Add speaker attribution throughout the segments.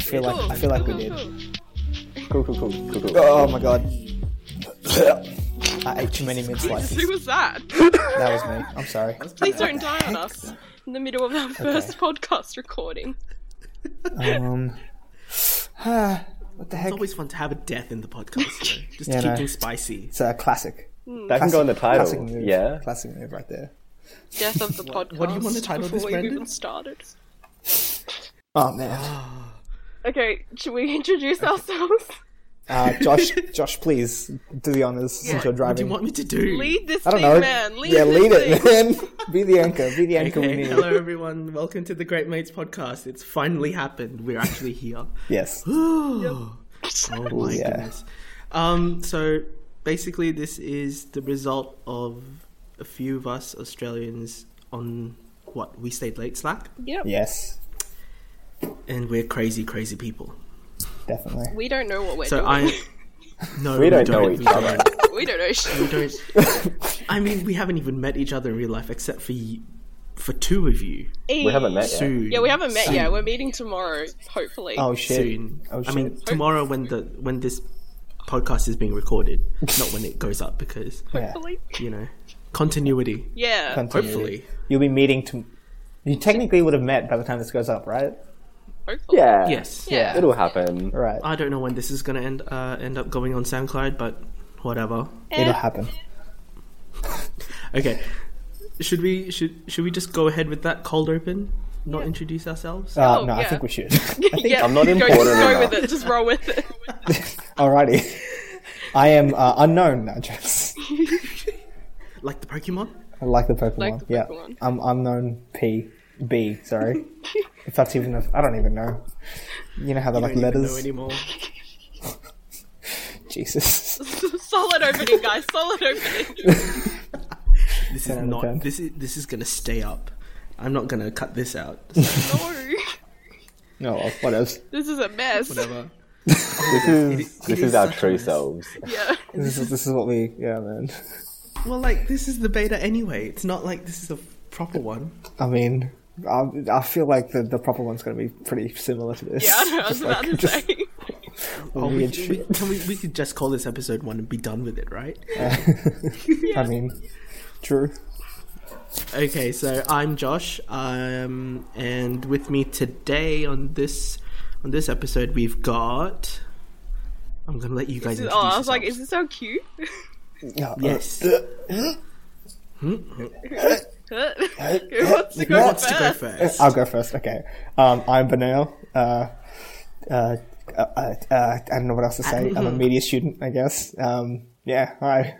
Speaker 1: feel like we did.
Speaker 2: Cool, cool, cool, cool, cool.
Speaker 1: Oh my god. I ate too many mint
Speaker 3: Jesus,
Speaker 1: slices.
Speaker 3: who was that?
Speaker 1: That was me. I'm sorry.
Speaker 3: Please don't die on us in the middle of our first podcast recording.
Speaker 1: Um. ah, what the heck?
Speaker 4: It's always fun to have a death in the podcast. You know? Just
Speaker 1: Yeah,
Speaker 4: keep
Speaker 1: no.
Speaker 4: things spicy.
Speaker 1: It's a classic.
Speaker 2: that can go in the
Speaker 1: classic
Speaker 2: title.
Speaker 1: move.
Speaker 2: Yeah.
Speaker 1: Classic move right there.
Speaker 3: Death of the podcast.
Speaker 4: what do you want to title
Speaker 3: before
Speaker 4: this,
Speaker 3: we've
Speaker 4: Brendan?
Speaker 3: even started?
Speaker 1: Oh man.
Speaker 3: Okay, should we introduce ourselves?
Speaker 1: Uh, Josh, Josh, please do the honors since you're
Speaker 4: What do
Speaker 1: driving.
Speaker 4: you want me to do?
Speaker 3: Lead this
Speaker 1: I don't
Speaker 3: thing,
Speaker 1: know.
Speaker 3: man. Lead
Speaker 1: yeah,
Speaker 3: this
Speaker 1: lead
Speaker 3: thing.
Speaker 1: it, man. Be the anchor. Be the anchor we
Speaker 4: Okay,
Speaker 1: need.
Speaker 4: hello everyone. Welcome to the Great Mates podcast. It's finally happened. We're actually here.
Speaker 1: Yes.
Speaker 4: oh my
Speaker 1: Yeah.
Speaker 4: goodness. Um, so basically, this is the result of a few of us Australians on what we stayed late Slack,
Speaker 3: Yep.
Speaker 1: Yes.
Speaker 4: and we're crazy, crazy people.
Speaker 1: Definitely.
Speaker 3: We don't know what we're
Speaker 4: So
Speaker 3: doing.
Speaker 4: I. No,
Speaker 2: We don't know
Speaker 4: we
Speaker 2: each other.
Speaker 4: don't.
Speaker 3: We don't know shit.
Speaker 4: don't- I mean, we haven't even met each other in real life, except for y- for two of you.
Speaker 2: We haven't met yet.
Speaker 4: Soon,
Speaker 3: Yeah, we haven't met
Speaker 4: soon,
Speaker 3: yet. We're meeting tomorrow, hopefully.
Speaker 1: Oh shit.
Speaker 4: Soon.
Speaker 1: Oh shit.
Speaker 4: I mean, tomorrow when the when this podcast is being recorded, not when it goes up, because
Speaker 1: yeah.
Speaker 3: Hopefully.
Speaker 4: you know, continuity.
Speaker 3: Yeah.
Speaker 1: Continue.
Speaker 4: Hopefully,
Speaker 1: you'll be meeting to. You technically would have met by the time this goes up, right?
Speaker 3: Hopefully.
Speaker 2: Yeah.
Speaker 4: yes.
Speaker 3: Yeah.
Speaker 2: It'll happen.
Speaker 1: All
Speaker 3: Uh,
Speaker 1: right.
Speaker 4: I don't know when this is gonna end uh, end up going on SoundCloud, but whatever.
Speaker 1: It'll happen.
Speaker 4: Okay. Should we should should we just go ahead with that cold open? Not introduce ourselves.
Speaker 1: Uh,
Speaker 3: Oh,
Speaker 1: no, I
Speaker 3: yeah.
Speaker 1: think we should.
Speaker 3: yeah.
Speaker 2: I'm not
Speaker 3: go,
Speaker 2: important
Speaker 3: Just go
Speaker 2: enough.
Speaker 3: with it. Just roll with it.
Speaker 1: Alrighty. I am uh, unknown. I just
Speaker 4: Like the Pokemon.
Speaker 1: I like the Pokemon.
Speaker 3: Like the
Speaker 1: yeah,
Speaker 3: Pokemon.
Speaker 1: I'm unknown P B. Sorry, if that's even. A, I don't even know. You know how they're like
Speaker 4: Don't even know
Speaker 1: letters.
Speaker 4: anymore.
Speaker 1: Jesus.
Speaker 3: Solid opening, guys. Solid opening.
Speaker 4: This
Speaker 1: Ten
Speaker 4: is
Speaker 1: out of ten.
Speaker 4: not. This is this is gonna stay up. I'm not gonna cut this out.
Speaker 3: No.
Speaker 1: No, oh, well, what else?
Speaker 3: This is a mess.
Speaker 4: Whatever.
Speaker 2: This is
Speaker 4: it
Speaker 2: this
Speaker 4: is
Speaker 2: is our
Speaker 4: such a
Speaker 2: true
Speaker 4: mess.
Speaker 2: selves.
Speaker 3: Yeah.
Speaker 1: This is this is what we. Yeah, man.
Speaker 4: Well, like this is the beta anyway. It's not like this is a proper one.
Speaker 1: I mean, I, I feel like the, the proper one's going to be pretty similar to this.
Speaker 3: Yeah, I, know, I was
Speaker 1: Just
Speaker 3: about
Speaker 1: like-
Speaker 3: to
Speaker 1: just
Speaker 3: say.
Speaker 4: Oh, we,
Speaker 1: weird
Speaker 4: could-
Speaker 1: shit.
Speaker 4: we- can we, we could just call this episode one and be done with it, right?
Speaker 1: I mean, true.
Speaker 4: Okay, so I'm Josh, um, and with me today on this on this episode we've got. I'm gonna let you guys.
Speaker 3: Oh,
Speaker 4: Introduce
Speaker 3: I was like,
Speaker 4: yourselves.
Speaker 3: is this our cue?
Speaker 1: Yeah,
Speaker 4: Yes.
Speaker 1: uh,
Speaker 3: Huh? Who wants to
Speaker 1: Who
Speaker 3: go
Speaker 1: wants
Speaker 4: to go
Speaker 3: first?
Speaker 4: first?
Speaker 1: I'll go first. Okay. Um, I'm Benel. Uh, uh, uh, uh, uh, I don't know what else to say. I'm a media student, I guess. Um, yeah. Hi.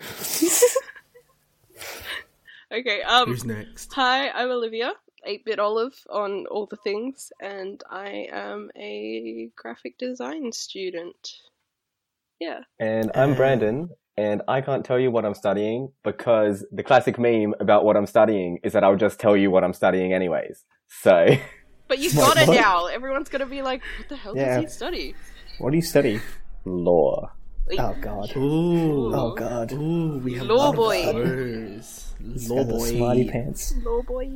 Speaker 3: Okay. Um.
Speaker 4: Who's next?
Speaker 3: Hi, I'm Olivia. 8-bit Olive on all the things, and I am a graphic design student. Yeah.
Speaker 2: And I'm Brandon, and I can't tell you what I'm studying because the classic meme about what I'm studying is that I'll just tell you what I'm studying anyways. So
Speaker 3: But you
Speaker 1: Wait,
Speaker 3: got it
Speaker 1: what?
Speaker 3: now. Everyone's gonna be like, "What the hell
Speaker 1: Yeah.
Speaker 3: does he study?"
Speaker 1: what do you study?
Speaker 2: law.
Speaker 3: Like,
Speaker 1: Oh God.
Speaker 4: Ooh,
Speaker 1: Oh God.
Speaker 4: ooh, we have
Speaker 3: Law
Speaker 4: a lot
Speaker 3: boy.
Speaker 4: Of those. Law
Speaker 1: Got the
Speaker 4: boy.
Speaker 1: Smarty pants.
Speaker 3: law boy.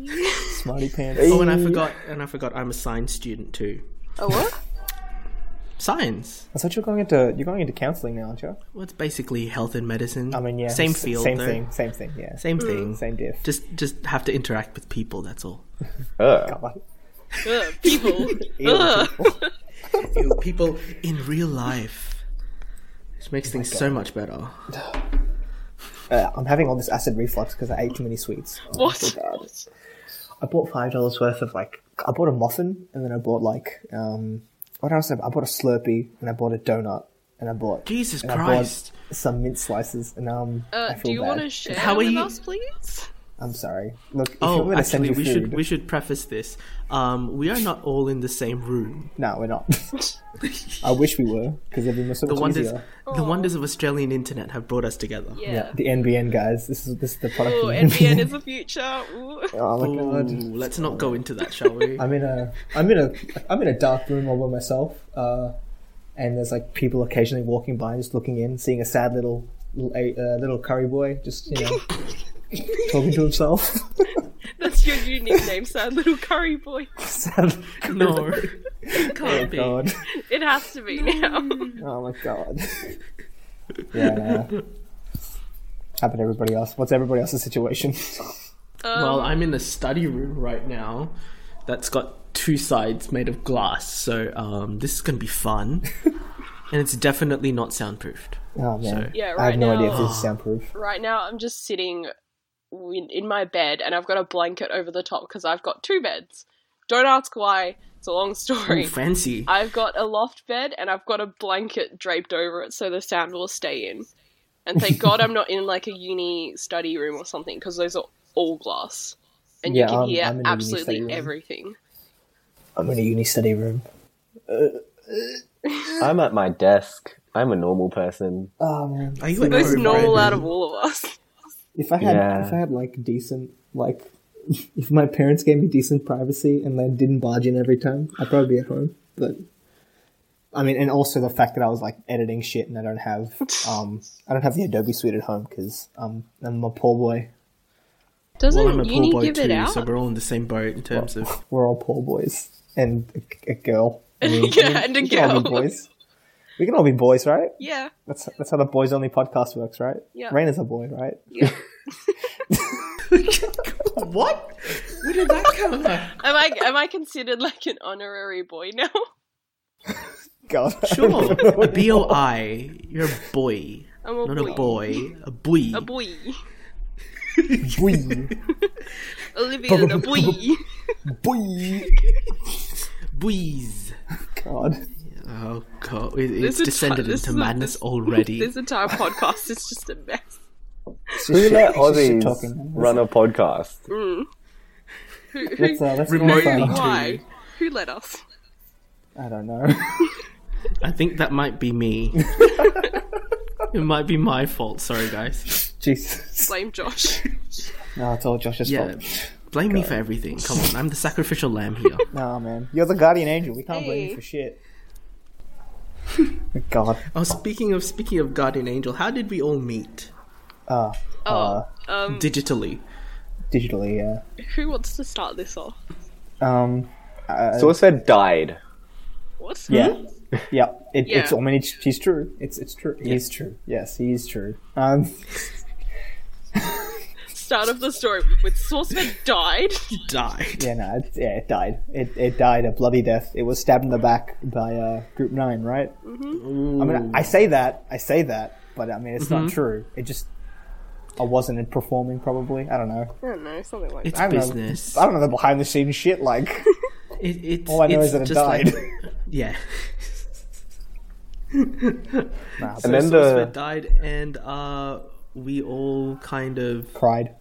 Speaker 1: Smarty pants.
Speaker 4: Oh, and I forgot. And I forgot. I'm a science student too.
Speaker 3: oh what?
Speaker 4: Science.
Speaker 1: I thought you were going into you're going into counselling now, aren't you?
Speaker 4: Well, it's basically health and medicine.
Speaker 1: I mean, yeah.
Speaker 4: Same
Speaker 1: s-
Speaker 4: field.
Speaker 1: Same
Speaker 4: though.
Speaker 1: thing. Same thing. Yeah.
Speaker 4: Same thing.
Speaker 1: Same diff.
Speaker 4: Just, just have to interact with people. That's all.
Speaker 2: Ugh.
Speaker 1: God.
Speaker 3: Ugh, Uh, people.
Speaker 1: Ew.
Speaker 3: Ugh.
Speaker 4: Ew, people in real life. This
Speaker 1: Oh
Speaker 4: makes things so much better.
Speaker 1: Uh, I'm having all this acid reflux because I ate too many sweets.
Speaker 3: What?
Speaker 1: I bought five dollars worth of like I bought a muffin and then I bought like um what else? did I, buy? I bought a Slurpee and I bought a donut and I bought
Speaker 4: Jesus
Speaker 1: and I bought
Speaker 4: Christ.
Speaker 1: some mint slices and um
Speaker 3: Uh,
Speaker 1: I feel
Speaker 3: do you
Speaker 1: bad.
Speaker 3: want to share
Speaker 4: How are
Speaker 3: with
Speaker 4: you-
Speaker 3: us, please?
Speaker 1: I'm sorry. Look, if you're
Speaker 4: Oh,
Speaker 1: gonna send
Speaker 4: actually,
Speaker 1: you
Speaker 4: we
Speaker 1: food,
Speaker 4: should we should preface this. Um, we are not all in the same room.
Speaker 1: no, we're not. I wish we were because it'd be so
Speaker 4: The
Speaker 1: much
Speaker 4: wonders,
Speaker 1: easier.
Speaker 4: the wonders of Australian internet have brought us together.
Speaker 3: Yeah.
Speaker 1: The NBN guys, this is this is the product.
Speaker 3: Oh,
Speaker 1: of
Speaker 3: NBN is the future. Ooh.
Speaker 1: Oh my god.
Speaker 4: Ooh, let's not go into that, shall we?
Speaker 1: I'm in a I'm in a I'm in a dark room all by myself, uh, and there's like people occasionally walking by, just looking in, seeing a sad little a, uh, little curry boy, just you know, talking to himself.
Speaker 3: That's your unique name, sad little curry boy.
Speaker 1: sad.
Speaker 4: no, It can't be.
Speaker 1: Oh God.
Speaker 3: It has to be now.
Speaker 1: Oh my god. yeah, no. Happened to everybody else. What's everybody else's situation?
Speaker 4: Well,
Speaker 3: Um,
Speaker 4: I'm in a study room right now that's got two sides made of glass, so um, this is going to be fun. and it's definitely not soundproofed.
Speaker 1: Oh man.
Speaker 4: So-
Speaker 3: Yeah,
Speaker 1: I
Speaker 3: right
Speaker 1: have no
Speaker 3: now.
Speaker 1: idea if this is soundproof.
Speaker 3: Right now, I'm just sitting in, in my bed and I've got a blanket over the top because I've got two beds. Don't ask why. It's a long
Speaker 4: Ooh,
Speaker 3: story.
Speaker 4: fancy.
Speaker 3: I've got a loft bed and I've got a blanket draped over it so the sound will stay in. And thank God I'm not in like a uni study room or something because those are all glass. And
Speaker 1: Yeah,
Speaker 3: you can
Speaker 1: I'm-
Speaker 3: hear
Speaker 1: I'm in a uni study
Speaker 3: absolutely
Speaker 1: room.
Speaker 3: everything.
Speaker 1: I'm in a uni study room.
Speaker 2: I'm at my desk. I'm a normal person.
Speaker 1: Oh man.
Speaker 4: Are you
Speaker 1: See,
Speaker 4: at
Speaker 3: Most
Speaker 4: home,
Speaker 3: normal
Speaker 4: Brandon?
Speaker 3: out of all of us.
Speaker 1: If I had
Speaker 2: Yeah.
Speaker 1: if I had like decent like if my parents gave me decent privacy and then didn't barge in every time, I'd probably be at home. But I mean, and also the fact that I was like editing shit and I don't have um I don't have the Adobe Suite at home because um I'm a poor boy.
Speaker 3: Doesn't
Speaker 4: Well, I'm a poor
Speaker 3: uni
Speaker 4: boy
Speaker 3: give
Speaker 4: too,
Speaker 3: it out?
Speaker 4: so we're all in the same boat in terms of.
Speaker 1: We're all poor boys and a, a girl. I mean,
Speaker 3: yeah, and a
Speaker 1: we can all
Speaker 3: girl.
Speaker 1: be boys. We can all be boys, right?
Speaker 3: Yeah,
Speaker 1: That's that's how the boys only podcast works, right?
Speaker 3: Yeah.
Speaker 1: Rain is a boy, right?
Speaker 3: yeah.
Speaker 4: what? Where did that come from?
Speaker 3: am I am I considered like an honorary boy now?
Speaker 1: God,
Speaker 4: Sure. A B-O-I. You're a boy.
Speaker 3: I'm a
Speaker 4: Not
Speaker 3: boy.
Speaker 4: a boy. A boy.
Speaker 3: A boy.
Speaker 1: boy,
Speaker 3: Olivia the boy.
Speaker 1: boy.
Speaker 4: Boys.
Speaker 1: God,
Speaker 4: Oh, God. It- it's
Speaker 3: This is-
Speaker 4: descended
Speaker 3: this
Speaker 4: into
Speaker 3: is-
Speaker 4: madness
Speaker 3: this-
Speaker 4: already.
Speaker 3: This entire podcast is just a mess.
Speaker 1: It's just
Speaker 2: Who
Speaker 1: shit-
Speaker 2: let
Speaker 1: it's just shit
Speaker 2: Aussies run a podcast?
Speaker 3: Who,
Speaker 1: Let's,
Speaker 3: who,
Speaker 1: uh, let's
Speaker 4: Remotely.
Speaker 1: clarify.
Speaker 3: why? Who let us?
Speaker 1: I don't know.
Speaker 4: I think that might be me. it might be my fault. Sorry, guys.
Speaker 1: Jesus,
Speaker 3: Blame Josh.
Speaker 1: no, it's all Josh's
Speaker 4: Yeah.
Speaker 1: fault.
Speaker 4: Blame me for everything. Come on, I'm the sacrificial lamb here.
Speaker 1: No, man, you're the guardian angel. We can't blame
Speaker 3: Hey.
Speaker 1: you for shit. God,
Speaker 4: Oh, speaking of speaking of guardian angel, how did we all meet
Speaker 1: uh,
Speaker 3: Oh,
Speaker 1: uh,
Speaker 3: um,
Speaker 4: digitally?
Speaker 1: digitally, yeah.
Speaker 3: who wants to start this off?
Speaker 1: Um, uh,
Speaker 2: Source said died.
Speaker 3: What?
Speaker 1: Yeah. Yeah. It,
Speaker 3: Yeah.
Speaker 1: It's. I mean, it's, he's true. It's. It's true. He's true. Yes, he's true. Um.
Speaker 3: Start of the story with Sauceman died.
Speaker 4: Died.
Speaker 1: Yeah. No. It, yeah. It died. It. It died a bloody death. It was stabbed in the back by uh, Group Nine, right?
Speaker 4: Mm-hmm.
Speaker 1: I mean, I say that. I say that, but I mean, it's not true. It just. I wasn't performing. Probably. I don't know.
Speaker 3: I don't know, something like
Speaker 4: It's
Speaker 3: that.
Speaker 1: I don't
Speaker 4: business.
Speaker 1: know. I don't know the behind the scenes shit. Like
Speaker 4: It, it's,
Speaker 1: all I know
Speaker 4: it's
Speaker 1: is that it
Speaker 4: just
Speaker 1: died.
Speaker 4: like- yeah.
Speaker 1: nah,
Speaker 2: And
Speaker 1: but
Speaker 2: then
Speaker 4: Sorcerer
Speaker 2: the
Speaker 4: died, and uh, we all kind of
Speaker 1: cried.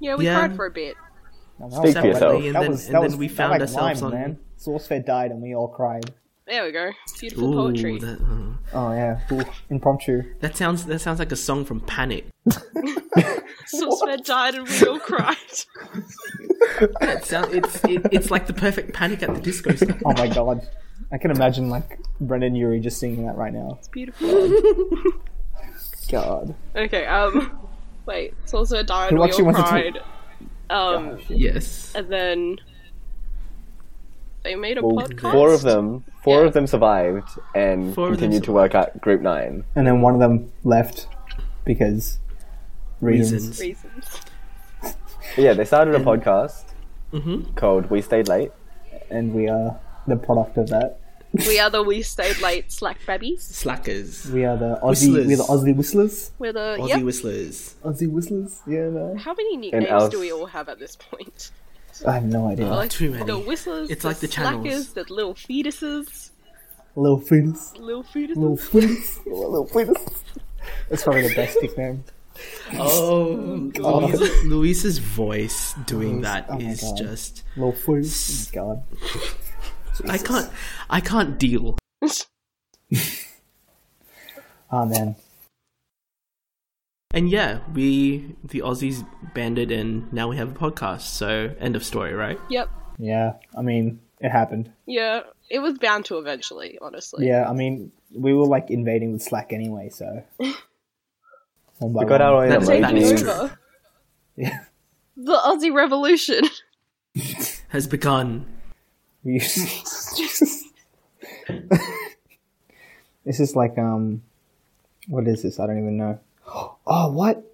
Speaker 3: Yeah, we
Speaker 4: Yeah.
Speaker 3: cried for a bit.
Speaker 1: No, that
Speaker 2: Speak for
Speaker 1: that
Speaker 2: yourself.
Speaker 4: And
Speaker 1: that
Speaker 4: then-
Speaker 1: was,
Speaker 4: and
Speaker 1: that
Speaker 4: then
Speaker 1: was,
Speaker 4: we
Speaker 1: that
Speaker 4: found
Speaker 1: like
Speaker 4: ourselves
Speaker 1: rhymed,
Speaker 4: on-
Speaker 1: man. Sourcefed died, and we all cried.
Speaker 3: There we go. Beautiful
Speaker 4: Ooh,
Speaker 3: poetry.
Speaker 4: that, uh,
Speaker 1: Oh yeah, Ooh, impromptu.
Speaker 4: that sounds that sounds like a song from Panic.
Speaker 3: Sauceman died and we all cried.
Speaker 4: That sound, it's it, it's like the perfect Panic at the Disco. song.
Speaker 1: Oh my god. I can imagine like Brendan Urie just singing that right now.
Speaker 3: It's beautiful.
Speaker 1: God.
Speaker 3: okay, um, wait. Sauceman died
Speaker 1: Who
Speaker 3: and we
Speaker 1: actually
Speaker 3: all
Speaker 1: wanted
Speaker 3: cried. Um,
Speaker 4: Yes.
Speaker 3: and then they made a podcast.
Speaker 2: four of them, four
Speaker 3: Yeah.
Speaker 2: of them survived and
Speaker 4: Four of them
Speaker 2: continued to work at Group Nine.
Speaker 1: And then one of them left because reasons.
Speaker 4: Reasons.
Speaker 3: reasons.
Speaker 2: But yeah, they started a podcast called We Stayed Late.
Speaker 1: And we are the product of that.
Speaker 3: We are the we stayed late slack babbies.
Speaker 4: Slackers.
Speaker 1: We are the Aussie
Speaker 4: Whistlers.
Speaker 1: we're the Aussie whistlers.
Speaker 3: We're the
Speaker 4: Aussie
Speaker 3: yep.
Speaker 4: Whistlers.
Speaker 1: Aussie whistlers? Yeah no.
Speaker 3: How many nicknames
Speaker 2: Alf.
Speaker 3: do we all have at this point?
Speaker 1: I have no idea.
Speaker 3: Like
Speaker 4: Oh, too many.
Speaker 3: the whistlers,
Speaker 4: It's
Speaker 3: the
Speaker 4: like the channels.
Speaker 3: slackers, the little fetuses,
Speaker 1: Little fetus.
Speaker 3: little fetuses.
Speaker 1: Little fetus. Little fetus. That's probably the best nickname.
Speaker 4: Oh, Luis, Luis's voice doing that
Speaker 1: oh my
Speaker 4: is
Speaker 1: God.
Speaker 4: just
Speaker 1: Little fetus. God.
Speaker 4: I can't I can't deal.
Speaker 1: Oh man.
Speaker 4: And yeah, we the Aussies banded and now we have a podcast. So end of story, right?
Speaker 3: Yep.
Speaker 1: Yeah. I mean, it happened.
Speaker 3: Yeah. It was bound to eventually, honestly.
Speaker 1: Yeah, I mean, we were like invading with Slack anyway, so. One by
Speaker 2: We got
Speaker 1: one.
Speaker 2: our own
Speaker 4: That's-
Speaker 3: Taking
Speaker 4: that is
Speaker 2: emojis.
Speaker 4: true.
Speaker 3: over.
Speaker 1: Yeah.
Speaker 3: The Aussie Revolution.
Speaker 4: Has begun.
Speaker 1: We used- This is like um, what is this? I don't even know. Oh, what?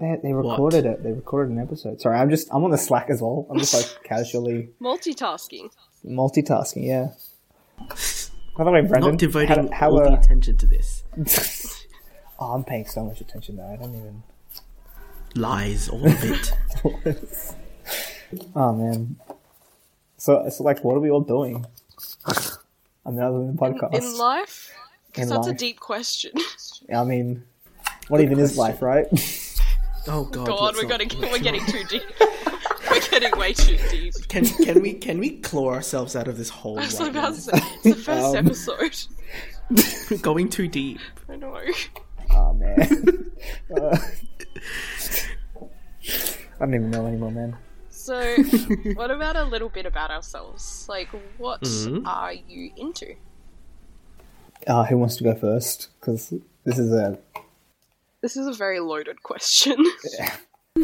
Speaker 1: They, they recorded it. They recorded an episode. Sorry, I'm just I'm on the Slack as well. I'm just like casually
Speaker 3: Multitasking.
Speaker 1: multitasking. Yeah. By the way, Brendan,
Speaker 4: Not devoting
Speaker 1: how,
Speaker 4: all
Speaker 1: how,
Speaker 4: the
Speaker 1: uh,
Speaker 4: attention to this.
Speaker 1: oh, I'm paying so much attention though. I don't even.
Speaker 4: Lies, all of it.
Speaker 1: oh man. So it's like, what are we all doing? I mean, other than podcast.
Speaker 3: In life?
Speaker 1: In
Speaker 3: Because that's a
Speaker 1: life.
Speaker 3: deep question.
Speaker 1: I mean, what even is life, right?
Speaker 4: Oh god.
Speaker 3: God,
Speaker 4: let's
Speaker 3: we're,
Speaker 4: not-
Speaker 3: gonna, we're getting too deep. we're getting way too deep.
Speaker 4: Can can we can we claw ourselves out of this hole?
Speaker 3: I was
Speaker 4: right now?
Speaker 3: about to say, it's the first
Speaker 1: Um,
Speaker 3: episode.
Speaker 4: Going too deep.
Speaker 3: I know.
Speaker 1: oh man. Uh, I don't even know anymore, man.
Speaker 3: So, what about a little bit about ourselves? Like, what
Speaker 1: Mm-hmm.
Speaker 3: are you into?
Speaker 1: Uh, who wants to go first? Because this is a.
Speaker 3: This is a very loaded question.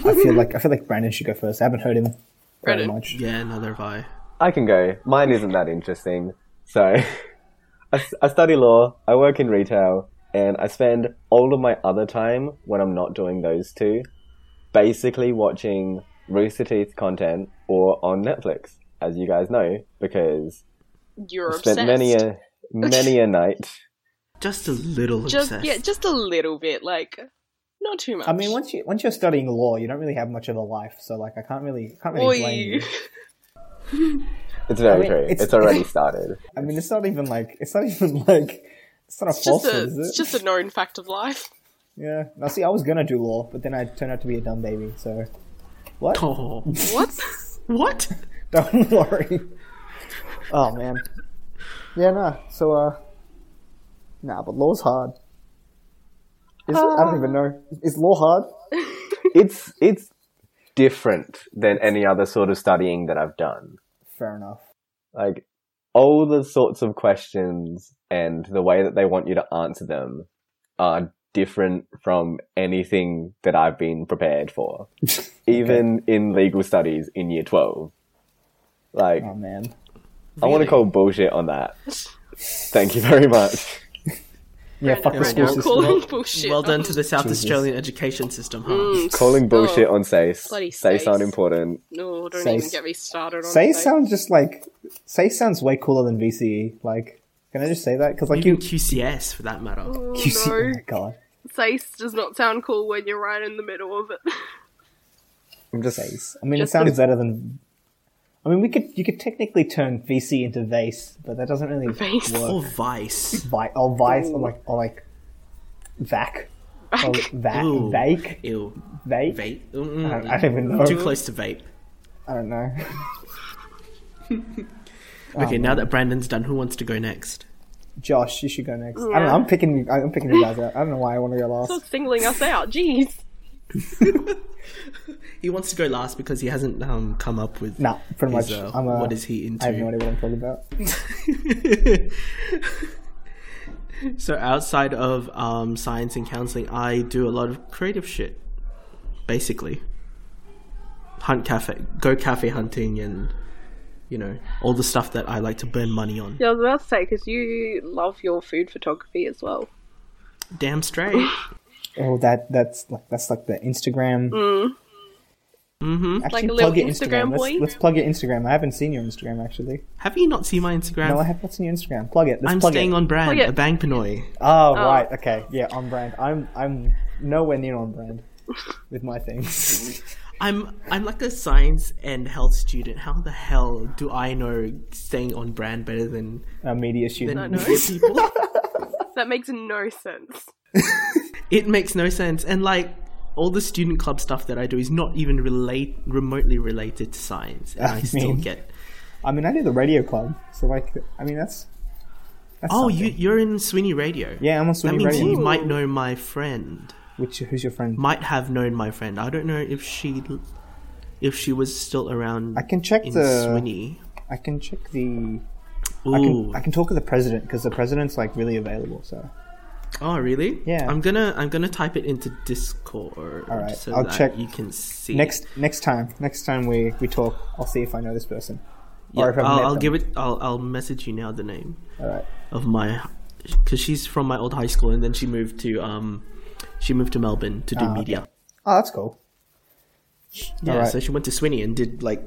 Speaker 1: I feel like I feel like Brandon should go first. I haven't heard him very
Speaker 3: Brandon.
Speaker 1: much.
Speaker 4: Yeah, neither have I.
Speaker 2: I can go. Mine isn't that interesting. So, I, s- I study law, I work in retail, and I spend all of my other time when I'm not doing those two basically watching Rooster Teeth content or on Netflix, as you guys know, because
Speaker 3: You're
Speaker 2: I
Speaker 3: obsessed.
Speaker 2: spent many a many a night.
Speaker 4: Just a little
Speaker 3: just
Speaker 4: obsessed.
Speaker 3: yeah, just a little bit, like not too much.
Speaker 1: I mean, once you once you're studying law, you don't really have much of a life. So like, I can't really can't really
Speaker 3: Oi.
Speaker 1: blame you.
Speaker 2: It's very
Speaker 1: I mean,
Speaker 2: true.
Speaker 1: it's-
Speaker 2: It's, already started.
Speaker 1: I mean, it's not even like it's not even like it's not a
Speaker 3: It's just
Speaker 1: falsehood,
Speaker 3: a
Speaker 1: is it?
Speaker 3: it's just a known fact of life.
Speaker 1: Yeah. Now, see, I was gonna do law, but then I turned out to be a dumb baby. So
Speaker 4: Oh.
Speaker 3: What?
Speaker 4: What?
Speaker 1: don't worry. Oh man. Yeah, no. So, uh, nah, but law's hard. Is it? I don't even know. Is law hard?
Speaker 2: It's it's different than any other sort of studying that I've done.
Speaker 1: Fair enough.
Speaker 2: like all the sorts of questions and the way that they want you to answer them are different from anything that I've been prepared for, even in legal studies in year 12. Like,
Speaker 1: Oh man.
Speaker 2: I want to call bullshit on that. Thank you very much.
Speaker 1: Yeah, fuck
Speaker 3: Brandon,
Speaker 1: the school
Speaker 3: right now, I'm
Speaker 1: system.
Speaker 3: calling bullshit.
Speaker 4: Well done
Speaker 3: on
Speaker 4: to the South Australian education system, huh?
Speaker 2: Calling bullshit on SACE.
Speaker 3: Oh, bloody
Speaker 2: SACE aren't
Speaker 3: SACE.
Speaker 2: important.
Speaker 3: No, don't
Speaker 1: Say-
Speaker 3: even get me started on
Speaker 1: Say
Speaker 3: that.
Speaker 1: sounds just like say sounds way cooler than VCE. Like, can I just say that? Because like
Speaker 4: Even
Speaker 1: you,
Speaker 4: QCS for that matter.
Speaker 3: Oh,
Speaker 1: QC
Speaker 3: no,
Speaker 1: Oh my god,
Speaker 3: Sace does not sound cool when you're right in the middle of it.
Speaker 2: I'm just
Speaker 1: Sace. I mean, it
Speaker 3: Just-
Speaker 1: sounds better than. I mean, we could you could technically turn VC into vase, but that doesn't really
Speaker 3: Vase.
Speaker 1: work.
Speaker 4: Or Vice.
Speaker 1: Vi- or vice, or like or like vac, or vac,
Speaker 4: Ooh.
Speaker 1: vac,
Speaker 4: Ew.
Speaker 1: vape.
Speaker 4: Vape. Mm-mm.
Speaker 1: I don't, I don't even know.
Speaker 4: Too close to vape.
Speaker 1: I don't know. Oh,
Speaker 4: Okay, now that Brandon's done, who wants to go next?
Speaker 1: Josh, you should go next. I don't know. I'm picking. I'm picking you guys out. I don't know why I want to go
Speaker 3: Stop
Speaker 1: last.
Speaker 3: singling us out. Jeez.
Speaker 4: He wants to go last because he hasn't um, come up with
Speaker 1: Nah, pretty much.
Speaker 4: his, uh,
Speaker 1: I'm a,
Speaker 4: what is he into.
Speaker 1: I have no idea what I'm talking about.
Speaker 4: So outside of um, science and counseling, I do a lot of creative shit, basically. Hunt cafe, go cafe hunting, and you know all the stuff that I like to burn money on.
Speaker 3: Yeah, I was about to say because you love your food photography as well.
Speaker 4: Damn straight.
Speaker 1: Oh, that that's like that's like the Instagram. Mm-hmm. Actually,
Speaker 3: Mm, Like a little
Speaker 1: plug your
Speaker 3: Instagram
Speaker 1: Instagram.
Speaker 3: boy?
Speaker 1: Let's, let's plug your Instagram. I haven't seen your Instagram actually.
Speaker 4: Have you not seen my Instagram?
Speaker 1: No, I have not seen your Instagram. Plug it. Let's
Speaker 4: am
Speaker 1: plug
Speaker 4: staying
Speaker 1: it.
Speaker 4: on brand,
Speaker 3: Plug it.
Speaker 4: a bang Pinoy.
Speaker 1: Oh, right. Okay. Yeah, on brand. I'm I'm nowhere near on brand with my things.
Speaker 4: I'm I'm like a science and health student. How the hell do I know staying on brand better than
Speaker 1: A media
Speaker 4: than
Speaker 1: student.
Speaker 3: know.
Speaker 4: people?
Speaker 3: That makes no sense.
Speaker 4: it makes no sense and like all the student club stuff that i do is not even relate remotely related to science and i,
Speaker 1: I
Speaker 4: still
Speaker 1: mean-
Speaker 4: get
Speaker 1: I mean, I do the radio club, so like, I mean, that's. that's
Speaker 4: oh
Speaker 1: something.
Speaker 4: you, you're in sweeney radio
Speaker 1: Yeah, I'm on
Speaker 4: that
Speaker 1: Sweeney
Speaker 4: means
Speaker 1: Radio.
Speaker 4: you might know my friend
Speaker 1: Which who's your friend?
Speaker 4: might have known my friend i don't know if she if she was still around
Speaker 1: I can check
Speaker 4: in
Speaker 1: the.
Speaker 4: sweeney
Speaker 1: I can check the.
Speaker 4: Ooh.
Speaker 1: I can, I can talk to the president because the president's like really available. So
Speaker 4: oh really
Speaker 1: Yeah.
Speaker 4: i'm gonna i'm gonna type it into discord
Speaker 1: All right,
Speaker 4: so
Speaker 1: I'll
Speaker 4: that
Speaker 1: check
Speaker 4: you can see
Speaker 1: next next time next time we we talk, I'll see if I know this person.
Speaker 4: Yeah,
Speaker 1: Or if I've
Speaker 4: I'll,
Speaker 1: met
Speaker 4: I'll
Speaker 1: them.
Speaker 4: give it. I'll, I'll message you now the name
Speaker 1: All right.
Speaker 4: of my, because she's from my old high school, and then she moved to um, she moved to Melbourne to do
Speaker 1: okay.
Speaker 4: media.
Speaker 1: Oh, that's cool.
Speaker 4: Yeah,
Speaker 1: Alright.
Speaker 4: so she went to Sweeney and did like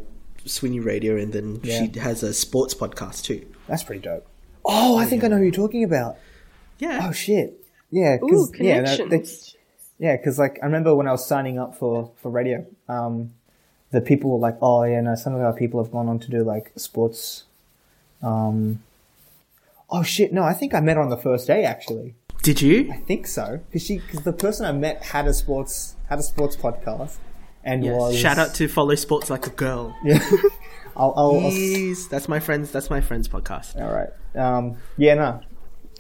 Speaker 4: Sweeney Radio, and then she has a sports podcast too.
Speaker 1: That's pretty dope. Oh, I think I know who you're talking about.
Speaker 4: Yeah,
Speaker 1: Oh shit. Yeah,
Speaker 3: Ooh,
Speaker 1: because yeah, no,
Speaker 3: connections.
Speaker 1: they- yeah, because like I remember when I was signing up for for radio, um, the people were like, "Oh yeah, no." Some of our people have gone on to do like sports. Um, oh shit! No, I think I met her on the first day. Actually,
Speaker 4: did you?
Speaker 1: I think so. Because she, because the person I met had a sports had a sports podcast, and
Speaker 4: Yes.
Speaker 1: was
Speaker 4: Shout out to follow sports like a girl.
Speaker 1: I'll, I'll, I'll-
Speaker 4: Yes, that's my friends. That's my friends podcast.
Speaker 1: all right. Um, yeah, no.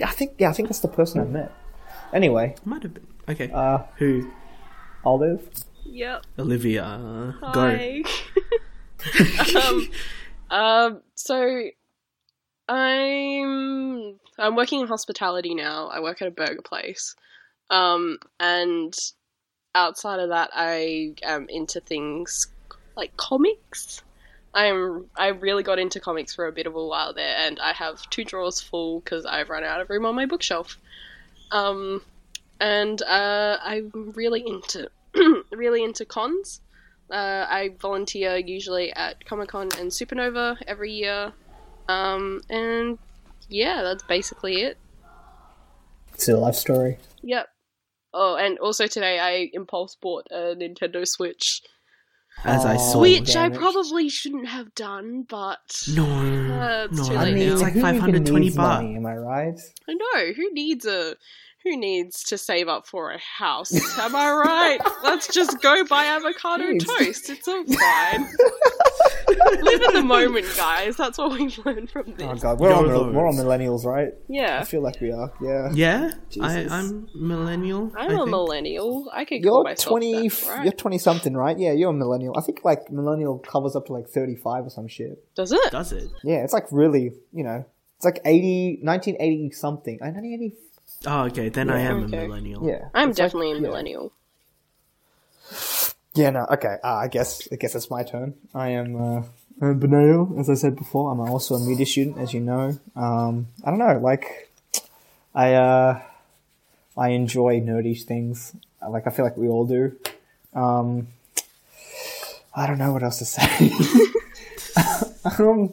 Speaker 1: I think yeah, I think that's the person I met. Anyway,
Speaker 4: Might have been okay.
Speaker 1: uh,
Speaker 4: Who?
Speaker 1: Olive.
Speaker 3: Yep.
Speaker 4: Olivia. Go.
Speaker 3: Hi. um, um, so I'm I'm working in hospitality now. I work at a burger place. Um, and outside of that, I am into things like comics. I'm I really got into comics for a bit of a while there, and I have two drawers full because I've run out of room on my bookshelf. Um, and uh, I'm really into really into cons. Uh, I volunteer usually at Comic Con and Supernova every year. Um, and yeah, that's basically it.
Speaker 1: It's a life story.
Speaker 3: Yep. Oh, and also today I impulse bought a Nintendo Switch,
Speaker 4: As I
Speaker 1: Oh,
Speaker 4: saw.
Speaker 1: Sweet.
Speaker 3: which
Speaker 1: damn
Speaker 3: I
Speaker 1: it.
Speaker 3: probably shouldn't have done, but
Speaker 4: No.
Speaker 3: Uh, it's
Speaker 4: no.
Speaker 3: too
Speaker 1: I
Speaker 3: late
Speaker 1: mean,
Speaker 3: now.
Speaker 4: it's like
Speaker 1: who even
Speaker 4: 520
Speaker 1: needs
Speaker 4: baht.
Speaker 1: Money, am I right?
Speaker 3: I know who needs a who needs to save up for a house. Am I right? Let's just go buy avocado
Speaker 1: Jeez.
Speaker 3: toast. It's all fine. Live in the moment, guys. That's what we've learned from this.
Speaker 1: Oh god, we're all,
Speaker 4: You're
Speaker 1: mill- we're all
Speaker 4: those.
Speaker 1: millennials, right? I
Speaker 3: Yeah.
Speaker 1: feel like we are. Yeah.
Speaker 4: Yeah,
Speaker 1: Jesus.
Speaker 4: I, I'm millennial.
Speaker 3: I'm
Speaker 4: I
Speaker 3: a
Speaker 4: think.
Speaker 3: millennial. I could call
Speaker 1: You're
Speaker 3: myself
Speaker 1: twenty.
Speaker 3: that,
Speaker 1: f-
Speaker 3: right?
Speaker 1: You're twenty something, right? Yeah, you're a millennial. I think like millennial covers up to like thirty-five or some shit.
Speaker 3: Does it?
Speaker 4: Does it?
Speaker 1: Yeah, it's like really, you know, it's like 80, 1980 something. I nineteen eighty.
Speaker 4: Oh, okay. Then I am
Speaker 3: Okay.
Speaker 4: a millennial.
Speaker 1: Yeah.
Speaker 3: I'm
Speaker 1: It's like-
Speaker 3: definitely a
Speaker 1: yeah.
Speaker 3: millennial.
Speaker 1: Yeah. No. Okay. Uh, I guess. I guess it's my turn. I am. Uh, I'm Benio, as I said before. I'm also a media student, as you know. Um, I don't know. Like, I. Uh, I enjoy nerdy things. Like I feel like we all do. Um, I don't know what else to say. um,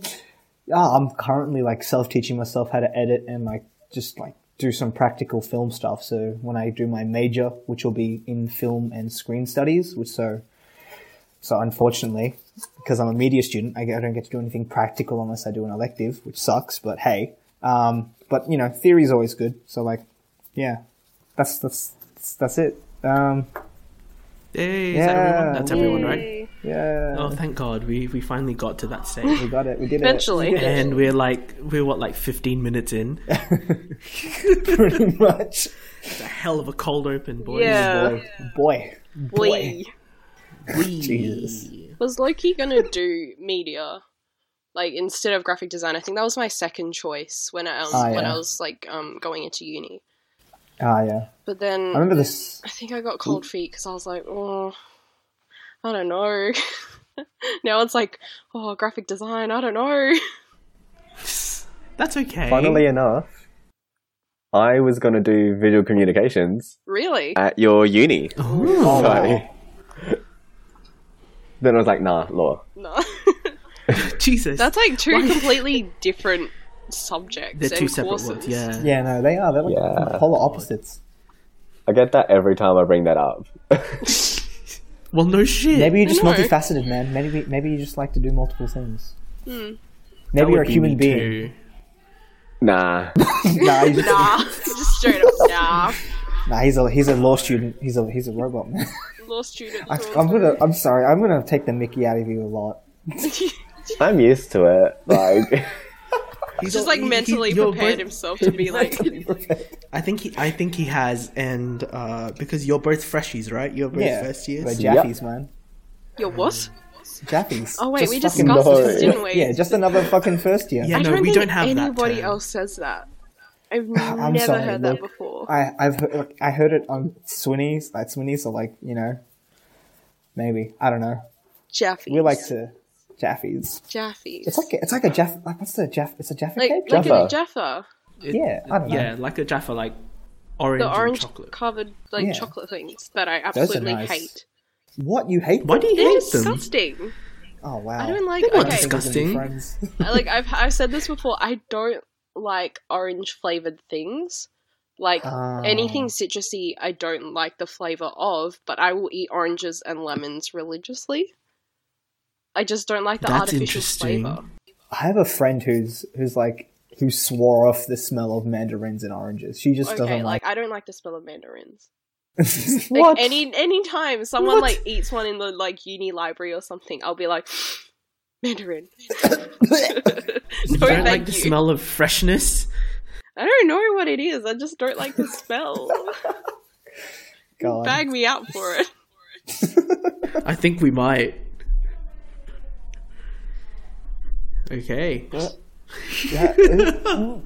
Speaker 1: yeah, I'm currently like self-teaching myself how to edit and like just like do some practical film stuff. So when I do my major, which will be in film and screen studies, which so so unfortunately, because I'm a media student, I, I don't get to do anything practical unless I do an elective, which sucks. But hey, um, but you know, theory's always good. So like, yeah, that's that's that's, that's it. Um,
Speaker 4: Hey, is
Speaker 1: Yeah.
Speaker 4: that everyone? That's everyone,
Speaker 1: Yay.
Speaker 4: right?
Speaker 1: yeah,
Speaker 4: Oh, thank God, we we finally got to that stage.
Speaker 1: we got it. We did
Speaker 3: Eventually.
Speaker 1: it. Eventually,
Speaker 4: And we're like, we're what, like 15 minutes in?
Speaker 1: pretty much.
Speaker 4: a hell of a cold open, boys.
Speaker 3: Yeah.
Speaker 1: Boy, boy, boy.
Speaker 3: Wee.
Speaker 4: Wee.
Speaker 1: Jesus.
Speaker 3: Was Loki gonna do media? Like instead of graphic design, I think that was my second choice when I um,
Speaker 1: Ah,
Speaker 3: when
Speaker 1: yeah.
Speaker 3: I was like um going into uni.
Speaker 1: Ah, yeah.
Speaker 3: But then
Speaker 1: I remember this.
Speaker 3: I think I got cold feet because I was like, oh, I don't know. now it's like, oh, graphic design, I don't know.
Speaker 4: That's okay.
Speaker 2: Funnily enough, I was gonna do visual communications
Speaker 3: Really?
Speaker 2: at your uni.
Speaker 1: Oh.
Speaker 4: Ooh.
Speaker 2: So- then I was like, nah, law.
Speaker 3: No.
Speaker 4: Jesus.
Speaker 3: That's like two completely different subjects
Speaker 4: They're
Speaker 3: and
Speaker 4: two separate
Speaker 3: courses.
Speaker 4: words, yeah.
Speaker 1: Yeah, no, they are. They're like
Speaker 2: Yeah.
Speaker 1: polar opposites.
Speaker 2: I get that every time I bring that up.
Speaker 4: Well, no shit.
Speaker 1: Maybe you're just
Speaker 3: I know.
Speaker 1: multifaceted, man. Maybe maybe you just like to do multiple things.
Speaker 3: Hmm.
Speaker 4: That
Speaker 1: Maybe you're a
Speaker 4: would be
Speaker 1: human
Speaker 4: me
Speaker 1: being.
Speaker 4: too.
Speaker 2: nah.
Speaker 1: Nah, you just-
Speaker 3: Nah, just straight up nah.
Speaker 1: Nah, he's a he's a law student. He's a he's a robot man.
Speaker 3: Law student.
Speaker 1: I,
Speaker 3: so-
Speaker 1: I'm gonna I'm sorry. I'm gonna take the Mickey out of you a lot.
Speaker 2: I'm used to it. Like,
Speaker 4: He's
Speaker 3: just
Speaker 4: all-
Speaker 3: like
Speaker 4: he- he-
Speaker 3: mentally
Speaker 4: yo,
Speaker 3: prepared
Speaker 4: both-
Speaker 3: himself to be like,
Speaker 4: I think he, I think he has, and uh, because you're both freshies, right? You're both
Speaker 1: yeah,
Speaker 4: first
Speaker 1: we're
Speaker 4: years.
Speaker 2: Yep.
Speaker 1: Jaffies, man.
Speaker 3: "Yo, what?
Speaker 1: Jaffies.
Speaker 3: Oh wait, we
Speaker 1: fucking-
Speaker 3: discussed
Speaker 2: No.
Speaker 3: this, didn't we?"
Speaker 1: Yeah, just another fucking first year.
Speaker 4: Yeah.
Speaker 3: I
Speaker 4: no,
Speaker 3: don't
Speaker 4: we
Speaker 3: think
Speaker 4: don't have that
Speaker 3: anybody
Speaker 4: term.
Speaker 3: else says that. I've
Speaker 1: I'm
Speaker 3: never
Speaker 1: sorry,
Speaker 3: heard
Speaker 1: Luke.
Speaker 3: that before.
Speaker 1: I I've heard, like, I heard it on Swinny's at Swinny's, so like you know, maybe I don't know.
Speaker 3: Jaffies.
Speaker 1: We like to Jaffies.
Speaker 3: Jaffies.
Speaker 1: It's like a, it's like a Jaff. Like, what's the Jaff? It's a Jaffa
Speaker 3: like
Speaker 1: cake.
Speaker 3: look at a
Speaker 2: Jaffa.
Speaker 3: Jaffa,
Speaker 4: It-
Speaker 1: Yeah, I don't know.
Speaker 4: Yeah, like a Jaffa, like orange,
Speaker 3: the
Speaker 4: orange
Speaker 3: orange
Speaker 4: chocolate.
Speaker 3: covered like
Speaker 1: Yeah.
Speaker 3: chocolate things that I
Speaker 1: are
Speaker 3: absolutely
Speaker 1: nice.
Speaker 3: hate.
Speaker 1: What you hate?
Speaker 4: Why do you
Speaker 3: They're
Speaker 4: hate them?
Speaker 3: disgusting.
Speaker 1: Oh wow.
Speaker 3: I don't like.
Speaker 4: They're not
Speaker 3: Okay,
Speaker 4: disgusting.
Speaker 1: Friends.
Speaker 3: like I've I've said this before. I don't like orange flavored things. Like
Speaker 1: Ah.
Speaker 3: anything citrusy, I don't like the flavor of. But I will eat oranges and lemons religiously. I just don't like the
Speaker 4: That's
Speaker 3: artificial
Speaker 4: interesting.
Speaker 3: flavor.
Speaker 1: I have a friend who's who's like who swore off the smell of mandarins and oranges. She just
Speaker 3: Okay,
Speaker 1: doesn't
Speaker 3: like
Speaker 1: like.
Speaker 3: I don't like the smell of mandarins. Like,
Speaker 1: what?
Speaker 3: any any time someone
Speaker 4: What?
Speaker 3: like eats one in the like uni library or something, I'll be like, mandarin.
Speaker 4: You
Speaker 3: no,
Speaker 4: don't
Speaker 3: thank
Speaker 4: like the
Speaker 3: you.
Speaker 4: smell of freshness.
Speaker 3: I don't know what it is. I just don't like the smell.
Speaker 1: God.
Speaker 3: Bag me out for it.
Speaker 4: I think we might. Okay. oh,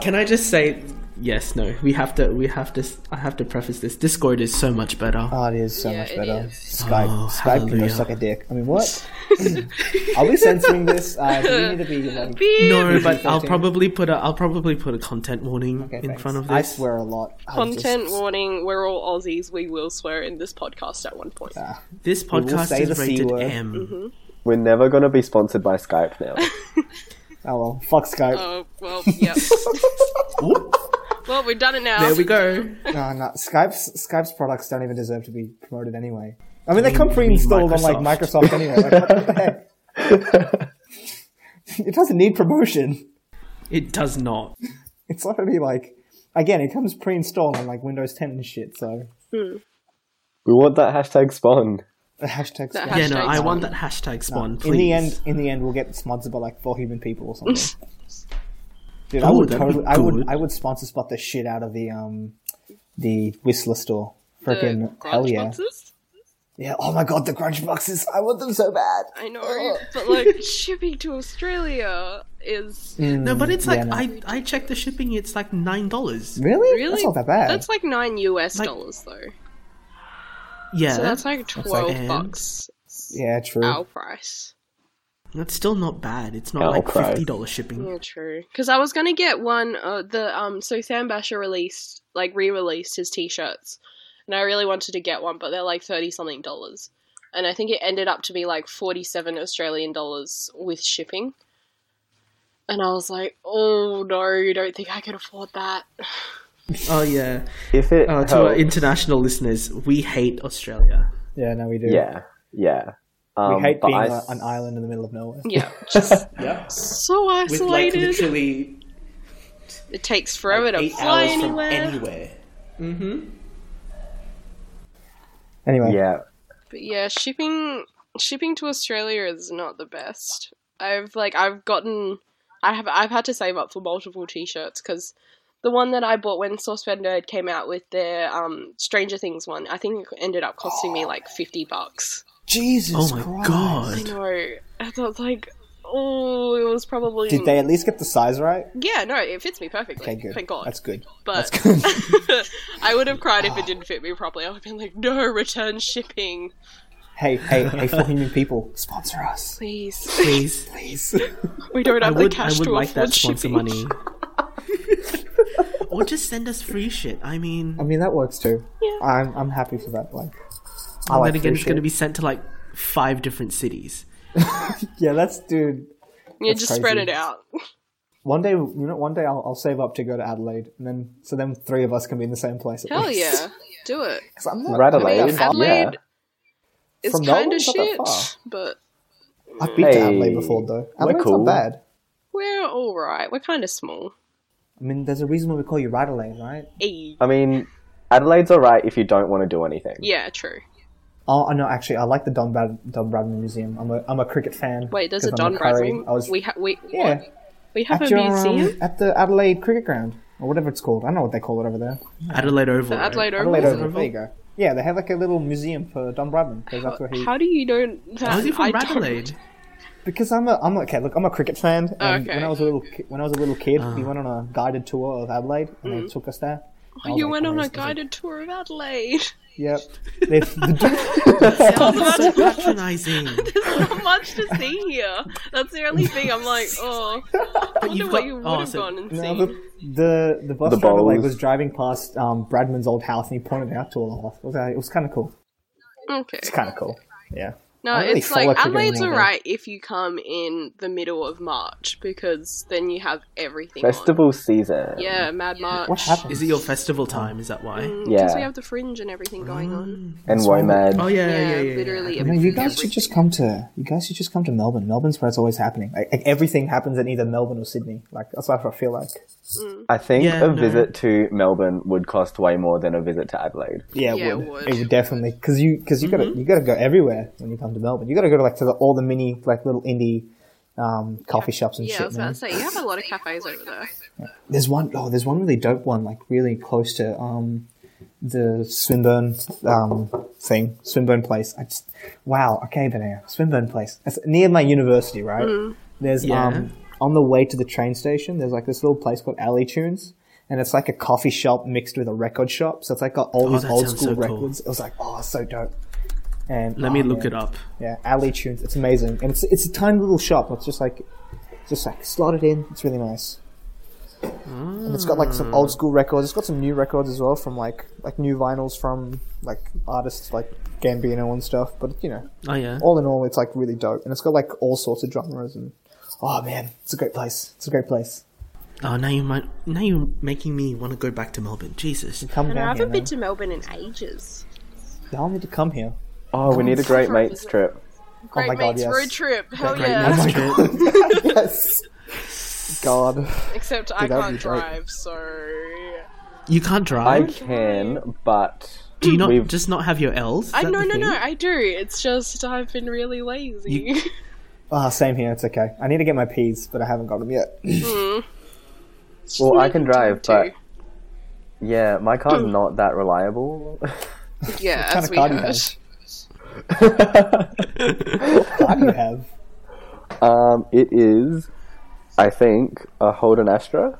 Speaker 4: can I just say yes? No, we have to. We have to. I have to preface this. Discord is so much better.
Speaker 1: Oh, it is so
Speaker 3: Yeah,
Speaker 1: much
Speaker 3: it
Speaker 1: better.
Speaker 3: is.
Speaker 1: Skype,
Speaker 4: Oh,
Speaker 1: Skype can go
Speaker 4: hallelujah.
Speaker 1: suck a dick. I mean, what? Are we censoring this? Uh, do we need to be like,
Speaker 3: Beep.
Speaker 4: no, but I'll
Speaker 1: PG-13.
Speaker 4: probably put a. I'll probably put a content warning
Speaker 1: Okay,
Speaker 4: in
Speaker 1: thanks.
Speaker 4: front of
Speaker 1: I
Speaker 4: this.
Speaker 1: swear a lot. I
Speaker 3: Content
Speaker 1: just-
Speaker 3: warning: We're all Aussies. We will swear in this podcast at one point.
Speaker 1: Ah,
Speaker 4: This
Speaker 1: will
Speaker 4: podcast
Speaker 1: say
Speaker 4: is
Speaker 1: the C
Speaker 4: rated
Speaker 1: word.
Speaker 4: M.
Speaker 2: We're never going to be sponsored by Skype now.
Speaker 1: oh well, fuck Skype.
Speaker 3: Oh well, yeah. well, we've done it now.
Speaker 4: There we go.
Speaker 1: No, no, Skype's Skype's products don't even deserve to be promoted anyway. I mean, they come pre-installed on like Microsoft anyway. Like, what the heck? it doesn't need promotion.
Speaker 4: It does not.
Speaker 1: It's already like, again, it comes pre-installed on like Windows 10 and shit. So
Speaker 2: we want that hashtag spawn.
Speaker 1: the hashtag.
Speaker 3: That
Speaker 1: Skype.
Speaker 4: Yeah, no.
Speaker 3: Hashtag
Speaker 4: I
Speaker 3: spawn.
Speaker 4: want that hashtag spawn, please.
Speaker 1: In the end, in the end, we'll get sponsored by like four human people or something. Dude, I
Speaker 4: Oh,
Speaker 1: would
Speaker 4: that'd be
Speaker 1: totally, I would,
Speaker 4: good.
Speaker 1: I would sponsor spot the shit out of the um, the Whistler store. Freaking
Speaker 3: The
Speaker 1: hell
Speaker 3: grunge
Speaker 1: yeah,
Speaker 3: boxes?
Speaker 1: yeah. Oh my god, the grunge boxes! I want them so bad.
Speaker 3: I know, but like shipping to Australia is
Speaker 4: no, but it's like
Speaker 1: yeah, no.
Speaker 4: I. I checked the shipping. It's like nine dollars.
Speaker 1: Really?
Speaker 3: really
Speaker 1: That's not that bad.
Speaker 3: That's like nine US
Speaker 4: Like-
Speaker 3: dollars though.
Speaker 4: Yeah,
Speaker 3: So that's like twelve
Speaker 4: And-
Speaker 3: bucks.
Speaker 1: yeah, true.
Speaker 3: Our price.
Speaker 4: That's still not bad. It's not
Speaker 2: Oh,
Speaker 4: like
Speaker 2: Christ.
Speaker 4: fifty dollars shipping.
Speaker 3: Yeah, true. Because I was gonna get one. Uh, the um, so Sam Basher released like re-released his t-shirts, and I really wanted to get one, but they're like thirty something dollars, and I think it ended up to be like forty-seven Australian dollars with shipping. And I was like, oh no, don't think I can afford that.
Speaker 4: Oh yeah.
Speaker 2: If it
Speaker 1: Oh,
Speaker 4: Uh, to our
Speaker 2: helps,
Speaker 4: international listeners, we hate Australia.
Speaker 1: yeah, no, we do.
Speaker 2: yeah, yeah.
Speaker 1: We
Speaker 2: Um,
Speaker 1: hate
Speaker 2: but
Speaker 1: being
Speaker 2: I
Speaker 1: a-
Speaker 2: s-
Speaker 1: an island in the middle of nowhere.
Speaker 3: Yeah, just
Speaker 4: Yeah.
Speaker 3: so isolated.
Speaker 4: literally
Speaker 3: it takes forever to fly anywhere.
Speaker 4: anywhere.
Speaker 1: Anyway,
Speaker 2: Yeah,
Speaker 3: But yeah, shipping shipping to Australia is not the best. I've like I've gotten I have I've had to save up for multiple t-shirts cuz the one that I bought when Saucepan Nerd came out with their um Stranger Things one, I think it ended up costing me like 50 bucks.
Speaker 1: Jesus.
Speaker 4: Oh my
Speaker 1: Christ.
Speaker 3: I
Speaker 4: god.
Speaker 3: know. I thought like oh, it was probably
Speaker 1: Did they at least get the size right?
Speaker 3: Yeah, no, it fits me perfectly.
Speaker 1: Okay, good.
Speaker 3: Thank God.
Speaker 1: That's good. That's
Speaker 3: but
Speaker 1: good.
Speaker 3: I would have cried if it didn't fit me properly. I would have been like, "No, return shipping,
Speaker 1: hey, hey, hey, for human people, sponsor us,
Speaker 3: please.
Speaker 4: Please,
Speaker 1: please.
Speaker 3: We don't
Speaker 4: I
Speaker 3: have
Speaker 4: would,
Speaker 3: the
Speaker 4: I
Speaker 3: cash
Speaker 4: would
Speaker 3: to
Speaker 4: like
Speaker 3: afford
Speaker 4: that sponsor
Speaker 3: shipping."
Speaker 4: money. or just send us free shit. I mean,
Speaker 1: I mean, that works too.
Speaker 3: Yeah.
Speaker 1: I'm, I'm happy for that. Like, I
Speaker 4: and
Speaker 1: like
Speaker 4: then again,
Speaker 1: free
Speaker 4: it's going to
Speaker 1: shit.
Speaker 4: be sent to like five different cities.
Speaker 1: Yeah, that's dude.
Speaker 3: Yeah,
Speaker 1: That's
Speaker 3: just spread
Speaker 1: crazy.
Speaker 3: it out.
Speaker 1: One day, you know, one day I'll, I'll save up to go to Adelaide, and then so then three of us can be in the same place. At
Speaker 3: Hell
Speaker 1: least.
Speaker 3: yeah, do it.
Speaker 1: 'Cause I'm not-
Speaker 2: Radelaide.
Speaker 1: I'm not that far.
Speaker 3: Adelaide is
Speaker 1: From Melbourne,
Speaker 3: kind of
Speaker 1: it's not that
Speaker 3: shit,
Speaker 1: far.
Speaker 3: but
Speaker 1: I've been to
Speaker 2: Hey,
Speaker 1: Adelaide before, though.
Speaker 2: we're
Speaker 1: Adelaide's
Speaker 2: cool.
Speaker 1: not bad.
Speaker 3: we're all right. We're kind of small.
Speaker 1: I mean, there's a reason why we call you Radelaide, right?
Speaker 3: E.
Speaker 2: I mean, Adelaide's alright if you don't want to do anything.
Speaker 3: Yeah, true.
Speaker 1: Oh no, actually, I like the Don Brad Don Bradman Museum. I'm a I'm a cricket fan.
Speaker 3: Wait, there's a
Speaker 1: 'cause
Speaker 3: Don
Speaker 1: I'm Curry.
Speaker 3: Bradman.
Speaker 1: I was
Speaker 3: We ha- we
Speaker 1: yeah
Speaker 3: what? we have
Speaker 1: at,
Speaker 3: a
Speaker 1: your, um,
Speaker 3: museum.
Speaker 1: at the Adelaide Cricket Ground or whatever it's called. I don't know what they call it over there.
Speaker 4: Adelaide Oval. right?
Speaker 3: Adelaide Oval.
Speaker 1: Adelaide Oval. There you go. Yeah, they have like a little museum for Don Bradman because that's where he.
Speaker 3: How do you know that?
Speaker 4: How's he
Speaker 3: I
Speaker 4: from
Speaker 3: don't-
Speaker 4: Adelaide?
Speaker 1: Because I'm a I'm a- okay. Look, I'm a cricket fan. And
Speaker 3: Oh,
Speaker 1: When
Speaker 3: Okay.
Speaker 1: I was a little ki- when I was a little kid, we went on a guided tour of Adelaide and they took us there. I was
Speaker 3: Mm. Oh, you
Speaker 1: like,
Speaker 3: went
Speaker 1: amazed. I
Speaker 3: on a
Speaker 1: was like,
Speaker 3: guided tour of Adelaide.
Speaker 1: Yep. If the-
Speaker 4: Sounds so patronizing.
Speaker 3: There's not much to see here. That's the only thing I'm like, oh, I wonder
Speaker 4: you've
Speaker 3: what
Speaker 4: got-
Speaker 3: you would
Speaker 4: oh,
Speaker 3: have
Speaker 4: so-
Speaker 3: gone and
Speaker 1: no,
Speaker 3: seen.
Speaker 1: the, the the bus
Speaker 2: The
Speaker 1: driver like
Speaker 2: bowls.
Speaker 1: was driving past um, Bradman's old house and he pointed out to all of us. It was, like- it was kind of cool.
Speaker 3: Okay.
Speaker 1: It's kind of cool. Yeah.
Speaker 3: No,
Speaker 1: I really
Speaker 3: it's
Speaker 1: follow
Speaker 3: like
Speaker 1: cricket
Speaker 3: Adelaide's
Speaker 1: anymore, though.
Speaker 3: alright if you come in the middle of March because then you have everything. on.
Speaker 2: Festival season.
Speaker 3: Yeah, Mad March.
Speaker 1: What happened?
Speaker 4: Is it your festival time? Is that why?
Speaker 3: Because
Speaker 2: Yeah.
Speaker 3: we have the fringe and everything going on.
Speaker 2: And
Speaker 1: That's why we-
Speaker 2: WOMAD.
Speaker 4: Oh yeah,
Speaker 3: Mm. Yeah,
Speaker 4: yeah, yeah. yeah.
Speaker 3: literally.
Speaker 1: No, you guys
Speaker 3: everything.
Speaker 1: should just come to you guys should just come to Melbourne. Melbourne's where it's always happening. Like, like, everything happens in either Melbourne or Sydney. Like that's what I feel like.
Speaker 2: I think
Speaker 4: Yeah,
Speaker 2: a
Speaker 4: no.
Speaker 2: visit to Melbourne would cost way more than a visit to Adelaide.
Speaker 1: Yeah, it,
Speaker 3: Yeah, it
Speaker 1: would.
Speaker 3: would. Mm-hmm.
Speaker 1: It would definitely because you because you gotta you gotta go everywhere when you come to Melbourne. You gotta go to like to the, all the mini like little indie um, coffee shops and
Speaker 3: Yeah, I
Speaker 1: shit.
Speaker 3: was
Speaker 1: man.
Speaker 3: about to say you have a lot of cafes over there.
Speaker 1: There's one oh there's one really dope one like really close to um the Swinburne um thing Swinburne place. I just wow okay then yeah, Swinburne place it's near my university right. There's
Speaker 4: Yeah.
Speaker 1: um on the way to the train station. There's like this little place called Alley Tunes. And it's like a coffee shop mixed with a record shop, so it's like got all these
Speaker 4: Oh, that
Speaker 1: old
Speaker 4: sounds
Speaker 1: school
Speaker 4: so cool.
Speaker 1: records. It was like, oh, so dope. And oh,
Speaker 4: Let me look it up.
Speaker 1: Yeah, Alley Tunes. It's amazing, and it's it's a tiny little shop. It's just like, just like slotted in. It's really nice. And it's got like some old school records. It's got some new records as well from like like new vinyls from like artists like Gambino and stuff. But you know,
Speaker 4: Oh yeah.
Speaker 1: all in all, it's like really dope, and it's got like all sorts of genres. And oh man, it's a great place. It's a great place.
Speaker 4: Oh, now you might. Now you're making me want to go back to Melbourne. Jesus.
Speaker 1: Come
Speaker 3: And I
Speaker 1: down here.
Speaker 3: haven't
Speaker 1: Man.
Speaker 3: been to Melbourne in ages.
Speaker 1: Y'all need to come here. Oh
Speaker 2: Oh, we need a great mates trip.
Speaker 3: Great
Speaker 1: my God,
Speaker 3: mates
Speaker 1: yes.
Speaker 3: road trip. Hell
Speaker 4: Great
Speaker 3: yeah.
Speaker 4: mates trip.
Speaker 1: yes. God.
Speaker 3: Except I
Speaker 1: Dude, that'd
Speaker 3: can't
Speaker 1: be great.
Speaker 3: drive, so
Speaker 4: You can't
Speaker 2: I
Speaker 4: drive.
Speaker 2: can, but
Speaker 4: Do you not
Speaker 2: we've
Speaker 4: just not have your L's? Is
Speaker 3: I
Speaker 4: that
Speaker 3: no
Speaker 4: the
Speaker 3: no
Speaker 4: thing?
Speaker 3: no, I do. It's just I've been really lazy.
Speaker 1: Ah, same here. It's okay. I need to get my P's, but I haven't got them yet.
Speaker 3: It's just
Speaker 2: well, I
Speaker 3: nothing
Speaker 2: can
Speaker 3: to
Speaker 2: drive,
Speaker 3: do.
Speaker 2: but yeah, my car's not that reliable.
Speaker 3: yeah,
Speaker 1: kind
Speaker 3: as
Speaker 1: of
Speaker 3: we
Speaker 1: car do you
Speaker 3: heard.
Speaker 1: have? What do you have?
Speaker 2: um, it is, I think, a Holden Astra.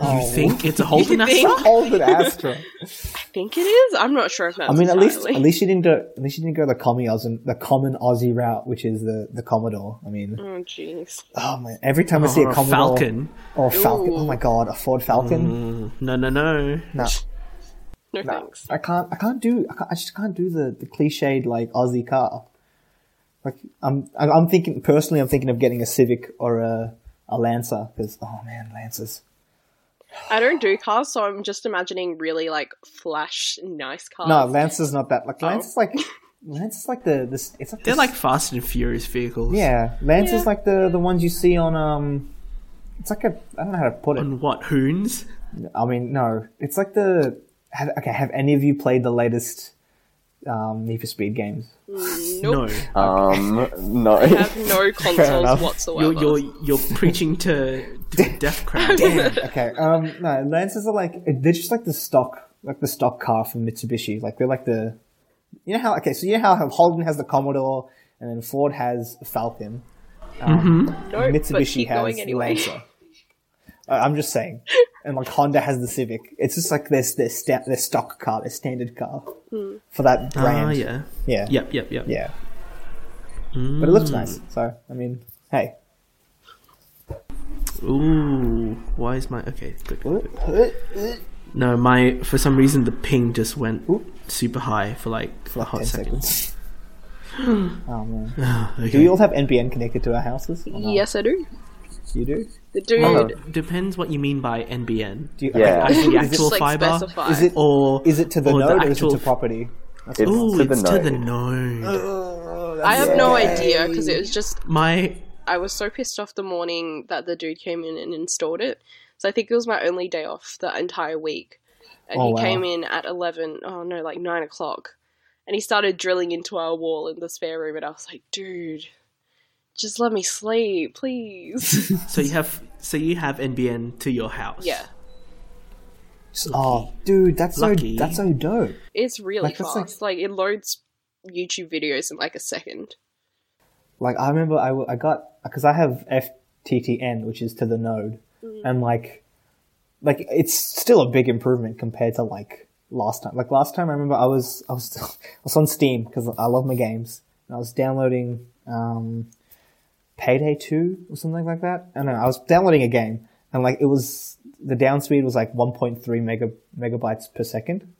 Speaker 1: Oh,
Speaker 4: You think it's a Holden Astra?
Speaker 1: Holden Astra.
Speaker 3: I think it is. I'm not sure if that's.
Speaker 1: I mean, at least
Speaker 3: entirely.
Speaker 1: at least you didn't go at least you didn't go the commie Aussie, the common Aussie route, which is the the Commodore. I mean,
Speaker 3: Oh jeez.
Speaker 1: oh man, every time I see
Speaker 4: Or
Speaker 1: a
Speaker 4: a
Speaker 1: Commodore
Speaker 4: Falcon? Mm.
Speaker 1: or a Falcon, oh
Speaker 3: Ooh.
Speaker 1: my god, a Ford Falcon.
Speaker 4: No, no, no.
Speaker 1: No,
Speaker 3: No,
Speaker 1: no,
Speaker 3: thanks.
Speaker 1: I can't. I can't do. I, can't, I just can't do the the cliched like Aussie car. Like I'm I- I'm thinking personally, I'm thinking of getting a Civic or a a Lancer because oh man, Lancers.
Speaker 3: I don't do cars, so I'm just imagining really like flash, nice cars.
Speaker 1: No, Lancer's not that. Like Lancer's like Lancer's like the this. It's like
Speaker 4: Oh. They're
Speaker 1: the
Speaker 4: like Fast and Furious vehicles.
Speaker 1: Yeah, Lance is
Speaker 3: Yeah.
Speaker 1: like the the ones you see on um. It's like a I don't know how to put it.
Speaker 4: And what hoons?
Speaker 1: I mean, no, it's like the. Have, okay, have any of you played the latest um, Need for Speed games?
Speaker 3: nope.
Speaker 4: No,
Speaker 2: Um, no.
Speaker 3: I have no
Speaker 1: enough.
Speaker 3: consoles whatsoever.
Speaker 4: you're you're you're preaching to, to a deaf crowd.
Speaker 1: Okay, um, no, Lancers are like they're just like the stock, like the stock car from Mitsubishi. Like they're like the, you know how okay, so you know how Holden has the Commodore and then Ford has Falcon,
Speaker 3: No, but
Speaker 1: Mitsubishi
Speaker 3: keep
Speaker 1: has
Speaker 3: going anyway.
Speaker 1: Lancer. I- I'm just saying, and like Honda has the Civic. It's just like their their, sta- their stock car, their standard car
Speaker 3: Hmm.
Speaker 1: for that brand.
Speaker 4: Ah, yeah. Hmm.
Speaker 1: yeah,
Speaker 4: Yep, yep, yep.
Speaker 1: yeah. But it looks nice. So I mean, hey,
Speaker 4: Ooh, why is my okay? Good. good, good. No, my for some reason the ping just went super high for like
Speaker 1: for
Speaker 4: a
Speaker 1: like
Speaker 4: hot
Speaker 1: ten
Speaker 4: second.
Speaker 1: seconds. oh man,
Speaker 4: Okay.
Speaker 1: do you all have NBN connected to our houses? or not?
Speaker 3: Yes, I do.
Speaker 1: you do.
Speaker 3: The dude.
Speaker 1: Uh-huh.
Speaker 4: Oh, depends what you mean by NBN.
Speaker 1: Do you?
Speaker 2: Yeah.
Speaker 1: okay,
Speaker 4: The
Speaker 3: Just,
Speaker 4: actual
Speaker 3: like,
Speaker 4: fiber,
Speaker 3: specify.
Speaker 1: Is it
Speaker 4: or
Speaker 1: is it to the
Speaker 4: or
Speaker 1: node or is it
Speaker 4: actual-
Speaker 1: to property?
Speaker 2: it's
Speaker 4: Ooh,
Speaker 2: to the
Speaker 4: it's to
Speaker 2: node.
Speaker 4: the node.
Speaker 1: Oh,
Speaker 3: I have no idea because it was just.
Speaker 4: My
Speaker 3: I was so pissed off the morning that the dude came in and installed it. So I think it was my only day off the entire week. And
Speaker 1: Oh,
Speaker 3: he
Speaker 1: wow.
Speaker 3: came in at 11, oh no, like 9 o'clock. And he started drilling into our wall in the spare room. And I was like, dude, just let me sleep, please.
Speaker 4: so you have so you have NBN to your house.
Speaker 3: yeah.
Speaker 1: Oh, dude, that's
Speaker 4: Lucky.
Speaker 1: so that's so dope.
Speaker 3: It's really
Speaker 1: Like, that's
Speaker 3: fast.
Speaker 1: like-
Speaker 3: like it loads YouTube videos in like a second.
Speaker 1: Like I remember I, w- I got because I have FTTN, which is to the node, and like like it's still a big improvement compared to like last time. Like last time, I remember I was I was still, I was on Steam because I love my games, and I was downloading um, Payday Two or something like that. I don't know. I was downloading a game, and like it was the down speed was like 1.3 mega megabytes per second,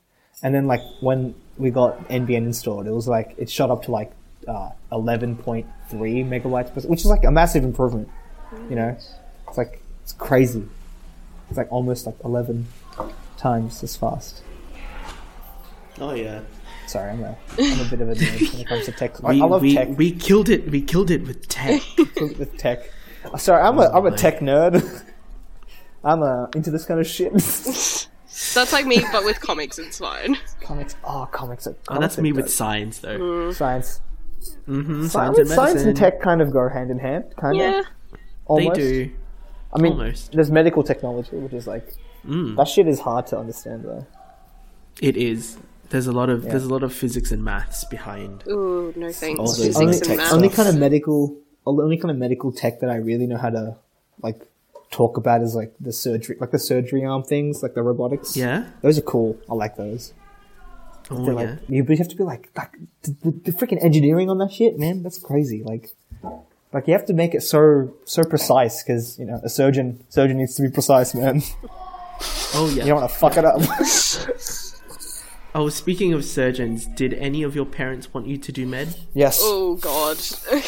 Speaker 1: and then like when we got NBN installed, it was like it shot up to like uh, 11.3 megabytes per, which is like a massive improvement. You know, it's like it's crazy. It's like almost like 11 times as fast.
Speaker 4: Oh yeah.
Speaker 1: Sorry, I'm a, I'm a bit of a nerd when it comes to tech. I,
Speaker 4: We,
Speaker 1: I love
Speaker 4: we,
Speaker 1: tech
Speaker 4: we killed it. We killed it with tech.
Speaker 1: with tech. Sorry, I'm a I'm a tech nerd. I'm uh, into this kind of shit.
Speaker 3: That's like me, but with comics, it's fine.
Speaker 1: comics, oh, comics. Are,
Speaker 4: oh,
Speaker 1: comics
Speaker 4: that's
Speaker 1: are
Speaker 4: me
Speaker 1: dope.
Speaker 4: with science though.
Speaker 3: Mm.
Speaker 1: science.
Speaker 4: Mm-hmm,
Speaker 1: I mean, science and tech kind of go hand in hand, kind
Speaker 3: Yeah.
Speaker 1: of. Almost.
Speaker 4: They do.
Speaker 1: I mean,
Speaker 4: Almost. Mm.
Speaker 1: there's medical technology, which is like that shit is hard to understand though.
Speaker 4: It is. There's a lot of there's a lot of physics and maths behind.
Speaker 3: Ooh, no thanks.
Speaker 4: those
Speaker 1: only,
Speaker 3: Physics and
Speaker 4: tech
Speaker 3: math.
Speaker 1: only kind of medical only kind of medical tech that I really know how to like talk about is like the surgery like the surgery arm things like the robotics
Speaker 4: Yeah.
Speaker 1: those are cool I like those
Speaker 4: Oh
Speaker 1: They're
Speaker 4: yeah.
Speaker 1: like you, but you have to be like like the, the, the freaking engineering on that shit man that's crazy like like you have to make it so so precise because you know a surgeon surgeon needs to be precise man you
Speaker 4: Oh yeah.
Speaker 1: don't want to fuck it up
Speaker 4: Oh, speaking of surgeons, did any of your parents want you to do med?
Speaker 1: yes
Speaker 3: Oh god.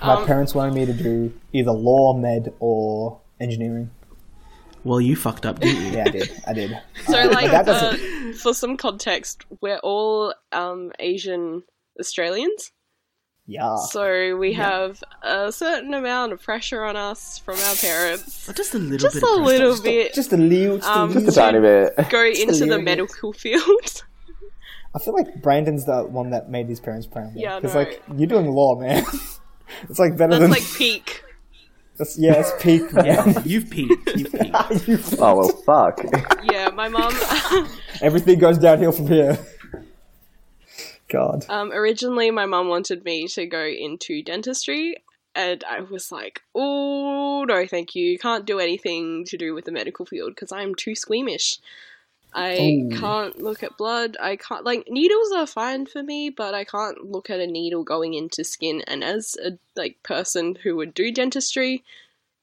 Speaker 3: Um,
Speaker 1: my parents wanted me to do either law med or engineering
Speaker 4: Well, you fucked up, didn't you?
Speaker 1: yeah I did I did
Speaker 3: so like,
Speaker 1: that
Speaker 3: uh, for some context, we're all um, Asian Australians,
Speaker 1: yeah
Speaker 3: so we have a certain amount of pressure on us from our parents.
Speaker 4: Oh, just a little
Speaker 3: Just
Speaker 4: bit.
Speaker 3: a
Speaker 4: of pressure.
Speaker 3: little bit.
Speaker 1: just a little just a
Speaker 3: Um,
Speaker 1: little
Speaker 2: a tiny bit.
Speaker 3: go into the
Speaker 1: delirious.
Speaker 3: medical field.
Speaker 1: I feel like Brandon's the one that made these parents proud.
Speaker 3: Yeah, I
Speaker 1: because
Speaker 3: know.
Speaker 1: like you're doing law, man. it's like better
Speaker 3: That's
Speaker 1: than
Speaker 3: like peak.
Speaker 1: that's, yeah, it's peak. Man.
Speaker 4: You've peaked. You've peaked.
Speaker 1: You-
Speaker 2: Oh well, fuck.
Speaker 3: Yeah, my mum.
Speaker 1: Everything goes downhill from here. God,
Speaker 3: Um, originally, my mum wanted me to go into dentistry, and I was like, "Oh no, thank you. Can't do anything to do with the medical field because I'm too squeamish. I can't look at blood. I can't like needles are fine for me, but I can't look at a needle going into skin. And as a like person who would do dentistry,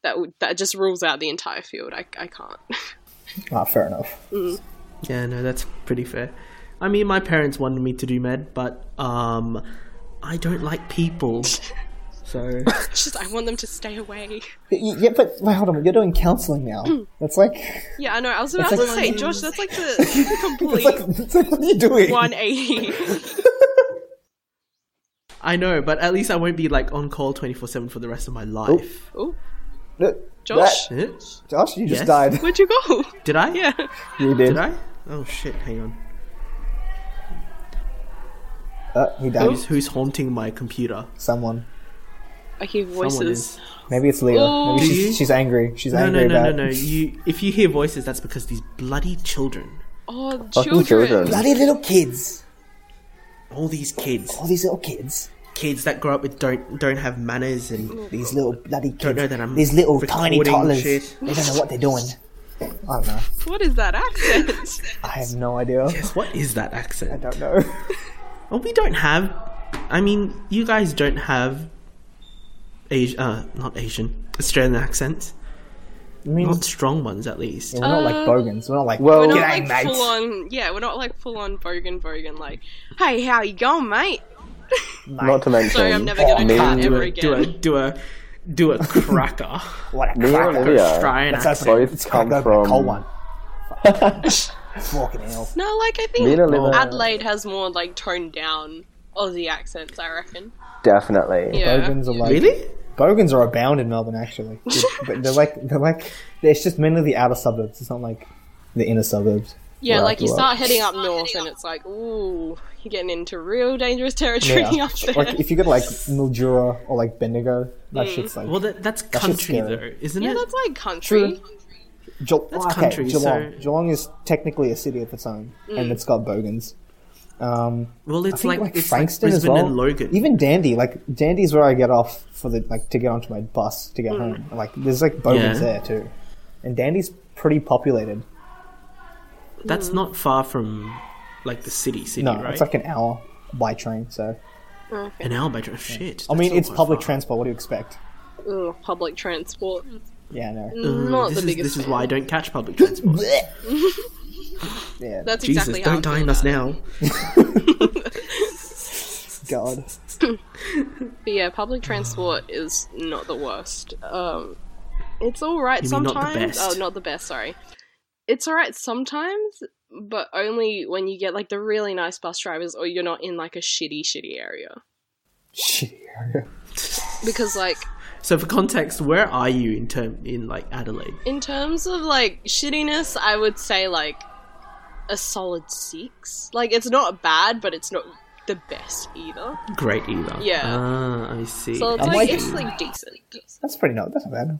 Speaker 3: that would that just rules out the entire field. I I can't.
Speaker 1: ah, fair enough.
Speaker 4: Yeah, no, that's pretty fair. I mean, my parents wanted me to do med, but um, I don't like people. So
Speaker 3: It's just I want them to stay away.
Speaker 1: Y- y- Yeah, but wait, hold on, you're doing counselling now. That's like,
Speaker 3: Yeah, I know. I was about
Speaker 1: like-
Speaker 3: to say, Josh, that's like the
Speaker 1: that's
Speaker 3: complete.
Speaker 1: like, that's like what are you doing?
Speaker 3: 180.
Speaker 4: I know, but at least I won't be like on call twenty four seven for the rest of my life.
Speaker 3: Oh,
Speaker 1: That-
Speaker 3: Josh?
Speaker 1: that-
Speaker 4: Eh?
Speaker 1: Josh, you just
Speaker 4: Yes?
Speaker 1: died.
Speaker 3: where'd you go?
Speaker 4: Did I?
Speaker 3: Yeah.
Speaker 1: You did.
Speaker 4: Did I? Oh shit! Hang on.
Speaker 1: Uh, he died.
Speaker 4: Who's, who's haunting my computer?
Speaker 1: Someone.
Speaker 3: I hear
Speaker 4: Someone
Speaker 3: voices.
Speaker 4: is.
Speaker 1: Maybe it's Leah.
Speaker 3: Oh.
Speaker 1: Maybe
Speaker 4: Do you?
Speaker 1: she's, she's angry. She's
Speaker 4: No,
Speaker 1: angry
Speaker 4: no, no, no,
Speaker 1: about
Speaker 4: no. You, if you hear voices, that's because these bloody children,
Speaker 3: Oh,
Speaker 2: Fucking
Speaker 3: children.
Speaker 2: children.
Speaker 1: bloody little kids.
Speaker 4: all these kids,
Speaker 1: All these little kids.
Speaker 4: kids that grow up with don't don't have manners and
Speaker 1: These little bloody kids.
Speaker 4: know that I'm
Speaker 1: these little tiny
Speaker 4: recording
Speaker 1: toddlers.
Speaker 4: shit.
Speaker 1: They don't know what they're doing. I don't know.
Speaker 3: What is that accent?
Speaker 1: I have no idea.
Speaker 4: yes, what is that
Speaker 1: I
Speaker 4: accent?
Speaker 1: don't know.
Speaker 4: Well, we don't have. I mean, you guys don't have. Asian, uh, not Asian, Australian accents.
Speaker 1: I mean,
Speaker 4: Not strong ones, at least.
Speaker 1: we're not like bogans. We're not like.
Speaker 2: Well-
Speaker 4: Oh,
Speaker 3: We're not
Speaker 2: G'day,
Speaker 1: mate.
Speaker 3: like full on. Yeah, we're not like full on bogan bogan. Like, hey, how you going, mate?
Speaker 2: Not to mention,
Speaker 3: Sorry, I'm never gonna
Speaker 2: me,
Speaker 3: cut
Speaker 2: me
Speaker 4: Do
Speaker 3: ever
Speaker 4: a, do a,
Speaker 3: again.
Speaker 4: do a, do a cracker.
Speaker 1: what a
Speaker 2: and
Speaker 1: cracker.
Speaker 2: Olivia
Speaker 4: Australian
Speaker 1: That's us.
Speaker 4: accent.
Speaker 2: both
Speaker 1: It's
Speaker 2: come
Speaker 1: come from
Speaker 2: from-
Speaker 1: cold one. Fucking hell.
Speaker 3: No, like I
Speaker 2: me
Speaker 3: think
Speaker 2: and Olivia
Speaker 3: Adelaide has more like toned down Aussie accents. I reckon.
Speaker 2: definitely.
Speaker 3: Yeah.
Speaker 1: Bogans are like
Speaker 4: Really?
Speaker 1: bogans are abound in Melbourne actually, but they're like they're like it's just mainly the outer suburbs. It's not like the inner suburbs.
Speaker 3: Yeah,
Speaker 1: Right,
Speaker 3: like you
Speaker 1: right.
Speaker 3: start heading up north, and it's like, ooh, you're getting into real dangerous territory
Speaker 1: Yeah.
Speaker 3: up there.
Speaker 1: Like if you get like Mildura or like Bendigo, that shit's like
Speaker 4: Well, that, that's country,
Speaker 1: scary.
Speaker 4: though, isn't
Speaker 3: yeah,
Speaker 4: it?
Speaker 3: that's like country.
Speaker 1: Geelong.
Speaker 4: That's
Speaker 1: okay,
Speaker 4: country,
Speaker 1: Geelong.
Speaker 4: so-
Speaker 1: Geelong is technically a city of its own, and it's got bogans. Um,
Speaker 4: Well,
Speaker 1: I
Speaker 4: it's
Speaker 1: think
Speaker 4: like,
Speaker 1: like,
Speaker 4: it's
Speaker 1: Frankston
Speaker 4: like
Speaker 1: as
Speaker 4: Brisbane
Speaker 1: well.
Speaker 4: and Logan.
Speaker 1: Even Dandy, like Dandy's where I get off for the like to get onto my bus to get home. Like there's like bogans
Speaker 4: Yeah.
Speaker 1: there too, and Dandy's pretty populated.
Speaker 4: That's not far from like the city, city,
Speaker 1: No,
Speaker 4: right?
Speaker 1: it's like an hour by train. So
Speaker 4: an hour by drive. Shit.
Speaker 1: I mean,
Speaker 4: that's
Speaker 1: it's
Speaker 4: not
Speaker 1: public
Speaker 4: far.
Speaker 1: transport. What do you expect?
Speaker 3: Ugh, public transport.
Speaker 1: Yeah, no.
Speaker 4: Mm,
Speaker 3: Not
Speaker 4: this
Speaker 3: the
Speaker 4: is,
Speaker 3: biggest.
Speaker 4: This is
Speaker 3: fan.
Speaker 4: why I don't catch public transport.
Speaker 1: Yeah,
Speaker 3: That's
Speaker 4: Jesus,
Speaker 3: exactly
Speaker 4: don't
Speaker 3: how.
Speaker 4: dine
Speaker 3: I feel
Speaker 4: us
Speaker 3: about it.
Speaker 4: now.
Speaker 1: God.
Speaker 3: But yeah, public transport is not the worst. Um, it's all right
Speaker 4: You mean not the
Speaker 3: sometimes.
Speaker 4: best?
Speaker 3: Oh, not the best. Sorry, it's all right sometimes, but only when you get like the really nice bus drivers, or you're not in like a shitty, shitty area.
Speaker 1: Shit.
Speaker 3: Because like
Speaker 4: So for context, where are you in term in like Adelaide?
Speaker 3: in terms of like shittiness, I would say like a solid six. Like it's not bad, but it's not the best either.
Speaker 4: Great either.
Speaker 3: Yeah.
Speaker 4: Ah, I see.
Speaker 3: So it's
Speaker 1: I'm
Speaker 3: like
Speaker 1: liking
Speaker 3: it's like decent.
Speaker 1: That's pretty not. That's not bad.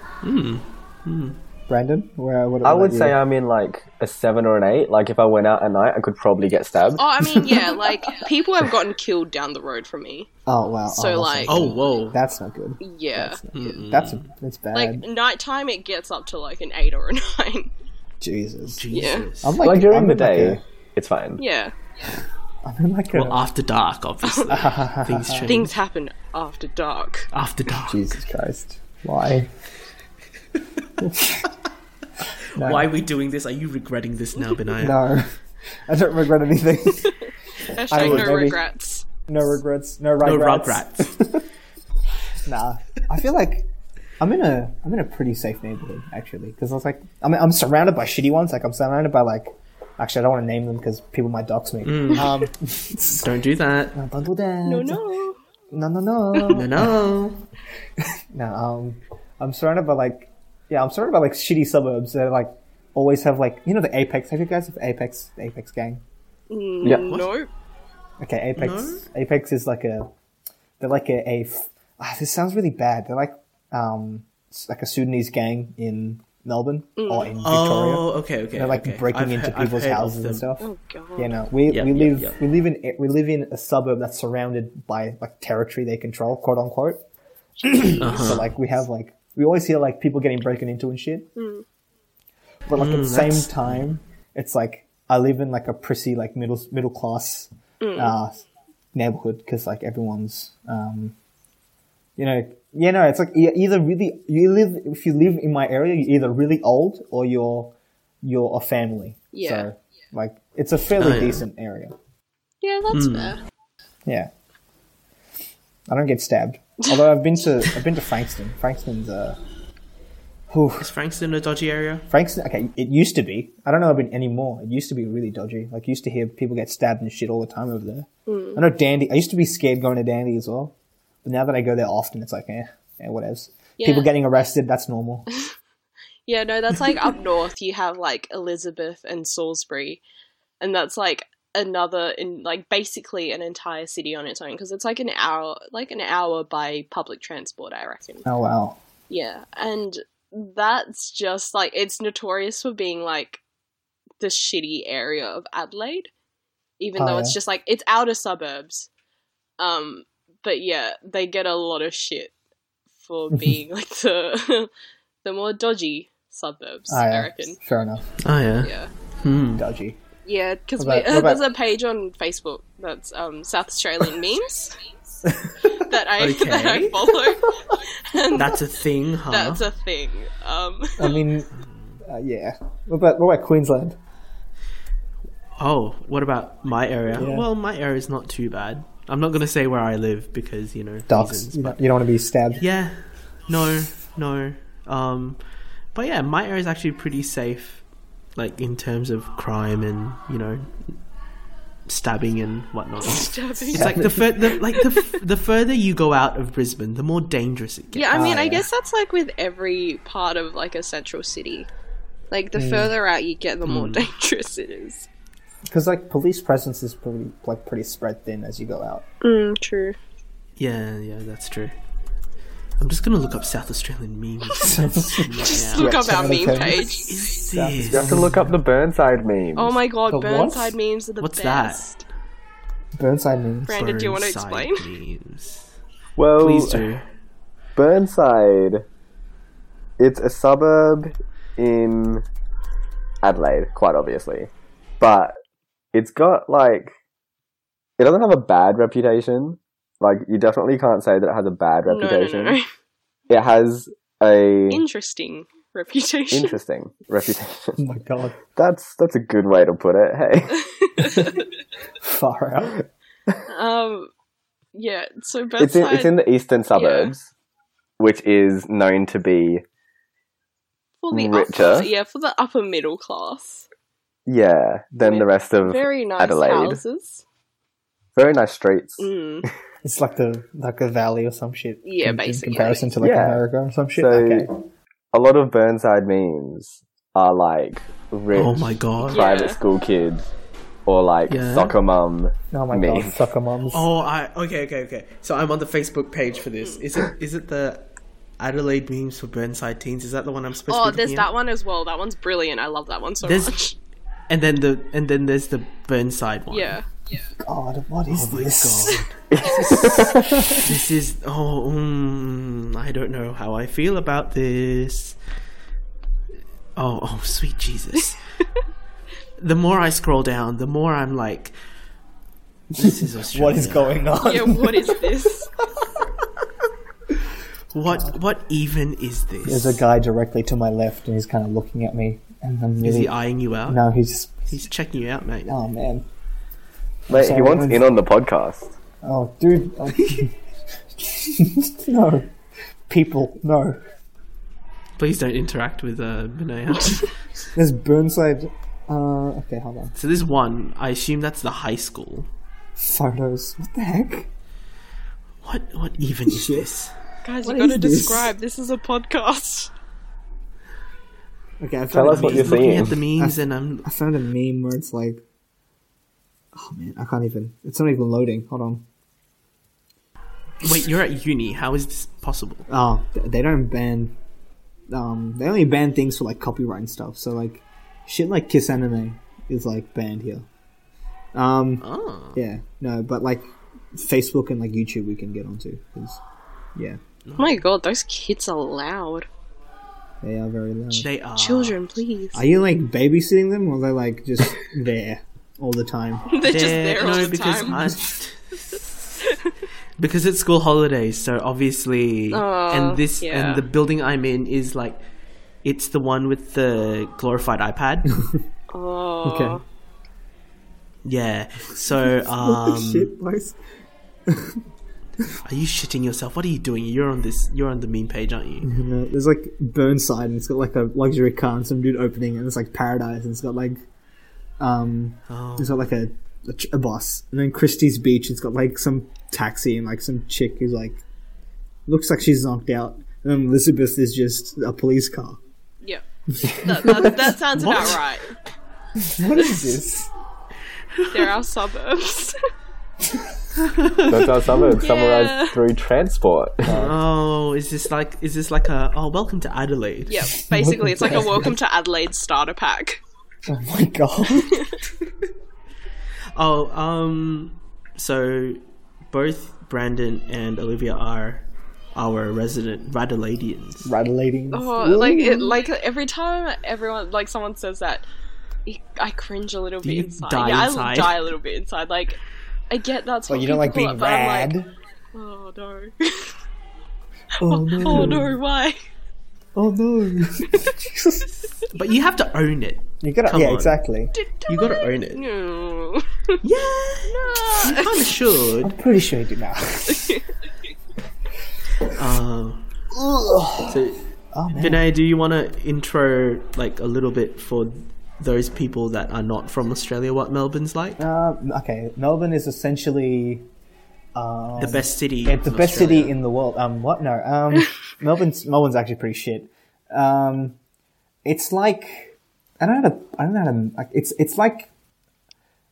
Speaker 1: Hmm, Brandon, where what?
Speaker 2: I
Speaker 1: about
Speaker 2: would
Speaker 1: you?
Speaker 2: say I'm in like a seven or an eight. Like if I went out at night, I could probably get stabbed.
Speaker 3: Oh, I mean, yeah, like people have gotten killed down the road from me.
Speaker 1: Oh wow.
Speaker 3: So,
Speaker 1: that's
Speaker 3: like-
Speaker 1: not
Speaker 4: oh
Speaker 1: good.
Speaker 4: whoa.
Speaker 1: that's not good.
Speaker 3: Yeah.
Speaker 1: That's not good. That's that's bad.
Speaker 3: Like nighttime, it gets up to like an eight or a nine.
Speaker 1: Jesus.
Speaker 4: Jesus.
Speaker 1: I'm
Speaker 2: Like during
Speaker 1: I'm
Speaker 2: the
Speaker 1: in like
Speaker 2: day,
Speaker 1: a-
Speaker 2: it's fine.
Speaker 3: Yeah,
Speaker 1: I'm in like a.
Speaker 4: Well, after dark, obviously. Things change.
Speaker 3: things
Speaker 1: Mm.
Speaker 3: happen after dark.
Speaker 4: after dark.
Speaker 1: Jesus Christ. Why?
Speaker 4: Why are we doing this? Are you regretting this now, Benaya?
Speaker 1: No. I don't regret anything.
Speaker 3: Hashtag
Speaker 1: would
Speaker 3: no
Speaker 1: maybe-
Speaker 3: regrets.
Speaker 1: No regrets. No right
Speaker 4: No rugrats.
Speaker 1: Nah. I feel like I'm in a I'm in a pretty safe neighborhood actually because I was like I'm I'm surrounded by shitty ones. Like I'm surrounded by like actually I don't want to name them because people might dox me. Um,
Speaker 4: Don't do that.
Speaker 1: no, don't do that.
Speaker 3: No, no.
Speaker 1: no, no, no.
Speaker 4: No, no.
Speaker 1: no, um, I'm surrounded by like yeah I'm surrounded by like shitty suburbs that like always have like you know the Apex. Have you guys have Apex the Apex gang?
Speaker 2: Yeah.
Speaker 3: No.
Speaker 1: Okay, Apex. Apex is like a. They're like a. a f- ah, this sounds really bad. They're like um, s- like a Sudanese gang in Melbourne or in Victoria.
Speaker 4: Oh, okay, okay.
Speaker 1: they're like
Speaker 4: okay.
Speaker 1: breaking
Speaker 4: I've
Speaker 1: into
Speaker 4: he- I've
Speaker 1: people's
Speaker 4: heard of
Speaker 1: houses and
Speaker 4: them.
Speaker 1: stuff.
Speaker 3: Oh god.
Speaker 1: You know, we,
Speaker 4: Yeah,
Speaker 1: we
Speaker 4: yeah,
Speaker 1: live
Speaker 4: yeah.
Speaker 1: we live in we live in a suburb that's surrounded by like territory they control, quote unquote.
Speaker 4: Uh-huh.
Speaker 1: So like we have like we always hear like people getting broken into and shit. But like at the same
Speaker 4: Mm, that's-
Speaker 1: time, it's like I live in like a prissy like middle middle class uh, neighborhood because like everyone's um, you know yeah no it's like e- either really you live if you live in my area you're either really old or you're you're a family
Speaker 3: Yeah.
Speaker 1: so like it's a fairly
Speaker 4: Oh, yeah.
Speaker 1: decent area
Speaker 3: Yeah, that's
Speaker 1: Hmm.
Speaker 3: fair.
Speaker 1: yeah. I don't get stabbed. Although I've been to I've been to Frankston. Frankston's uh whew.
Speaker 4: Is Frankston a dodgy area?
Speaker 1: Frankston okay, it used to be. I don't know about it anymore. It used to be really dodgy. Like used to hear people get stabbed and shit all the time over there. I know Dandy I used to be scared going to Dandy as well. But now that I go there often it's like eh, eh whatevs. People
Speaker 3: Yeah.
Speaker 1: getting arrested, that's normal.
Speaker 3: Yeah, no, that's like up north. You have like Elizabeth and Salisbury, and that's like another in like basically an entire city on its own because it's like an hour, like an hour by public transport, I reckon.
Speaker 1: Oh wow.
Speaker 3: Yeah, and that's just like it's notorious for being like the shitty area of Adelaide, even
Speaker 1: Oh,
Speaker 3: though it's
Speaker 1: yeah.
Speaker 3: just like it's outer suburbs. Um, but yeah, they get a lot of shit for being like the the more dodgy suburbs.
Speaker 1: Oh, yeah.
Speaker 3: I reckon.
Speaker 1: Fair enough.
Speaker 4: Oh, yeah.
Speaker 3: Yeah,
Speaker 4: Hmm.
Speaker 1: Dodgy.
Speaker 3: yeah, because
Speaker 1: What about- what about-
Speaker 3: there's a page on Facebook that's um South Australian memes that I that I
Speaker 4: Okay.
Speaker 3: follow, and
Speaker 4: That's a thing, huh?
Speaker 3: that's a
Speaker 1: Uh-huh.
Speaker 3: thing. Um.
Speaker 1: I mean uh, yeah. What about what about Queensland?
Speaker 4: Oh, what about my area?
Speaker 1: Yeah.
Speaker 4: Well, my area is not too bad. I'm not going to say where I live because, you know,
Speaker 1: Dogs.
Speaker 4: reasons,
Speaker 1: You
Speaker 4: but-
Speaker 1: don't, you don't want to be stabbed.
Speaker 4: Yeah. No, no. Um but yeah, my area is actually pretty safe like in terms of crime and, you know, stabbing and whatnot.
Speaker 3: Stabbing.
Speaker 4: It's like the, fur- the like the f- the further you go out of Brisbane, the more dangerous it gets.
Speaker 3: Yeah, I mean,
Speaker 1: Ah,
Speaker 3: I
Speaker 1: yeah.
Speaker 3: guess that's like with every part of like a central city. Like
Speaker 4: Mm.
Speaker 3: the further out you get, the more dangerous it is.
Speaker 1: because like police presence is pretty like pretty spread thin as you go out.
Speaker 3: Mm, true.
Speaker 4: Yeah, yeah, that's true. I'm just gonna look up South Australian memes.
Speaker 3: Just look up our meme
Speaker 1: Southampton.
Speaker 3: page.
Speaker 4: Is
Speaker 2: You have to look up the Burnside meme.
Speaker 3: Oh my god,
Speaker 1: The what?
Speaker 3: Burnside memes are the
Speaker 4: What's that?
Speaker 3: best.
Speaker 1: Burnside means
Speaker 3: Brandon, do you want to
Speaker 4: Burnside
Speaker 3: explain?
Speaker 4: Memes.
Speaker 2: well,
Speaker 3: uh,
Speaker 4: Please do.
Speaker 2: Burnside. It's a suburb in Adelaide, quite obviously, but it's got like it doesn't have a bad reputation. Like you definitely can't say that it has a bad
Speaker 3: No, no,
Speaker 2: reputation.
Speaker 3: no, no.
Speaker 2: It has a
Speaker 3: Interesting reputation.
Speaker 2: interesting reputation.
Speaker 1: Oh my god,
Speaker 2: That's that's a good way to put it. Hey,
Speaker 1: far out.
Speaker 3: um, yeah. So Burnside.
Speaker 2: it's in, it's in the eastern suburbs, which is known to be
Speaker 3: for the
Speaker 2: richer.
Speaker 3: Upper, yeah, for the upper middle class.
Speaker 2: yeah than the
Speaker 3: With
Speaker 2: rest of very,
Speaker 3: Very nice
Speaker 2: Adelaide.
Speaker 3: houses.
Speaker 2: nice streets.
Speaker 3: Mm.
Speaker 1: It's like the like a valley or some shit.
Speaker 3: Yeah,
Speaker 1: in-
Speaker 3: basically.
Speaker 1: In comparison to like
Speaker 2: Yeah.
Speaker 1: America or some shit.
Speaker 2: So-
Speaker 1: okay.
Speaker 2: A lot of Burnside memes are like rich
Speaker 4: Oh my god.
Speaker 3: Yeah.
Speaker 2: private school kids or like
Speaker 4: Yeah.
Speaker 2: soccer mum.
Speaker 1: Oh my
Speaker 2: Me.
Speaker 1: god, sucker moms.
Speaker 4: Oh, I okay, okay, okay. So I'm on the Facebook page for this. Is it is it the Adelaide memes for Burnside teens? Is that the one I'm supposed to
Speaker 3: Oh,
Speaker 4: be
Speaker 3: there's
Speaker 4: looking at?
Speaker 3: that one as well. That one's brilliant. I love that one so
Speaker 4: There's-
Speaker 3: much.
Speaker 4: And then the and then there's the Burnside one.
Speaker 3: Yeah.
Speaker 1: God, what is
Speaker 4: My
Speaker 1: this?
Speaker 4: God. this is oh, mm, I don't know how I feel about this. Oh, oh, sweet Jesus! the more I scroll down, the more I'm like, this is Australia.
Speaker 1: What is going on?
Speaker 3: Yeah, what is this?
Speaker 4: What? What even is this?
Speaker 1: There's a guy directly to my left, and he's kind of looking at me, and I'm
Speaker 4: Is
Speaker 1: really
Speaker 4: he eyeing you out?
Speaker 1: no, he's
Speaker 4: He's checking you out, mate.
Speaker 1: oh man,
Speaker 2: Mate,
Speaker 1: sorry,
Speaker 2: he wants
Speaker 1: everyone's-
Speaker 2: in on the podcast.
Speaker 1: oh dude, oh. no, people, no.
Speaker 4: Please don't interact with uh, Minaya.
Speaker 1: There's Burnside. Uh, okay, hold on.
Speaker 4: so this one, I assume that's the high school.
Speaker 1: Photos. What the heck?
Speaker 4: What? What even is this?
Speaker 3: Guys,
Speaker 1: What
Speaker 3: you gotta
Speaker 1: is this?
Speaker 3: describe. This is a podcast.
Speaker 1: Okay, I found
Speaker 2: Tell
Speaker 1: a
Speaker 2: us
Speaker 1: meme.
Speaker 2: what you're
Speaker 4: looking
Speaker 2: seeing.
Speaker 4: at the memes, and um, I'm
Speaker 1: I found a meme where it's like, oh man, I can't even. It's not even loading. Hold on.
Speaker 4: wait. You're at uni. How is this possible?
Speaker 1: Oh, th- they don't ban. Um, they only ban things for like copyright and stuff. So like, shit like Kiss Anime is like banned here. Um,
Speaker 4: Oh,
Speaker 1: yeah, no, but like Facebook and like YouTube we can get onto 'cause, yeah,
Speaker 3: Oh my god, those kids are loud.
Speaker 1: Ah. they are very loud.
Speaker 4: they are
Speaker 3: Children, please.
Speaker 1: Are you like babysitting them, or are they like just there all the time?
Speaker 3: They're just
Speaker 4: They're-
Speaker 3: there all the
Speaker 4: because
Speaker 3: time.
Speaker 4: I- because it's school holidays, so obviously,
Speaker 3: Oh,
Speaker 4: and this
Speaker 3: yeah.
Speaker 4: and the building I'm in is like, it's the one with the glorified iPad.
Speaker 3: Oh.
Speaker 1: Okay.
Speaker 4: yeah. So,
Speaker 2: Oh,
Speaker 4: um,
Speaker 1: Shit, place.
Speaker 4: are you shitting yourself? What are you doing? You're on this. You're on the meme page, aren't you?
Speaker 1: You know, there's like Burnside, and it's got like a luxury car and some dude opening, it, and it's like paradise, and it's got like, um,
Speaker 4: Oh.
Speaker 1: it's got like a a, ch- a bus, and then Christie's Beach, it's got like some taxi and like some chick who's like looks like she's knocked out, and then Elizabeth is just a police car.
Speaker 3: Yeah. That, that, that sounds about
Speaker 4: What?
Speaker 3: right.
Speaker 1: What is this?
Speaker 3: There are suburbs.
Speaker 2: That's our suburbs
Speaker 3: Yeah.
Speaker 2: summarized through transport.
Speaker 4: Oh, is this like is this like a oh welcome to Adelaide?
Speaker 3: yeah, basically, it's like a welcome to Adelaide starter pack.
Speaker 1: Oh my god!
Speaker 4: Oh, um, so both Brandon and Olivia are our resident Radaladians.
Speaker 1: Radelating.
Speaker 3: Oh, like it, like every time everyone like someone says that, it- I cringe a little bit
Speaker 4: you
Speaker 3: inside.
Speaker 4: die
Speaker 3: yeah, I
Speaker 4: inside?
Speaker 3: die a little bit inside. Like, I get that's
Speaker 1: Oh,
Speaker 3: what
Speaker 1: you don't like
Speaker 3: people
Speaker 1: being
Speaker 3: are, but I'm
Speaker 1: rad.
Speaker 3: Like, oh no!
Speaker 1: oh
Speaker 3: oh no! Why?
Speaker 1: Oh no!
Speaker 4: But you have to own it.
Speaker 1: you gotta,
Speaker 4: Come
Speaker 1: yeah,
Speaker 4: on.
Speaker 1: exactly.
Speaker 4: You gotta own it.
Speaker 3: No.
Speaker 4: Yeah, you kind of should.
Speaker 1: Pretty sure you do now.
Speaker 4: Um, so,
Speaker 1: Oh man,
Speaker 4: Vinay, do you want to intro like a little bit for those people that are not from Australia? What Melbourne's like?
Speaker 1: Um, okay, Melbourne is essentially um,
Speaker 4: the best city.
Speaker 1: it's the
Speaker 4: in
Speaker 1: best
Speaker 4: Australia.
Speaker 1: city in the world. Um, what? No, um, Melbourne's Melbourne's actually pretty shit. Um, it's like I don't know. How to, I don't know. How to, like, it's it's like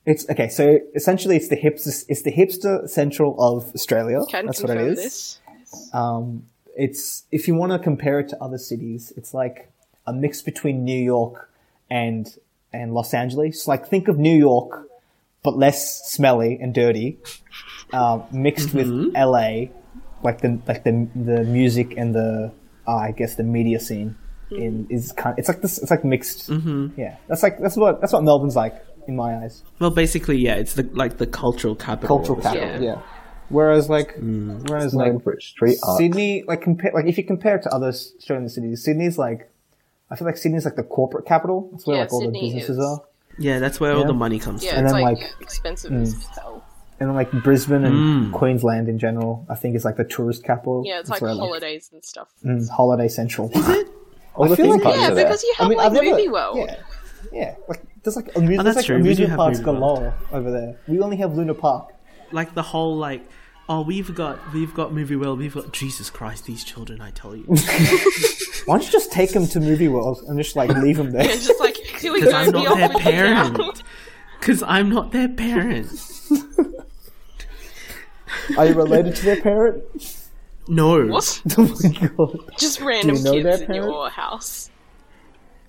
Speaker 1: it's okay. So essentially, it's the hipster. It's the hipster central of Australia.
Speaker 3: Can
Speaker 1: That's what
Speaker 3: confirm
Speaker 1: it is.
Speaker 3: this.
Speaker 1: Um, it's if you want to compare it to other cities, it's like a mix between New York and and Los Angeles. Like think of New York, but less smelly and dirty, um, mixed with LA, like the like the the music and the uh, I guess the media scene. in is kind. It's like this. It's like mixed. Yeah, that's like that's what that's what Melbourne's like in my eyes.
Speaker 4: Well, basically, yeah, it's the like the cultural capital.
Speaker 1: Cultural
Speaker 4: of
Speaker 1: capital. Yeah.
Speaker 4: Australia.
Speaker 1: Whereas like whereas like
Speaker 2: Known for its street art.
Speaker 1: Sydney, like compare like if you compare it to other Australian cities, Sydney's like. I feel like Sydney's like the corporate capital. That's where
Speaker 3: Yeah,
Speaker 1: like all
Speaker 3: Sydney
Speaker 1: the businesses
Speaker 3: is.
Speaker 1: are.
Speaker 4: Yeah, that's where all the money comes
Speaker 3: Yeah,
Speaker 1: And
Speaker 3: it's
Speaker 1: then,
Speaker 3: like,
Speaker 1: like- mm.
Speaker 3: expensive as hell.
Speaker 1: and then like Brisbane
Speaker 4: Hmm.
Speaker 1: and Queensland in general, I think is like the tourist capital.
Speaker 3: Yeah, it's
Speaker 1: That's
Speaker 3: like
Speaker 1: where,
Speaker 3: holidays and stuff.
Speaker 1: mm, holiday central. Is it?
Speaker 2: All the
Speaker 1: feel
Speaker 2: theme
Speaker 1: like-
Speaker 2: parks
Speaker 3: Yeah,
Speaker 2: are there.
Speaker 3: because you have like
Speaker 1: I've never-
Speaker 3: Movie World.
Speaker 1: Yeah, yeah. Like there's like, amuse-
Speaker 4: Oh,
Speaker 1: there's,
Speaker 4: that's
Speaker 1: like
Speaker 4: true, we do
Speaker 1: amusement
Speaker 4: have
Speaker 1: parks
Speaker 4: Movie World.
Speaker 1: galore over there. We only have Luna Park.
Speaker 4: Like the whole like, oh, we've got we've got movie world, we've got Jesus Christ, these children, I tell you,
Speaker 1: Why don't you just take them to Movie World and just like leave them there?
Speaker 3: It's just like here we go.
Speaker 4: because I'm
Speaker 3: we
Speaker 4: not
Speaker 3: all
Speaker 4: their
Speaker 3: look down.
Speaker 4: parent, because I'm not their parent.
Speaker 1: Are you related to their parent?
Speaker 4: No,
Speaker 3: What?
Speaker 1: oh my god!
Speaker 3: Just random
Speaker 1: know
Speaker 3: kids
Speaker 1: their
Speaker 3: in your
Speaker 1: parent?
Speaker 3: house.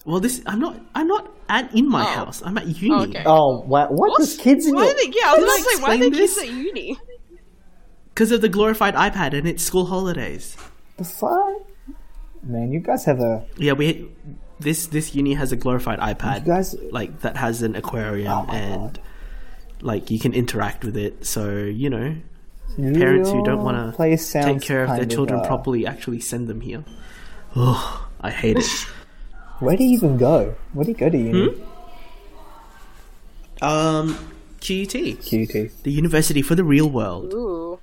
Speaker 4: well, this I'm not I'm not at in my
Speaker 3: Oh.
Speaker 4: house. I'm at uni.
Speaker 3: Oh, okay.
Speaker 1: Oh wow! What? There's kids in
Speaker 3: why
Speaker 1: your
Speaker 3: are they, yeah, I was about to say, why are
Speaker 4: explain
Speaker 3: they kids
Speaker 4: this?
Speaker 3: at uni?
Speaker 4: Because of the glorified iPad and it's school holidays.
Speaker 1: the fuck? Man, you guys have a
Speaker 4: Yeah, we this this uni has a glorified iPad,
Speaker 1: you guys.
Speaker 4: like that has an aquarium
Speaker 1: my
Speaker 4: and like you can interact with it. So you know,
Speaker 1: Parents
Speaker 4: who don't wanna take care of their children
Speaker 1: uh,
Speaker 4: properly actually send them here. Oh, I hate it.
Speaker 1: Where do you even go? Where do you go to uni?
Speaker 4: Hmm? um, QUT,
Speaker 1: QT.
Speaker 4: the University for the Real World,
Speaker 3: Ooh.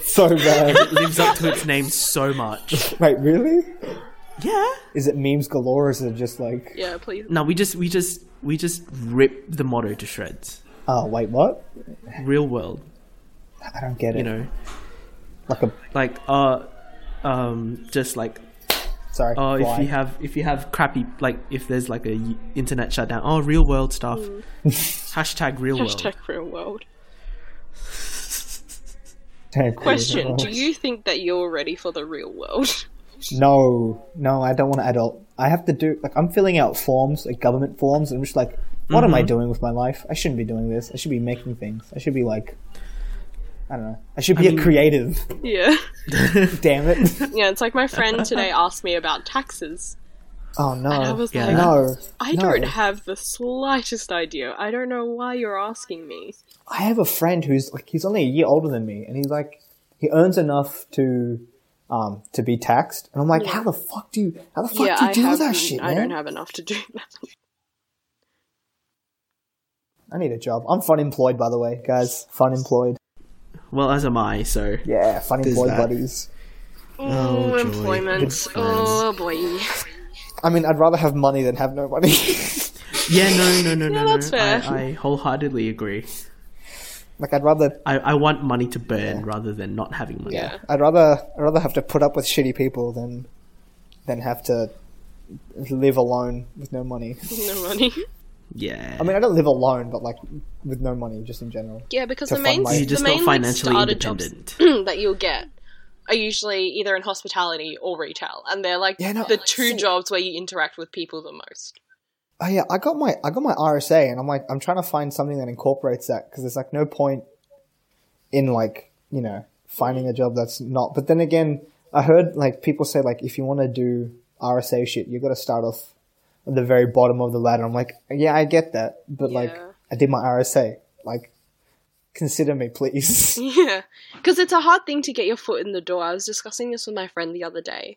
Speaker 1: So bad.
Speaker 4: lives up to its name so much.
Speaker 1: Wait, really?
Speaker 4: Yeah.
Speaker 1: Is it memes galore or is it just like,
Speaker 3: Yeah, please.
Speaker 4: No, we just we just we just rip the motto to shreds.
Speaker 1: oh, wait, what?
Speaker 4: Real world,
Speaker 1: I don't get it.
Speaker 4: you know.
Speaker 1: like a,
Speaker 4: like uh um just like
Speaker 1: sorry.
Speaker 4: oh if
Speaker 1: why?
Speaker 4: you have if you have crappy like if there's like a y- internet shutdown oh real world stuff hashtag real
Speaker 3: Hashtag
Speaker 4: world
Speaker 3: real world.
Speaker 1: Damn,
Speaker 3: Question:
Speaker 1: cool.
Speaker 3: Do you think that you're ready for the real world?
Speaker 1: No, no, I don't want to adult. I have to do, like, I'm filling out forms, like government forms, and I'm just like, what
Speaker 4: Mm-hmm.
Speaker 1: am I doing with my life? I shouldn't be doing this. I should be making things. I should be like, I don't know. I should be a creative.
Speaker 3: Yeah.
Speaker 1: Damn it.
Speaker 3: Yeah, it's like my friend today asked me about taxes.
Speaker 1: Oh, no.
Speaker 3: I was
Speaker 4: yeah.
Speaker 3: like,
Speaker 1: no.
Speaker 3: I
Speaker 1: no.
Speaker 3: don't have the slightest idea. I don't know why you're asking me.
Speaker 1: I have a friend who's like he's only a year older than me, and he's like he earns enough to um to be taxed, and I'm like, how the fuck do you how the fuck
Speaker 3: yeah,
Speaker 1: do you
Speaker 3: I
Speaker 1: do
Speaker 3: have.
Speaker 1: that shit,
Speaker 3: I
Speaker 1: man?
Speaker 3: don't have enough to do that.
Speaker 1: I need a job. I'm fun employed, by the way, guys. Fun employed.
Speaker 4: well as am i so
Speaker 1: Yeah, fun employed
Speaker 4: that.
Speaker 1: buddies.
Speaker 4: Oh,
Speaker 3: Oh,
Speaker 4: joy.
Speaker 3: employment.
Speaker 4: Good
Speaker 3: Oh boy.
Speaker 1: I mean, I'd rather have money than have no money.
Speaker 4: yeah no no no no
Speaker 3: that's
Speaker 4: no
Speaker 3: fair.
Speaker 4: I, I wholeheartedly agree
Speaker 1: like, I'd rather
Speaker 4: I, I want money to burn rather than not having money
Speaker 3: Yeah.
Speaker 1: I'd rather I'd rather have to put up with shitty people than than have to live alone with no money.
Speaker 3: No money.
Speaker 4: yeah
Speaker 1: I mean, I don't live alone, but like with no money, just in general.
Speaker 3: Yeah, because
Speaker 1: To
Speaker 3: the main,
Speaker 1: fund my-
Speaker 4: you're
Speaker 1: You
Speaker 4: just
Speaker 3: the main
Speaker 4: not financially
Speaker 3: like, starter jobs
Speaker 4: independent
Speaker 3: that you'll get are usually either in hospitality or retail, and they're like
Speaker 1: Yeah, no,
Speaker 3: the
Speaker 1: I
Speaker 3: two
Speaker 1: see.
Speaker 3: jobs where you interact with people the most.
Speaker 1: oh yeah, I got my I got my RSA, and I'm like, I'm trying to find something that incorporates that because there's like no point in like you know finding a job that's not. But then again, I heard like people say like if you want to do RSA shit, you got to start off at the very bottom of the ladder. I'm like, yeah, I get that, but like
Speaker 3: Yeah.
Speaker 1: I did my RSA, like consider me please.
Speaker 3: Yeah, because it's a hard thing to get your foot in the door. I was discussing this with my friend the other day,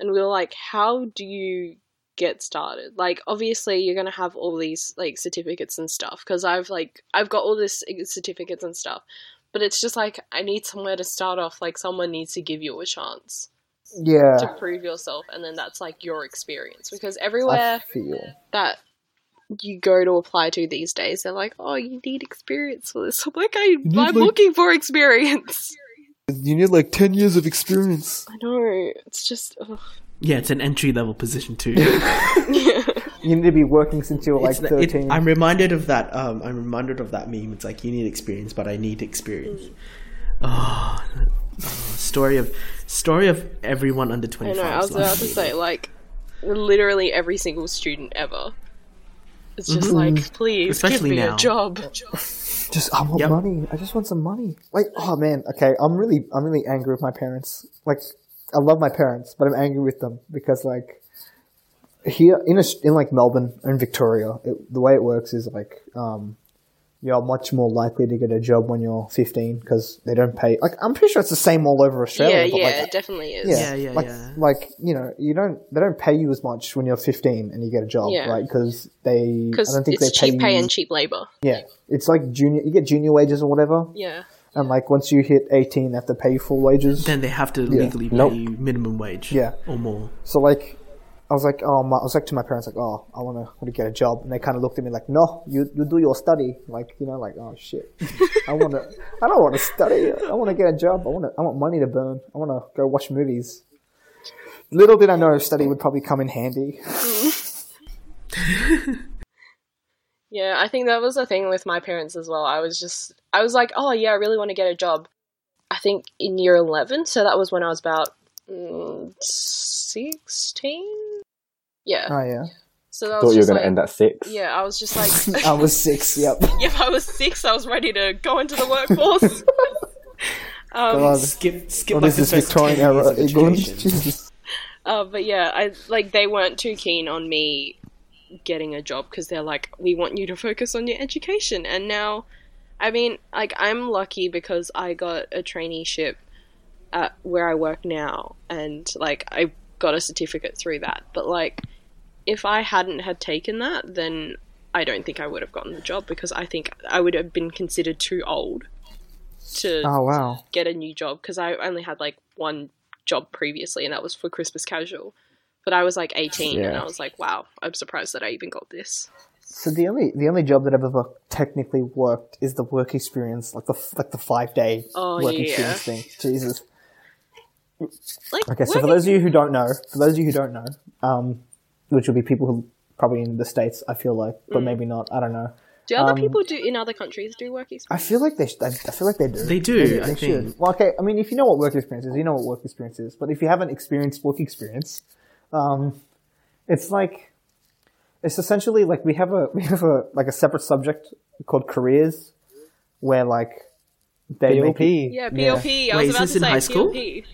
Speaker 3: and we were like, "How do you get started?" Like, obviously, you're gonna have all these like certificates and stuff. Because I've like I've got all this e, certificates and stuff, but it's just like I need somewhere to start off. Like, someone needs to give you a chance
Speaker 1: yeah,
Speaker 3: to prove yourself, and then that's like your experience. Because
Speaker 1: I
Speaker 3: everywhere
Speaker 1: feel.
Speaker 3: that you go to apply to these days, they're like, "Oh, you need experience for this." I'm like, I, I'm
Speaker 1: need, like-
Speaker 3: looking for experience.
Speaker 1: You need like ten years of experience.
Speaker 3: I know. It's just. ugh.
Speaker 4: yeah it's an entry level position too
Speaker 1: You need to be working since you were like
Speaker 4: It's the- it-
Speaker 1: thirteen.
Speaker 4: I'm reminded of that. Um, I'm reminded of that meme. It's like you need experience, but I need experience. Oh, oh, story of story of everyone under
Speaker 3: I
Speaker 4: twenty
Speaker 3: know.
Speaker 4: five.
Speaker 3: I was about to say, like, literally every single student ever. It's just like, please
Speaker 4: Especially
Speaker 3: give me
Speaker 4: now.
Speaker 3: a job.
Speaker 1: Just I want
Speaker 4: Yep.
Speaker 1: money. I just want some money. Like oh man, okay. I'm really I'm really angry with my parents. Like I love my parents, but I'm angry with them because like here in a, in like Melbourne and Victoria, it, the way it works is like um, you're much more likely to get a job when you're 15 because they don't pay. Like I'm pretty sure it's the same all over Australia.
Speaker 3: yeah,
Speaker 1: but,
Speaker 3: yeah,
Speaker 1: like,
Speaker 3: it definitely is.
Speaker 1: yeah,
Speaker 4: Yeah, yeah,
Speaker 1: like,
Speaker 4: yeah.
Speaker 1: like you know, you don't they don't pay you as much when you're 15 and you get a job,
Speaker 3: Yeah.
Speaker 1: right? Because they I
Speaker 3: Because
Speaker 1: don't think
Speaker 3: it's
Speaker 1: they pay
Speaker 3: cheap pay
Speaker 1: you-
Speaker 3: and cheap labor.
Speaker 1: yeah, it's like junior. You get junior wages or whatever,
Speaker 3: Yeah.
Speaker 1: and like once you hit 18, they have to pay you full wages.
Speaker 4: Then they have to legally pay
Speaker 2: Nope.
Speaker 4: you minimum wage.
Speaker 1: Yeah.
Speaker 4: Or more.
Speaker 1: So like, I was like, oh, my, I was like to my parents, like, oh, I want to get a job, and they kind of looked at me like, no, you you do your study, like you know, like oh shit, I want to, I don't want to study, I want to get a job, I want to, I want money to burn, I want to go watch movies. Little did I know study would probably come in handy.
Speaker 3: Yeah, I think that was the thing with my parents as well. I was just, I was like, oh yeah, I really want to get a job. I think in year 11, so that was when I was about mm, 16? Yeah.
Speaker 1: Oh yeah,
Speaker 3: so that was
Speaker 2: Thought you were
Speaker 3: just
Speaker 2: going
Speaker 3: like-
Speaker 2: to end at six.
Speaker 3: Yeah, I was just like,
Speaker 1: I was six. Yep.
Speaker 3: if I was six, I was ready to go into the workforce. um,
Speaker 1: God.
Speaker 4: Skip, skip
Speaker 1: Oh,
Speaker 4: like
Speaker 1: this is
Speaker 4: the first
Speaker 1: Victorian
Speaker 4: 10 years
Speaker 1: era
Speaker 4: of
Speaker 1: England.
Speaker 4: education.
Speaker 1: Jesus.
Speaker 3: Uh, but yeah, I like they weren't too keen on me getting a job because they're like, we want you to focus on your education. And now, I mean, like I'm lucky because I got a traineeship at where I work now, and like I got a certificate through that. But like, if I hadn't had taken that, then I don't think I would have gotten the job because I think I would have been considered too old to
Speaker 1: Oh wow.
Speaker 3: get a new job because I only had like one job previously, and that was for Christmas Casual. But I was like 18, and
Speaker 2: Yeah.
Speaker 3: I was like, wow, I'm surprised that I even got this.
Speaker 1: So the only the only job that I've ever technically worked is the work experience, like the f- like the five day
Speaker 3: Oh,
Speaker 1: work
Speaker 3: yeah.
Speaker 1: experience thing. Jesus.
Speaker 3: Like,
Speaker 1: Okay, so for
Speaker 3: working-
Speaker 1: those of you who don't know, for those of you who don't know, um, which will be people who probably in the states, I feel like,
Speaker 3: Mm.
Speaker 1: but maybe not. I don't know.
Speaker 3: do other
Speaker 1: um,
Speaker 3: people do in other countries do work experience?
Speaker 1: I feel like they. Sh- I, I feel like they do.
Speaker 4: They do, I
Speaker 1: they
Speaker 4: think.
Speaker 1: Well, okay. I mean, if you know what work experience is, you know what work experience is. But if you haven't experienced work experience, um, it's like it's essentially like we have a we have a like a separate subject called careers, where like they make it-
Speaker 2: PLP.
Speaker 3: Yeah, PLP.
Speaker 4: Wait,
Speaker 3: I was
Speaker 4: is
Speaker 3: about
Speaker 4: this
Speaker 3: to
Speaker 4: in
Speaker 3: say
Speaker 4: high school?
Speaker 3: PLP.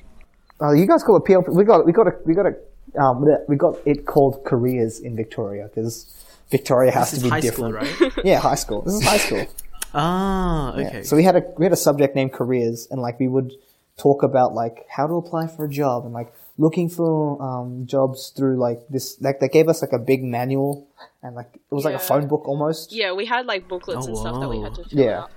Speaker 1: Oh, you guys call it PLP. We got we got a, we got a, um, we got it called careers in Victoria because Victoria has
Speaker 4: This
Speaker 1: to
Speaker 4: is
Speaker 1: be
Speaker 4: high
Speaker 1: different.
Speaker 4: school, right?
Speaker 1: Yeah, high school. This is high school.
Speaker 4: ah, okay.
Speaker 1: So we had a we had a subject named careers, and like we would talk about like how to apply for a job and like looking for um, jobs through like this. Like they gave us like a big manual, and like it was like a
Speaker 3: Yeah.
Speaker 1: phone book almost.
Speaker 3: Yeah, we had like booklets
Speaker 4: Oh,
Speaker 3: and stuff that we had
Speaker 4: wow.
Speaker 3: to fill
Speaker 1: Yeah.
Speaker 3: out.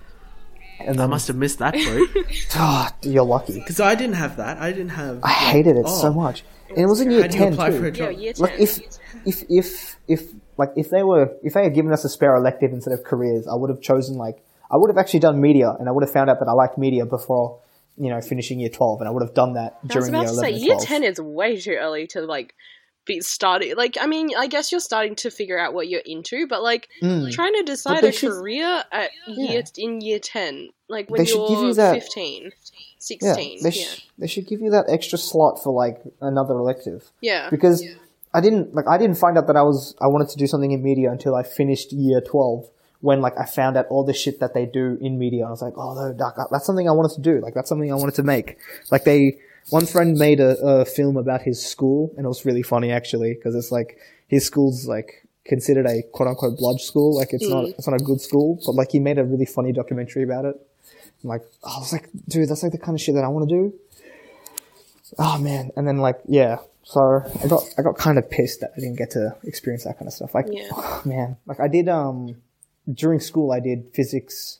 Speaker 1: And
Speaker 4: I
Speaker 1: then,
Speaker 4: must have missed that vote.
Speaker 1: Ah, you're lucky.
Speaker 4: Because I didn't have that. I didn't have.
Speaker 1: I hated it so
Speaker 4: Oh.
Speaker 1: much. And it was in year
Speaker 4: How do you
Speaker 1: ten
Speaker 4: apply
Speaker 1: too.
Speaker 4: for a
Speaker 3: Yeah,
Speaker 4: job?
Speaker 3: year 10.
Speaker 1: Like if if if if like if they were if they had given us a spare elective instead of careers, I would have chosen like I would have actually done media, and I would have found out that I liked media before you know finishing year twelve, and I would have done that
Speaker 3: I was
Speaker 1: during
Speaker 3: about
Speaker 1: year
Speaker 3: to
Speaker 1: eleven
Speaker 3: say,
Speaker 1: and
Speaker 3: year
Speaker 1: 12.
Speaker 3: 10 is way too early to like be starting. Like, I mean, I guess you're starting to figure out what you're into, but like trying to decide
Speaker 1: Hmm. they
Speaker 3: a
Speaker 1: should-
Speaker 3: career at year in year 10, like when
Speaker 1: They should
Speaker 3: you're
Speaker 1: give you that-
Speaker 3: 15,
Speaker 1: Yeah,
Speaker 3: 16. Yeah.
Speaker 1: they, sh- they should give you that extra slot for like another elective
Speaker 3: yeah.
Speaker 1: because I didn't like I didn't find out that I was I wanted to do something in media until I finished year twelve when like I found out all the shit that they do in media and I was like oh no, doc, that's something I wanted to do like that's something I wanted to make like they one friend made a, a film about his school and it was really funny actually because it's like his school's like considered a quote unquote bludge school like it's
Speaker 3: Mm.
Speaker 1: not it's not a good school but like he made a really funny documentary about it I'm like "Oh, I was like dude that's like the kind of shit that I want to do oh man and then like yeah so i got i got kind of pissed that i didn't get to experience that kind of stuff like
Speaker 3: Yeah.
Speaker 1: oh, man like i did um during school i did physics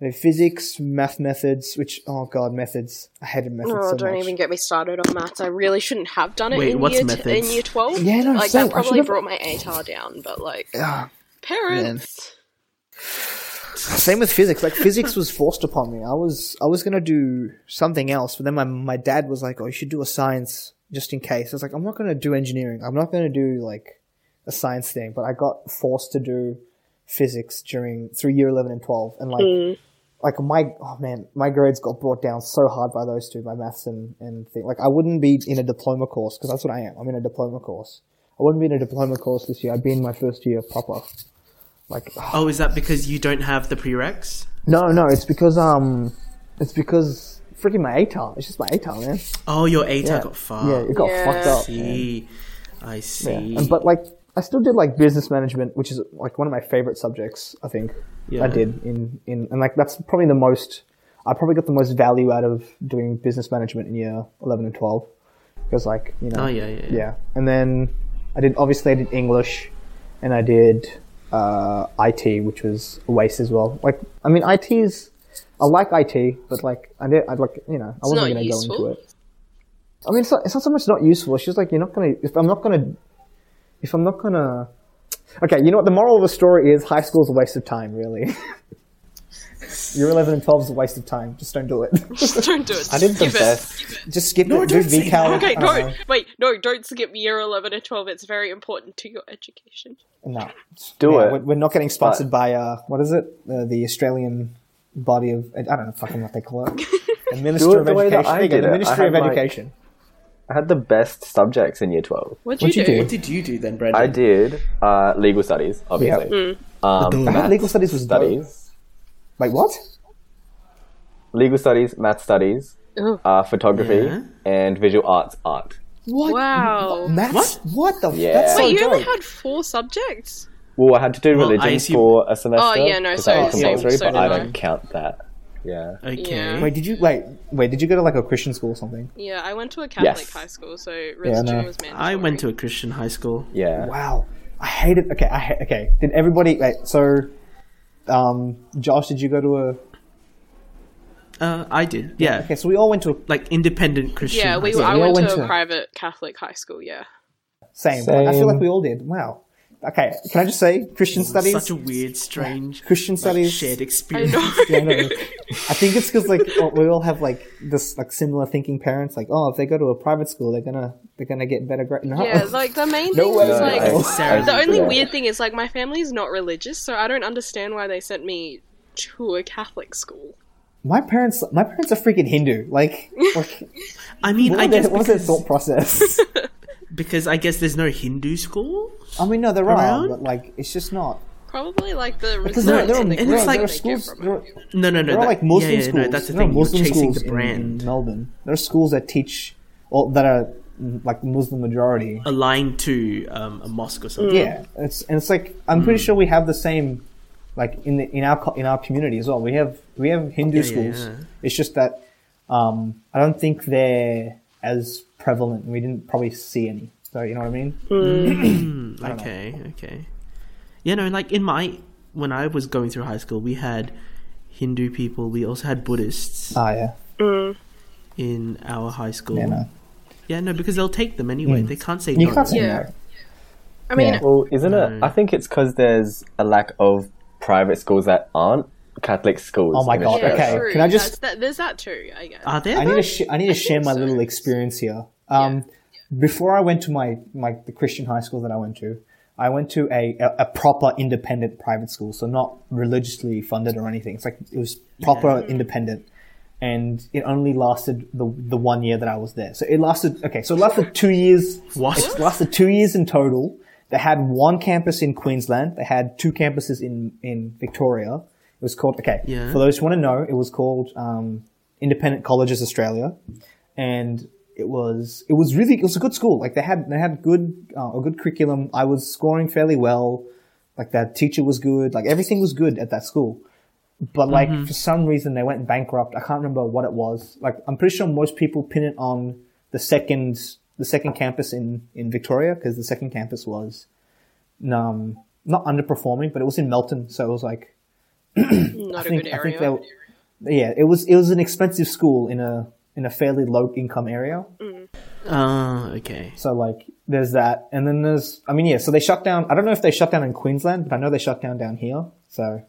Speaker 1: I did physics math methods which oh god methods i hated methods
Speaker 3: Oh,
Speaker 1: so
Speaker 3: don't
Speaker 1: much
Speaker 3: even get me started on maths. I really shouldn't have done it
Speaker 4: Wait,
Speaker 3: in,
Speaker 4: what's
Speaker 3: year t- in
Speaker 4: methods?
Speaker 3: year 12.
Speaker 1: Yeah, no,
Speaker 3: like,
Speaker 1: same. I
Speaker 3: that probably
Speaker 1: should've-
Speaker 3: brought my ATAR down, but like,
Speaker 1: Ah,
Speaker 3: parents.
Speaker 1: same with physics like physics was forced upon me i was i was gonna do something else but then my, my dad was like oh you should do a science just in case i was like i'm not gonna do engineering i'm not gonna do like a science thing but i got forced to do physics during through year 11 and 12 and like like my oh man my grades got brought down so hard by those two by maths and and thing like i wouldn't be in a diploma course because that's what i am i'm in a diploma course i wouldn't be in a diploma course this year i'd be in my first year proper like ah,
Speaker 4: Oh, is that because you don't have the prereqs?
Speaker 1: no, no, it's because um, it's because freaking my ATAR. It's just my ATAR, man.
Speaker 4: Oh, your ATAR
Speaker 1: Yeah.
Speaker 4: got fucked.
Speaker 1: Yeah, it got
Speaker 3: Yeah.
Speaker 1: fucked up.
Speaker 4: I see. I
Speaker 1: Yeah.
Speaker 4: see.
Speaker 1: And- But like, I still did like business management, which is like one of my favorite subjects. I think
Speaker 4: Yeah.
Speaker 1: I did in in and like that's probably the most. I probably got the most value out of doing business management in year eleven and twelve because like you know
Speaker 4: Oh, yeah, yeah, yeah.
Speaker 1: yeah and then I did obviously I did English and I did uh, IT which was a waste as well. Like I mean IT's I like IT but like I did I'd like you know I
Speaker 3: not
Speaker 1: wasn't going to go
Speaker 3: useful.
Speaker 1: into it. I mean, it's not, it's not so much not useful. It's just like you're not gonna. If I'm not gonna, if I'm not gonna. Okay, you know what? The moral of the story is high school's a waste of time. Really, year eleven and twelve is a waste of time. Just don't do it.
Speaker 3: Just don't do it.
Speaker 2: I did
Speaker 3: Just
Speaker 2: the
Speaker 3: skip it.
Speaker 2: best.
Speaker 1: Just skip
Speaker 4: No,
Speaker 1: it. Do
Speaker 4: don't say
Speaker 1: VCal.
Speaker 3: Okay,
Speaker 1: uh,
Speaker 3: no, wait, no, don't skip year 11 and 12. It's very important to your education.
Speaker 1: no.
Speaker 2: Do
Speaker 1: Yeah,
Speaker 2: it.
Speaker 1: We're, we're not getting sponsored by uh, what is it? Uh, the Australian body of I don't know fucking what they call it. The Minister
Speaker 2: Do it
Speaker 1: of
Speaker 2: the way that
Speaker 1: Education.
Speaker 2: I
Speaker 1: There you go,
Speaker 2: did
Speaker 1: the
Speaker 2: it. I
Speaker 1: Ministry of
Speaker 2: had, like-
Speaker 1: Education.
Speaker 2: I had the best subjects in year 12.
Speaker 3: What'd,
Speaker 1: What'd
Speaker 3: you,
Speaker 1: you
Speaker 3: do?
Speaker 1: do?
Speaker 4: What did you do then, Brendan?
Speaker 2: I did uh, legal studies, obviously. Um,
Speaker 1: Like,
Speaker 2: math
Speaker 1: legal studies was dope.
Speaker 2: studies.
Speaker 1: Like what?
Speaker 2: Legal studies, math studies,
Speaker 3: Ugh.
Speaker 2: uh, photography,
Speaker 4: Yeah.
Speaker 2: and visual arts art.
Speaker 1: What?
Speaker 3: Wow.
Speaker 1: Maths?
Speaker 4: What?
Speaker 1: What? the? f-
Speaker 2: Yeah.
Speaker 1: That's so
Speaker 3: Wait, you only
Speaker 1: dope.
Speaker 3: had four subjects?
Speaker 2: Well, I had to do
Speaker 4: Well, I
Speaker 2: religion
Speaker 4: assume-
Speaker 2: for a semester.
Speaker 3: Oh, yeah, no,
Speaker 2: 'cause
Speaker 3: so-
Speaker 2: that was
Speaker 3: so-
Speaker 2: compulsory,
Speaker 3: so
Speaker 2: but
Speaker 3: did
Speaker 2: I
Speaker 3: I.
Speaker 2: don't count that. Yeah.
Speaker 4: Okay.
Speaker 3: Yeah.
Speaker 1: Wait, did you wait? Wait, did you go to like a Christian school or something?
Speaker 3: Yeah, I went to a Catholic
Speaker 2: Yes.
Speaker 3: high school, so religion
Speaker 1: no.
Speaker 3: was mandatory.
Speaker 4: I went to a Christian high school.
Speaker 2: Yeah.
Speaker 1: Wow, I hated. Okay, I ha- okay. Did everybody? Wait, so, um, Josh, did you go to a?
Speaker 4: Uh, I did. Yeah.
Speaker 1: Okay, so we all went to a
Speaker 4: Like independent Christian.
Speaker 3: Yeah,
Speaker 4: high
Speaker 3: we,
Speaker 4: school.
Speaker 3: I
Speaker 1: we all
Speaker 3: went,
Speaker 1: went
Speaker 3: to a
Speaker 1: to-
Speaker 3: private Catholic high school, yeah.
Speaker 1: same. Like, I feel
Speaker 2: Same.
Speaker 1: like we all did. Wow. Okay, can I just say Christian studies?
Speaker 4: Such a weird, strange
Speaker 1: Christian
Speaker 4: like,
Speaker 1: studies.
Speaker 4: shared
Speaker 3: I
Speaker 4: experience.
Speaker 3: know.
Speaker 1: Yeah, I know. I think it's because like all- we all have like this like similar thinking parents. Like, oh, if they go to a private school, they're gonna they're gonna get better grades. No.
Speaker 3: Yeah, like the main
Speaker 1: No
Speaker 3: thing
Speaker 1: way.
Speaker 3: was
Speaker 1: No,
Speaker 3: like
Speaker 1: I-
Speaker 4: Sarah.
Speaker 3: the only
Speaker 2: Yeah.
Speaker 3: weird thing is like my family's not religious, so I don't understand why they sent me to a Catholic school.
Speaker 1: my parents, my parents are freaking Hindu. Like, like
Speaker 4: I mean,
Speaker 1: what,
Speaker 4: I
Speaker 1: was their-
Speaker 4: guess
Speaker 1: what was their
Speaker 4: because,
Speaker 1: thought process?
Speaker 4: because I guess there's no Hindu school.
Speaker 1: I mean, no, there are,
Speaker 4: Around?
Speaker 1: but like, it's just not.
Speaker 3: Probably like the
Speaker 1: Because there, are- there,
Speaker 3: results
Speaker 1: are,
Speaker 3: and the
Speaker 1: there,
Speaker 4: it's
Speaker 1: are,
Speaker 4: like-
Speaker 1: there are
Speaker 3: they get
Speaker 1: schools.
Speaker 3: from it.
Speaker 1: There are,
Speaker 4: No, no, no.
Speaker 1: there are
Speaker 4: that-
Speaker 1: like Muslim
Speaker 4: yeah, yeah,
Speaker 1: schools.
Speaker 4: No, that's the
Speaker 1: there are
Speaker 4: thing. You're
Speaker 1: Muslim
Speaker 4: chasing
Speaker 1: schools
Speaker 4: the
Speaker 1: in- In,
Speaker 4: brand
Speaker 1: Melbourne. There are schools that teach or that are mm, like Muslim majority.
Speaker 4: aligned to um, a mosque or something.
Speaker 1: Yeah, it's and it's like I'm
Speaker 4: Hmm.
Speaker 1: pretty sure we have the same, like in the, in our co- in our community as well. We have we have Hindu
Speaker 4: Yeah, yeah,
Speaker 1: schools.
Speaker 4: yeah.
Speaker 1: It's just that um, I don't think they're as prevalent. We didn't probably see any. So you know what I mean?
Speaker 4: Hmm. Okay, okay. You know, like in my when I was going through high school, we had Hindu people. We also had Buddhists
Speaker 1: Ah, yeah.
Speaker 4: in our high school.
Speaker 1: Yeah, no. Mm.
Speaker 4: Yeah, no, because they'll take them anyway. They can't say
Speaker 1: You
Speaker 4: no.
Speaker 1: can't say
Speaker 3: Yeah.
Speaker 1: no.
Speaker 3: I mean,
Speaker 1: Yeah.
Speaker 2: Well, isn't it? I think it's because there's a lack of private schools that aren't Catholic schools.
Speaker 1: Oh my
Speaker 2: in
Speaker 1: God,
Speaker 3: yeah,
Speaker 2: Australia.
Speaker 1: okay.
Speaker 3: true.
Speaker 1: can I just-
Speaker 3: That's that, there's that too, I guess.
Speaker 4: Are there?
Speaker 1: I need
Speaker 4: though?
Speaker 1: to sh- I need to share my little experience here. Um, Before I went to my, my the Christian high school that I went to, I went to a, a, a proper independent private school, so not religiously funded or anything. It's like it was proper independent, and it only lasted the the one year that I was there. So it lasted okay, so it lasted two years.
Speaker 4: What?
Speaker 1: It lasted two years in total. They had one campus in Queensland. They had two campuses in in Victoria. It was called okay.
Speaker 4: Yeah.
Speaker 1: For those who want to know, it was called um, Independent Colleges Australia, and it was it was really it was a good school. Like they had they had good uh, a good curriculum. I was scoring fairly well. Like that teacher was good. Like everything was good at that school. But like
Speaker 3: Mm-hmm.
Speaker 1: for some reason they went bankrupt. I can't remember what it was. Like I'm pretty sure most people pin it on the second the second campus in in Victoria because the second campus was um not underperforming, but it was in Melton, so it was like I
Speaker 3: Not a
Speaker 1: think,
Speaker 3: good
Speaker 1: I think
Speaker 3: area.
Speaker 1: they, yeah, it was it was an expensive school in a in a fairly low income area.
Speaker 3: Mm.
Speaker 4: Ah, okay.
Speaker 1: So like, there's that, and then there's I mean, yeah. So they shut down. I don't know if they shut down in Queensland, but I know they shut down down here. So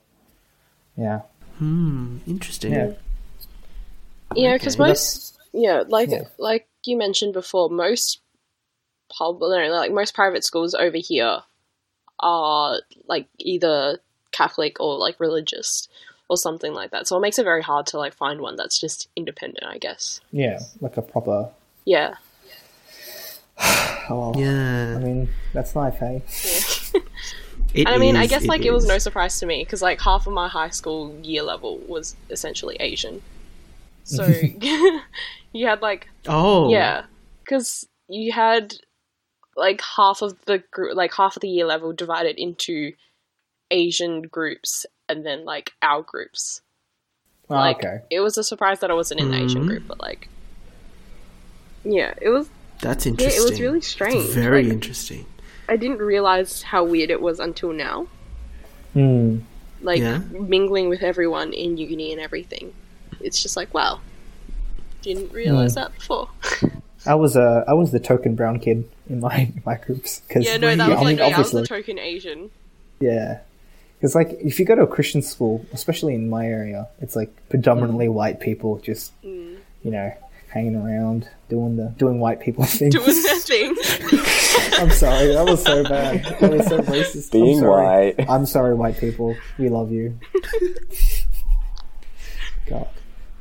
Speaker 1: yeah,
Speaker 4: Interesting.
Speaker 1: yeah,
Speaker 3: Mm. Yeah, because most yeah, like
Speaker 1: Yeah.
Speaker 3: like you mentioned before, most pub no, like most private schools over here are like either Catholic or like religious or something like that. So it makes it very hard to like find one that's just independent, I guess.
Speaker 1: yeah. Like a proper.
Speaker 3: Yeah.
Speaker 1: Oh, well,
Speaker 4: Yeah.
Speaker 1: I mean, that's life, hey.
Speaker 4: It
Speaker 3: And I mean, I
Speaker 4: is,
Speaker 3: guess like it was
Speaker 4: is.
Speaker 3: no surprise to me because like half of my high school year level was essentially Asian. So you had like
Speaker 4: Oh.
Speaker 3: yeah, because you had like half of the group, like half of the year level divided into Asian groups and then like our groups.
Speaker 1: Oh,
Speaker 3: Like
Speaker 1: okay. Mm-hmm.
Speaker 3: it was a surprise that I wasn't in the Asian
Speaker 4: Mhm.
Speaker 3: group, but like yeah, it was
Speaker 4: That's
Speaker 3: yeah,
Speaker 4: interesting.
Speaker 3: it was really strange.
Speaker 4: Very
Speaker 3: Like,
Speaker 4: interesting.
Speaker 3: I didn't realize how weird it was until now.
Speaker 1: Hmm.
Speaker 3: Like
Speaker 4: Yeah.
Speaker 3: mingling with everyone in uni and everything. It's just like wow, didn't
Speaker 1: Mm.
Speaker 3: realize that before.
Speaker 1: I was uh, I was the token brown kid in my in my groups because
Speaker 3: Yeah, no, that was
Speaker 1: I
Speaker 3: like
Speaker 1: mean,
Speaker 3: yeah, I was the
Speaker 1: obviously
Speaker 3: token Asian.
Speaker 1: yeah. Because like if you go to a Christian school, especially in my area, it's like predominantly white people just
Speaker 3: Mm.
Speaker 1: you know hanging around doing the doing white people things.
Speaker 3: doing their thing.
Speaker 1: I'm sorry, that was so bad. That was so racist. I'm
Speaker 2: Being
Speaker 1: sorry.
Speaker 2: white.
Speaker 1: I'm sorry, white people. We love you. God.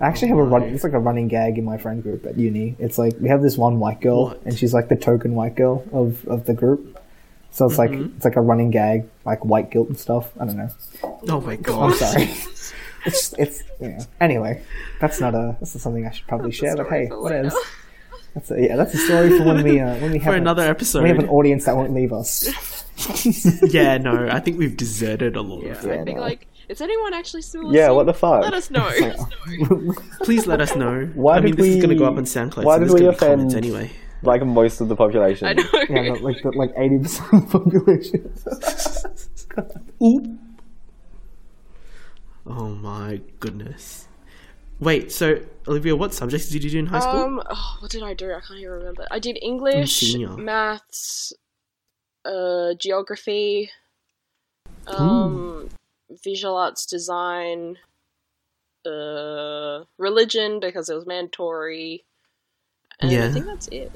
Speaker 1: I actually have a run. It's like a running gag in my friend group at uni. It's like we have this one white girl,
Speaker 4: What?
Speaker 1: and she's like the token white girl of, of the group. So it's like it's like a running gag, like white guilt and stuff. I don't know.
Speaker 4: Oh my
Speaker 1: I'm
Speaker 4: god.
Speaker 1: sorry. it's it's yeah. Anyway, that's not a that's not something I should probably share. But
Speaker 3: story
Speaker 1: hey,
Speaker 3: for
Speaker 1: what
Speaker 3: later.
Speaker 1: is? That's a, yeah, that's a story for when we uh, when we have
Speaker 4: For
Speaker 1: a-
Speaker 4: another
Speaker 1: we have an
Speaker 4: episode.
Speaker 1: audience that won't leave us.
Speaker 4: yeah, no, I think we've deserted a lot of
Speaker 3: I
Speaker 4: them.
Speaker 3: think
Speaker 2: no.
Speaker 3: like, is anyone actually still?
Speaker 2: Yeah,
Speaker 3: listening?
Speaker 2: what the fuck?
Speaker 3: Let us know.
Speaker 4: Please let us know.
Speaker 2: Why
Speaker 4: I mean,
Speaker 2: did
Speaker 4: this is going to
Speaker 2: we-
Speaker 4: go up on SoundCloud.
Speaker 2: why
Speaker 4: so
Speaker 2: did
Speaker 4: there's
Speaker 2: we
Speaker 4: gonna be comments
Speaker 2: offend-
Speaker 4: anyway?
Speaker 2: Like most of the population.
Speaker 3: I know.
Speaker 1: Yeah, but like but like eighty percent of the population.
Speaker 4: Oh my goodness. Wait, so Olivia, what subjects did you do in high school?
Speaker 3: Um, oh, what did I do? I can't even remember. I did English,
Speaker 4: senior.
Speaker 3: maths, uh, geography, um, visual arts design, uh, religion because it was mandatory. And I
Speaker 4: Yeah.
Speaker 3: think that's it.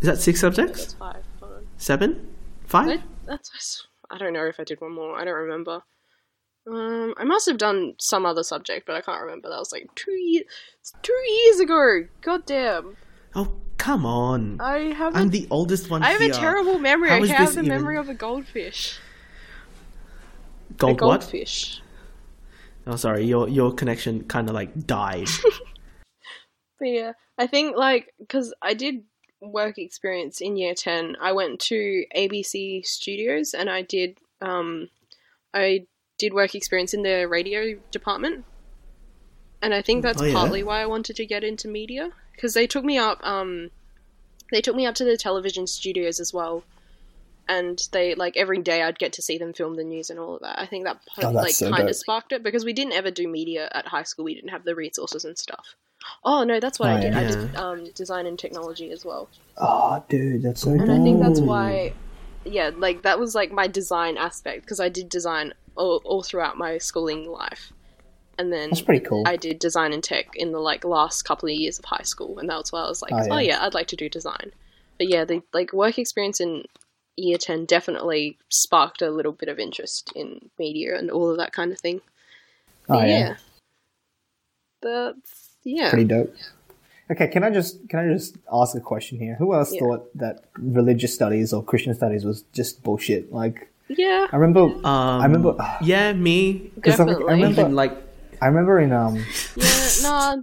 Speaker 4: Is that six subjects?
Speaker 3: That's five. Hold on.
Speaker 4: Seven? Five?
Speaker 3: I, that's I don't know if I did one more. I don't remember. Um, I must have done some other subject, but I can't remember. That was like two years, two years ago. God damn!
Speaker 4: Oh, come on.
Speaker 3: I have
Speaker 4: I'm
Speaker 3: a,
Speaker 4: the oldest one
Speaker 3: Um, I have
Speaker 4: here.
Speaker 3: a terrible memory.
Speaker 4: How
Speaker 3: I
Speaker 4: is
Speaker 3: have
Speaker 4: this
Speaker 3: the
Speaker 4: even-
Speaker 3: memory of a goldfish. a
Speaker 4: Gold what?
Speaker 3: goldfish.
Speaker 4: Oh, sorry, your your connection kind of like died.
Speaker 3: But yeah, I think like because I did work experience in year ten. I went to ABC Studios and I did um, I did work experience in the radio department, and I think that's
Speaker 4: Oh, yeah.
Speaker 3: partly why I wanted to get into media because they took me up um, they took me up to the television studios as well. And they like every day I'd get to see them film the news and all of that. I think that
Speaker 1: Oh, that's
Speaker 3: like
Speaker 1: so
Speaker 3: kind
Speaker 1: dope.
Speaker 3: of sparked it because we didn't ever do media at high school. We didn't have the resources and stuff. Oh no, that's what
Speaker 1: Oh,
Speaker 3: I did. I
Speaker 4: yeah.
Speaker 3: did um, design and technology as well,
Speaker 1: Oh, dude, that's so
Speaker 3: and I think that's
Speaker 4: Ooh.
Speaker 3: why, yeah, like that was like my design aspect because I did design all, all throughout my schooling life, and then
Speaker 1: That's pretty cool.
Speaker 3: I did design and tech in the like last couple of years of high school, and that's why I was like,
Speaker 1: Oh,
Speaker 3: oh
Speaker 1: yeah.
Speaker 3: yeah, I'd like to do design. But yeah, the like work experience in year ten definitely sparked a little bit of interest in media and all of that kind of thing.
Speaker 1: oh
Speaker 3: But
Speaker 1: yeah,
Speaker 3: yeah, that's yeah.
Speaker 1: pretty dope. Okay, can I just can I just ask a question here? Who else
Speaker 3: Yeah.
Speaker 1: thought that religious studies or Christian studies was just bullshit? Like,
Speaker 3: Yeah,
Speaker 1: I remember,
Speaker 4: Um, I
Speaker 1: remember-
Speaker 4: Yeah, me.
Speaker 1: 'cause I, think-
Speaker 3: definitely.
Speaker 1: I remember,
Speaker 4: Even like
Speaker 1: I remember in um,
Speaker 3: yeah, nah.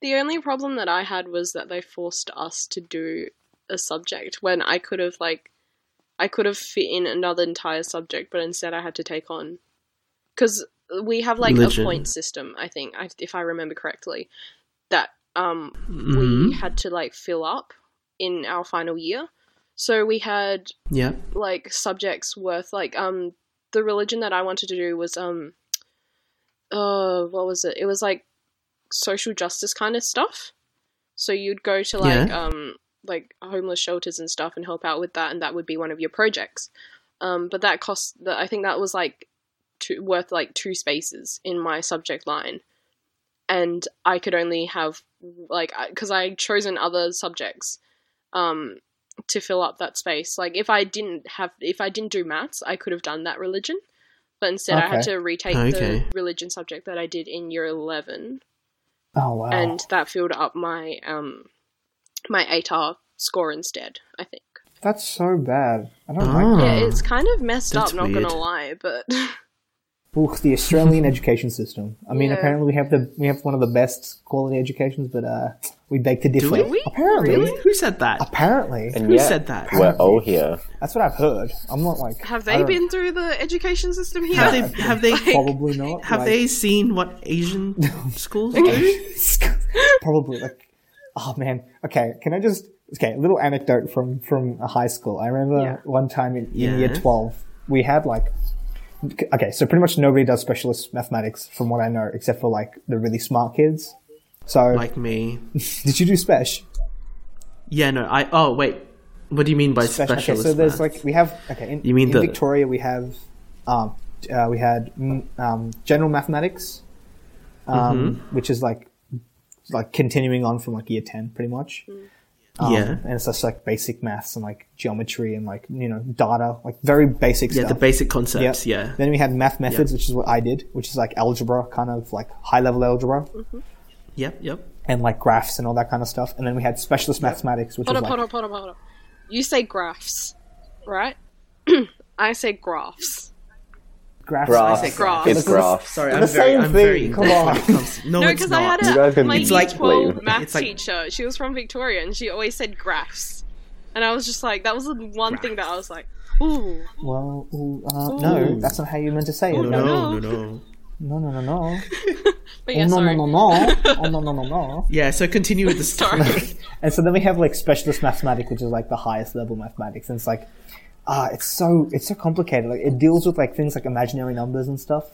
Speaker 3: The only problem that I had was that they forced us to do a subject when I could have like, I could have fit in another entire subject, but instead I had to take on, because we have like
Speaker 4: Religion.
Speaker 3: a point system. I think, I- if I remember correctly, that um we
Speaker 4: mhm,
Speaker 3: had to like fill up in our final year. So we had
Speaker 4: yeah.
Speaker 3: like subjects worth like um the religion that I wanted to do was um uh what was it? It was like social justice kind of stuff. So you'd go to like
Speaker 4: Yeah.
Speaker 3: um like homeless shelters and stuff and help out with that and that would be one of your projects. Um but that cost that I think that was like two, worth like two spaces in my subject line. And I could only have like cuz I had chosen other subjects. Um to fill up that space. Like if I didn't have if I didn't do maths, I could have done that religion. But instead I had
Speaker 1: Okay.
Speaker 3: to retake
Speaker 4: Okay.
Speaker 3: the religion subject that I did in year 11
Speaker 1: oh wow,
Speaker 3: and that filled up my um my ATAR score instead, I think.
Speaker 1: that's so bad. I don't
Speaker 4: Ah.
Speaker 1: like.
Speaker 3: Yeah, it's kind of messed
Speaker 4: That's
Speaker 3: up, not
Speaker 4: weird.
Speaker 3: going to lie, but
Speaker 1: Oof, the Australian education system. I mean,
Speaker 3: Yeah.
Speaker 1: apparently we have the we have one of the best quality educations, but uh, we beg to differ.
Speaker 4: we? Do we?
Speaker 1: Apparently,
Speaker 4: Really? Who said that?
Speaker 1: apparently,
Speaker 2: And
Speaker 4: Who
Speaker 2: yet,
Speaker 4: said that?
Speaker 2: We're all here.
Speaker 1: that's what I've heard. I'm not like
Speaker 3: Have
Speaker 1: I
Speaker 3: they
Speaker 1: don't-
Speaker 3: been through the education system here?
Speaker 4: Have they? Have they?
Speaker 1: probably not.
Speaker 4: Have
Speaker 1: like,
Speaker 4: they seen what Asian schools do?
Speaker 1: probably like oh man okay can i just okay a little anecdote from from a high school i remember
Speaker 4: Yeah.
Speaker 1: one time in, in year
Speaker 4: Yes.
Speaker 1: 12 we had like okay so pretty much nobody does specialist mathematics from what i know except for like the really smart kids so
Speaker 4: like me.
Speaker 1: did you do spesh
Speaker 4: Yeah, no. I. Oh, wait. What do you mean by
Speaker 1: Special-
Speaker 4: specialist?
Speaker 1: Okay, so there's
Speaker 4: math?
Speaker 1: like we have okay. In,
Speaker 4: You mean
Speaker 1: in
Speaker 4: the-
Speaker 1: Victoria we have um, uh, we had mm, um, general mathematics, um,
Speaker 4: Mm-hmm.
Speaker 1: which is like like continuing on from like year ten, pretty much. Um,
Speaker 4: Yeah.
Speaker 1: and it's just like basic maths and like geometry and like you know data, like very basic
Speaker 4: yeah,
Speaker 1: stuff.
Speaker 4: the basic
Speaker 1: Yep.
Speaker 4: concepts. Yeah.
Speaker 1: Then we had math methods, which is what I did, which is like algebra, kind of like high level algebra,
Speaker 4: Yep. Yep.
Speaker 1: and like graphs and all that kind of stuff. And then we had specialist mathematics, which
Speaker 3: Hold
Speaker 1: was
Speaker 3: up,
Speaker 1: like
Speaker 3: hold up, hold up, hold up. You say graphs, right? I say graphs.
Speaker 1: graphs.
Speaker 2: Graphs.
Speaker 3: said graphs.
Speaker 2: It's graphs.
Speaker 4: Sorry,
Speaker 1: The
Speaker 4: I'm very.
Speaker 1: same
Speaker 4: I'm very.
Speaker 1: thing, come on.
Speaker 4: No,
Speaker 3: No,
Speaker 4: it's
Speaker 3: because I
Speaker 4: not.
Speaker 3: had
Speaker 2: You
Speaker 3: a
Speaker 2: guys can
Speaker 3: my
Speaker 2: It's
Speaker 3: year
Speaker 4: like-
Speaker 3: 12
Speaker 2: leave.
Speaker 3: math
Speaker 4: It's like-
Speaker 3: teacher. She was from Victoria, and she always said graphs. And I was just like, that was the one thing that I was like, ooh,
Speaker 1: Well, ooh, uh, no, that's not how you meant to say it.
Speaker 3: Oh,
Speaker 4: no,
Speaker 1: No,
Speaker 4: no, no, no.
Speaker 1: no, no, no, no.
Speaker 3: but
Speaker 1: Oh,
Speaker 3: yeah,
Speaker 1: no, no,
Speaker 3: sorry.
Speaker 1: no, no. Oh, no, no, no, no.
Speaker 4: Yeah. So continue with the story.
Speaker 3: Sorry.
Speaker 1: And so then we have like specialist mathematics, which is like the highest level mathematics, and it's like, ah, it's so it's so complicated. Like it deals with like things like imaginary numbers and stuff,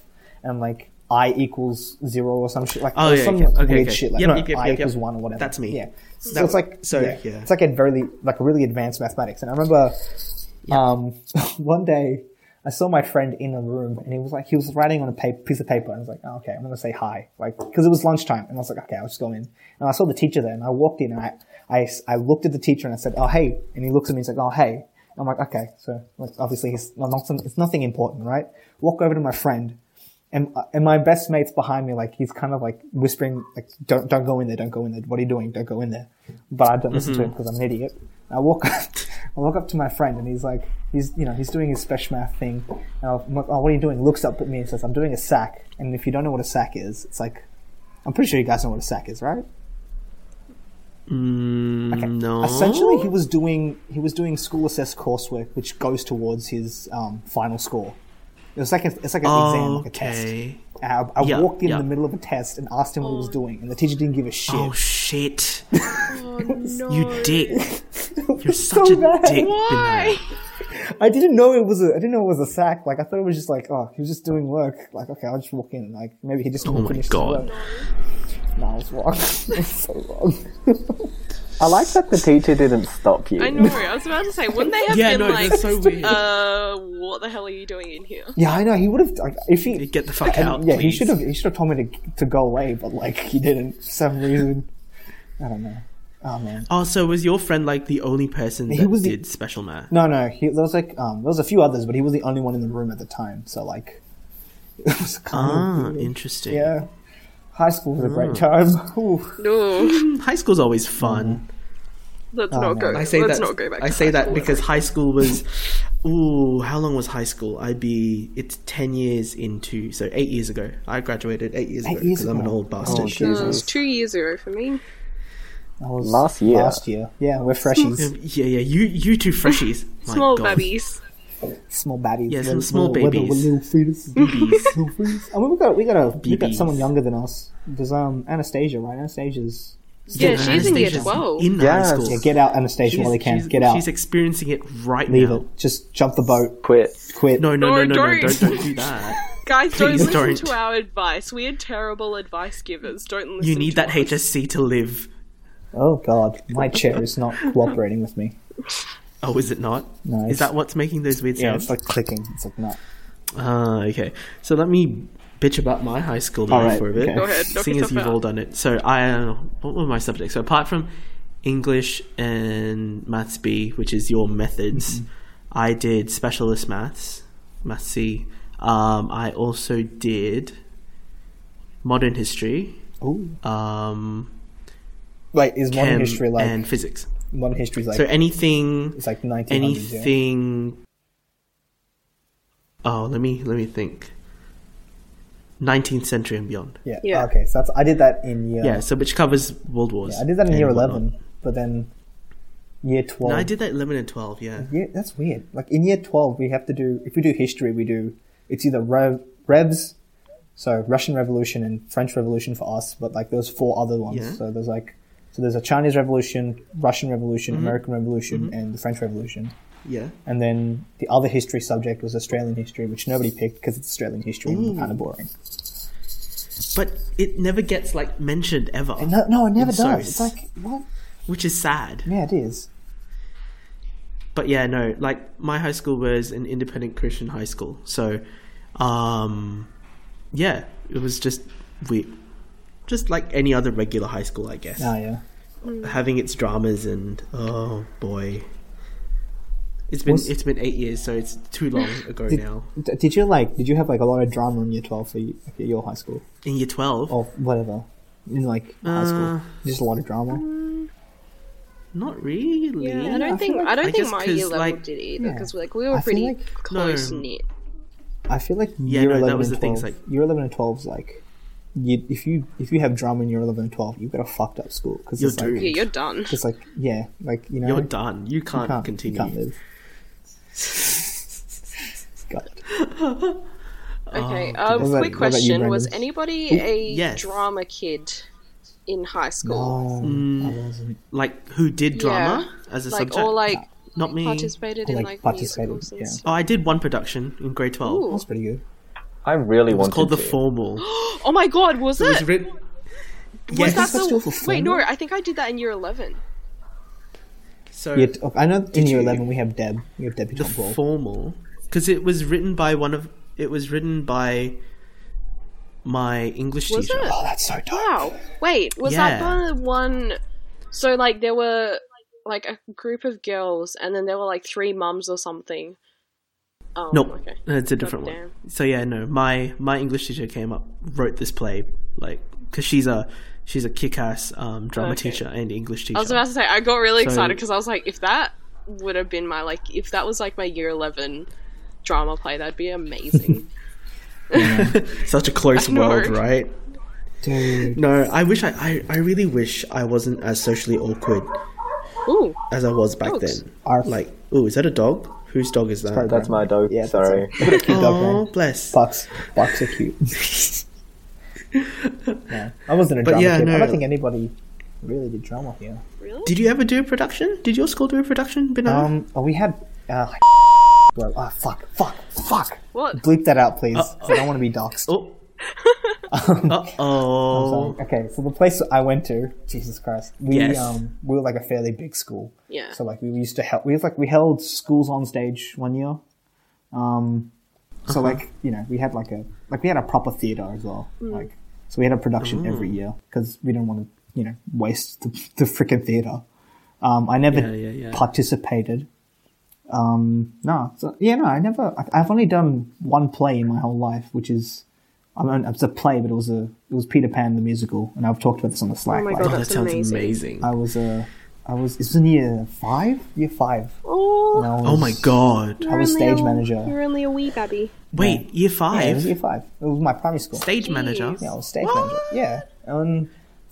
Speaker 1: and like i equals zero or some shit. Like
Speaker 4: Oh,
Speaker 1: there's
Speaker 4: yeah,
Speaker 1: some
Speaker 4: okay,
Speaker 1: like,
Speaker 4: okay,
Speaker 1: weird
Speaker 4: okay.
Speaker 1: shit. Like
Speaker 4: Yep,
Speaker 1: no,
Speaker 4: yep, yep,
Speaker 1: i
Speaker 4: yep,
Speaker 1: equals
Speaker 4: yep.
Speaker 1: one or whatever.
Speaker 4: That's me.
Speaker 1: Yeah. So
Speaker 4: That-
Speaker 1: it's like
Speaker 4: so,
Speaker 1: yeah,
Speaker 4: yeah.
Speaker 1: it's like a very like really advanced mathematics. And I remember, um, one day. I saw my friend in a room and he was like, he was writing on a pa- piece of paper. And I was like, oh, okay, I'm going to say hi. Like, cause it was lunchtime. And I was like, okay, I'll just go in. And I saw the teacher there and I walked in and I, I, s- I looked at the teacher and I said, oh, hey. And he looks at me and he's like, oh, hey. And I'm like, okay. So like, obviously he's not, not some, it's nothing important, right? Walk over to my friend and, and my best mate's behind me. Like, he's kind of like whispering, like, don't, don't go in there. Don't go in there. What are you doing? Don't go in there. But I don't listen
Speaker 4: Mm-hmm.
Speaker 1: to him because I'm an idiot. I walk up, I walk up to my friend and he's like, he's, you know, he's doing his special math thing. And I'm like, oh, what are you doing? Looks up at me and says, I'm doing a sack. And if you don't know what a sack is, it's like, I'm pretty sure you guys know what a sack is, right?
Speaker 4: Mm, No.
Speaker 1: Essentially, he was doing, he was doing school assessed coursework, which goes towards his um, final score. It was like a, it's like an exam, like a test.
Speaker 4: Okay.
Speaker 1: And I, I
Speaker 4: Yeah,
Speaker 1: walked in
Speaker 4: yeah.
Speaker 1: the middle of a test and asked him what he was doing, and the teacher didn't give a shit.
Speaker 4: Oh shit!
Speaker 3: Oh, no.
Speaker 4: You dick. You're
Speaker 1: So
Speaker 4: such a
Speaker 1: bad.
Speaker 4: dick.
Speaker 3: Why?
Speaker 1: I didn't know it was a. I didn't know it was a sack. Like I thought it was just like, oh, he was just doing work. Like okay, I'll just walk in. Like maybe he just didn't
Speaker 4: Oh my
Speaker 1: finish his
Speaker 4: God.
Speaker 1: work. No, it's wrong. it's so wrong.
Speaker 2: I like that the teacher didn't stop you.
Speaker 3: I know. I was about to say, wouldn't they have
Speaker 4: Yeah,
Speaker 3: been
Speaker 4: no,
Speaker 3: like,
Speaker 4: that's so weird.
Speaker 3: uh, what the hell are you doing in here?
Speaker 1: Yeah, I know. He would have like, if he
Speaker 4: Get the fuck
Speaker 1: and,
Speaker 4: out.
Speaker 1: yeah, he
Speaker 4: please.
Speaker 1: should have. He should have told me to to go away, but like he didn't for some reason. I don't know. Oh man.
Speaker 4: Oh, so was your friend like the only person that
Speaker 1: was the-
Speaker 4: did special math?
Speaker 1: No, no. He, there was like um, there was a few others, but he was the only one in the room at the time. So like, it was kind
Speaker 4: Ah,
Speaker 1: of weird.
Speaker 4: interesting.
Speaker 1: Oh, yeah. High school was a great
Speaker 2: Hmm.
Speaker 1: time. Ooh.
Speaker 3: No,
Speaker 4: High school's always
Speaker 1: Mm-hmm.
Speaker 4: fun.
Speaker 3: let's not go.
Speaker 1: no.
Speaker 4: I say
Speaker 3: let's
Speaker 4: that.
Speaker 3: not go back.
Speaker 4: I
Speaker 3: to
Speaker 4: say
Speaker 3: high
Speaker 4: that
Speaker 3: school
Speaker 4: because high school was. Ooh, how long was high school? I'd be. It's ten years into. So eight years ago, I graduated eight years ago
Speaker 1: years
Speaker 4: because I'm an
Speaker 1: ago.
Speaker 4: old
Speaker 1: Oh,
Speaker 4: bastard.
Speaker 3: memory.
Speaker 1: Jesus.
Speaker 3: Uh, it was two years ago for me.
Speaker 1: That was
Speaker 2: Last year.
Speaker 1: Last year. Yeah, we're freshies.
Speaker 4: Um, yeah, yeah. You, you two freshies. My
Speaker 3: Small
Speaker 4: God.
Speaker 3: babies.
Speaker 1: small baddies.
Speaker 4: Yeah, some
Speaker 1: Little-
Speaker 4: small
Speaker 1: little-
Speaker 4: babies.
Speaker 1: Little, little fetuses. Little fetuses. I mean, we got we got a we got
Speaker 4: BBs.
Speaker 1: someone younger than us. There's um Anastasia, right? Anastasia's
Speaker 3: Yeah, she's in year
Speaker 4: Anastasia's
Speaker 3: twelve.
Speaker 4: In high
Speaker 2: Yes.
Speaker 4: school.
Speaker 1: yeah. Get out, Anastasia,
Speaker 4: She's-
Speaker 1: while you can.
Speaker 4: she's-
Speaker 1: Get out.
Speaker 4: She's experiencing it right
Speaker 1: Leave
Speaker 4: now.
Speaker 1: it. Just jump the boat.
Speaker 2: Quit.
Speaker 1: Quit.
Speaker 4: No, no, no,
Speaker 3: No,
Speaker 4: no, no,
Speaker 3: don't.
Speaker 4: don't, don't do that.
Speaker 3: Guys, don't
Speaker 4: Please
Speaker 3: listen
Speaker 4: don't.
Speaker 3: to our advice. We are terrible advice givers. Don't listen.
Speaker 4: You need
Speaker 3: to
Speaker 4: that
Speaker 3: us.
Speaker 4: HSC to live.
Speaker 1: Oh God, my chair is not cooperating with me.
Speaker 4: Oh, is it not?
Speaker 1: No,
Speaker 4: Is
Speaker 1: it's-
Speaker 4: that what's making those weird
Speaker 1: Yeah,
Speaker 4: sounds?
Speaker 1: it's like clicking. It's like no.
Speaker 4: Ah, okay. So let me bitch about my high school
Speaker 1: All
Speaker 4: life
Speaker 1: right,
Speaker 4: for a bit.
Speaker 1: okay. Go
Speaker 3: ahead, knock
Speaker 4: Seeing as
Speaker 3: yourself
Speaker 4: you've
Speaker 3: out.
Speaker 4: all done it. So I, uh, what were my subjects? So apart from English and Maths B, which is your methods,
Speaker 1: Mm-hmm.
Speaker 4: I did specialist maths, Maths C. Um, I also did modern history,
Speaker 1: Ooh.
Speaker 4: um,
Speaker 1: Like is modern
Speaker 4: chem,
Speaker 1: history like
Speaker 4: and physics.
Speaker 1: modern history's like
Speaker 4: So anything
Speaker 1: it's like 1900s. Yeah?
Speaker 4: anything oh let me let me think 19th century and beyond.
Speaker 1: Yeah.
Speaker 3: Yeah.
Speaker 1: Okay, so that's I did that in year.
Speaker 4: Yeah, so which covers world wars.
Speaker 1: I did that in
Speaker 4: and
Speaker 1: year
Speaker 4: whatnot.
Speaker 1: eleven, but then year twelve.
Speaker 4: No, I did that eleven and twelve. Yeah,
Speaker 1: Yeah, that's weird. Like in year twelve, we have to do if we do history, we do it's either Rev, Revs, so Russian Revolution and French Revolution for us, but like there's four other ones.
Speaker 4: Yeah.
Speaker 1: So there's like so there's a Chinese Revolution, Russian Revolution,
Speaker 4: Mm-hmm.
Speaker 1: American Revolution, and the French Revolution.
Speaker 4: yeah.
Speaker 1: And then the other history subject was Australian history, which nobody picked because it's Australian history and kind of boring.
Speaker 4: But it never gets like mentioned ever,
Speaker 1: No, no, it never
Speaker 4: It's
Speaker 1: does.
Speaker 4: so-
Speaker 1: It's like what?
Speaker 4: which is sad.
Speaker 1: Yeah, it is.
Speaker 4: but yeah, no, like my high school was an independent Christian high school, so um yeah, it was just we just like any other regular high school, I guess.
Speaker 1: Ah, yeah.
Speaker 4: Having its dramas and oh boy. It's been
Speaker 1: Was-
Speaker 4: it's been 8 years, so it's too long ago now.
Speaker 1: D- did you like? Did you have like a lot of drama in year twelve for y- for your high school?
Speaker 4: In year 12,
Speaker 1: or whatever in like high
Speaker 4: Uh,
Speaker 1: school. Just a lot of drama.
Speaker 4: not really.
Speaker 3: Yeah, I don't think
Speaker 1: like-
Speaker 3: I don't
Speaker 4: E. I
Speaker 3: think
Speaker 4: guess
Speaker 3: my
Speaker 4: 'cause,
Speaker 3: year level
Speaker 4: like-
Speaker 3: did either
Speaker 1: Yeah.
Speaker 3: because like we
Speaker 1: I
Speaker 3: were
Speaker 1: feel
Speaker 3: pretty
Speaker 1: like-
Speaker 3: close knit.
Speaker 1: I feel like
Speaker 4: Yeah,
Speaker 1: year
Speaker 4: no, that
Speaker 1: eleven
Speaker 4: was
Speaker 1: and
Speaker 4: the thing,
Speaker 1: twelve.
Speaker 4: it's
Speaker 1: year eleven and twelve is like, you, if you if you have drama in year eleven and twelve, you've got a fucked up school because
Speaker 4: You're
Speaker 1: it's like,
Speaker 4: doomed.
Speaker 3: Yeah, you're done.
Speaker 1: it's like yeah, like you know,
Speaker 4: You're
Speaker 1: you
Speaker 4: done. You can't,
Speaker 1: can't
Speaker 4: continue.
Speaker 1: You can't live. God.
Speaker 3: Okay.
Speaker 1: What
Speaker 3: um,
Speaker 1: about-
Speaker 3: quick
Speaker 1: what about you,
Speaker 3: question: Was
Speaker 1: Brandon?
Speaker 3: anybody a
Speaker 4: Yes.
Speaker 3: drama kid in high school?
Speaker 1: Oh,
Speaker 4: Mm,
Speaker 1: I wasn't
Speaker 4: like who did drama as a
Speaker 3: like
Speaker 4: subject?
Speaker 3: or like
Speaker 4: not me.
Speaker 3: participated
Speaker 1: Or,
Speaker 3: in
Speaker 1: like,
Speaker 3: like,
Speaker 1: participated,
Speaker 3: musicals and
Speaker 1: yeah.
Speaker 3: stuff?
Speaker 4: Oh, I did one production in grade 12.
Speaker 3: Ooh.
Speaker 1: That's pretty good.
Speaker 2: I really
Speaker 4: It's
Speaker 2: wanted
Speaker 4: called
Speaker 2: to.
Speaker 4: The Formal.
Speaker 3: Oh my god, was
Speaker 4: It
Speaker 3: it?
Speaker 4: was written.
Speaker 3: Was
Speaker 4: Yes.
Speaker 3: that
Speaker 1: That's
Speaker 3: the
Speaker 1: still for
Speaker 3: wait? No,
Speaker 1: formal?
Speaker 3: I think I did that in year eleven.
Speaker 4: so
Speaker 1: Yeah, t- I know in year
Speaker 4: you-
Speaker 1: eleven we have Deb, we have Debbie
Speaker 4: the
Speaker 1: Tom Ball.
Speaker 4: formal because it was written by one of it was written by my English
Speaker 3: Was
Speaker 4: teacher.
Speaker 3: it?
Speaker 1: Oh, that's so dope.
Speaker 3: Wow. Wait, was
Speaker 4: Yeah.
Speaker 3: that the one? So like there were like a group of girls, and then there were like three mums or something. Um,
Speaker 4: Nope,
Speaker 3: Okay.
Speaker 4: it's a different one. So yeah, no, my my English teacher came up, wrote this play, like because she's a she's a kick-ass um, drama
Speaker 3: Okay.
Speaker 4: teacher and English teacher.
Speaker 3: I was about to say I got really
Speaker 4: So-
Speaker 3: excited because I was like, if that would have been my like, if that was like my year eleven drama play, that'd be amazing.
Speaker 4: Such a close
Speaker 3: I know.
Speaker 4: world, right?
Speaker 1: Dude,
Speaker 4: No, I wish I, I I really wish I wasn't as socially awkward
Speaker 3: Ooh.
Speaker 4: as I was back
Speaker 3: Dogs.
Speaker 4: then.
Speaker 1: Arf.
Speaker 4: Like, oh, is that a dog? Whose dog is that?
Speaker 1: probably
Speaker 2: That's my dog.
Speaker 1: Yeah, that's
Speaker 2: sorry.
Speaker 1: cute dog
Speaker 4: Oh,
Speaker 1: man.
Speaker 4: bless.
Speaker 1: Bucks, bucks are cute. yeah, I wasn't a drama
Speaker 4: yeah,
Speaker 1: kid. I
Speaker 4: no.
Speaker 1: don't think anybody really did drama here.
Speaker 3: Really?
Speaker 4: Did you ever do a production? Did your school do a production, Binod?
Speaker 1: Um, oh, we had. Uh, bro, ah, fuck, fuck, fuck.
Speaker 3: What?
Speaker 1: Bleep that out, please. I don't want to be doxxed.
Speaker 4: oh. uh oh.
Speaker 1: So, okay, so the place I went to, Jesus Christ, we
Speaker 4: Yes.
Speaker 1: um we were like a fairly big school.
Speaker 3: Yeah.
Speaker 1: So like we used to help. We was like we held schools on stage one year. Um, so
Speaker 4: Uh-huh.
Speaker 1: like you know we had like a like we had a proper theater as well. Like so we had a production
Speaker 4: Mm.
Speaker 1: every year because we didn't want to you know waste the, the freaking theater. Um, I never
Speaker 4: Yeah, yeah, yeah.
Speaker 1: participated. Um, no, so, yeah, no, I never. I, I've only done one play in my whole life, which is. I mean, it's a play, but it was a it was Peter Pan the musical, and I've talked about this on the Slack.
Speaker 3: Oh my
Speaker 1: like,
Speaker 3: God,
Speaker 4: Oh, that
Speaker 3: That's
Speaker 4: sounds
Speaker 3: amazing.
Speaker 4: amazing.
Speaker 1: I was uh, I was it was in year five, year five.
Speaker 3: Oh,
Speaker 1: and I
Speaker 4: Oh
Speaker 1: was-
Speaker 4: my god.
Speaker 1: I was
Speaker 3: only
Speaker 1: stage
Speaker 3: a-
Speaker 1: manager.
Speaker 3: You're only a wee baby.
Speaker 4: Wait, year
Speaker 1: Yeah, it was
Speaker 4: five?
Speaker 1: year five. It was my primary school.
Speaker 4: Stage manager?
Speaker 1: Yeah, I was stage manager. Yeah, and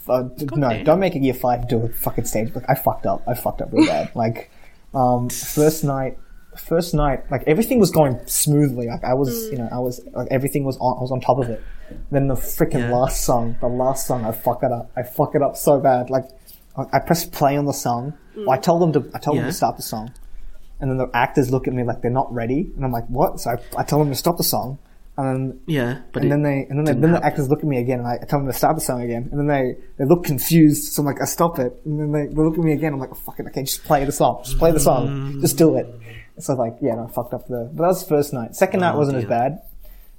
Speaker 1: uh, d- no,
Speaker 4: damn.
Speaker 1: don't make it year five. Do a fucking stage. Like I fucked up. I fucked up really bad. Like, um, first night, first night, like everything was going smoothly. Like I
Speaker 4: Mm.
Speaker 1: was, you know, I was like everything was on. I was on top of it. Then the freaking
Speaker 4: Yeah.
Speaker 1: last song, the last song, I fuck it up. I fuck it up so bad. Like I, I press play on the song. Well, I tell them to. I tell them
Speaker 4: Mm. Yeah.
Speaker 1: to stop the song. And then the actors look at me like they're not ready, and I'm like, "What?" So I, I tell them to stop the song, and then
Speaker 4: Yeah, but
Speaker 1: and
Speaker 4: it-
Speaker 1: then they and then they, then the actors look at me again and I tell them to stop the song again and then they they look confused so I'm like I stop it and then they, they look at me again I'm like oh, fuck it okay just play the song just play the song just do it And so like yeah no, I fucked up the but that was the first night second night wasn't as
Speaker 4: dear.
Speaker 1: bad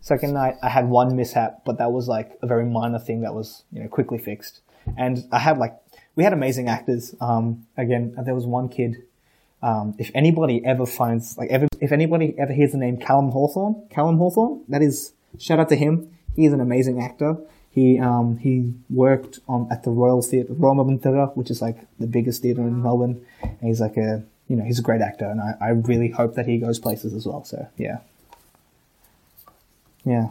Speaker 1: second night I had one mishap but that was like a very minor thing that was you know quickly fixed and I had like we had amazing actors um again there was one kid um, if anybody ever finds like ever if anybody ever hears the name Callum Hawthorne, Callum Hawthorne, that is shout out to him. He is an amazing actor. He um, he worked on at the Royal Theatre, Royal Melbourne Theatre, which is like the biggest theatre in Melbourne. And he's like a you know he's a great actor, and I, I really hope that he goes places as well. So yeah, yeah.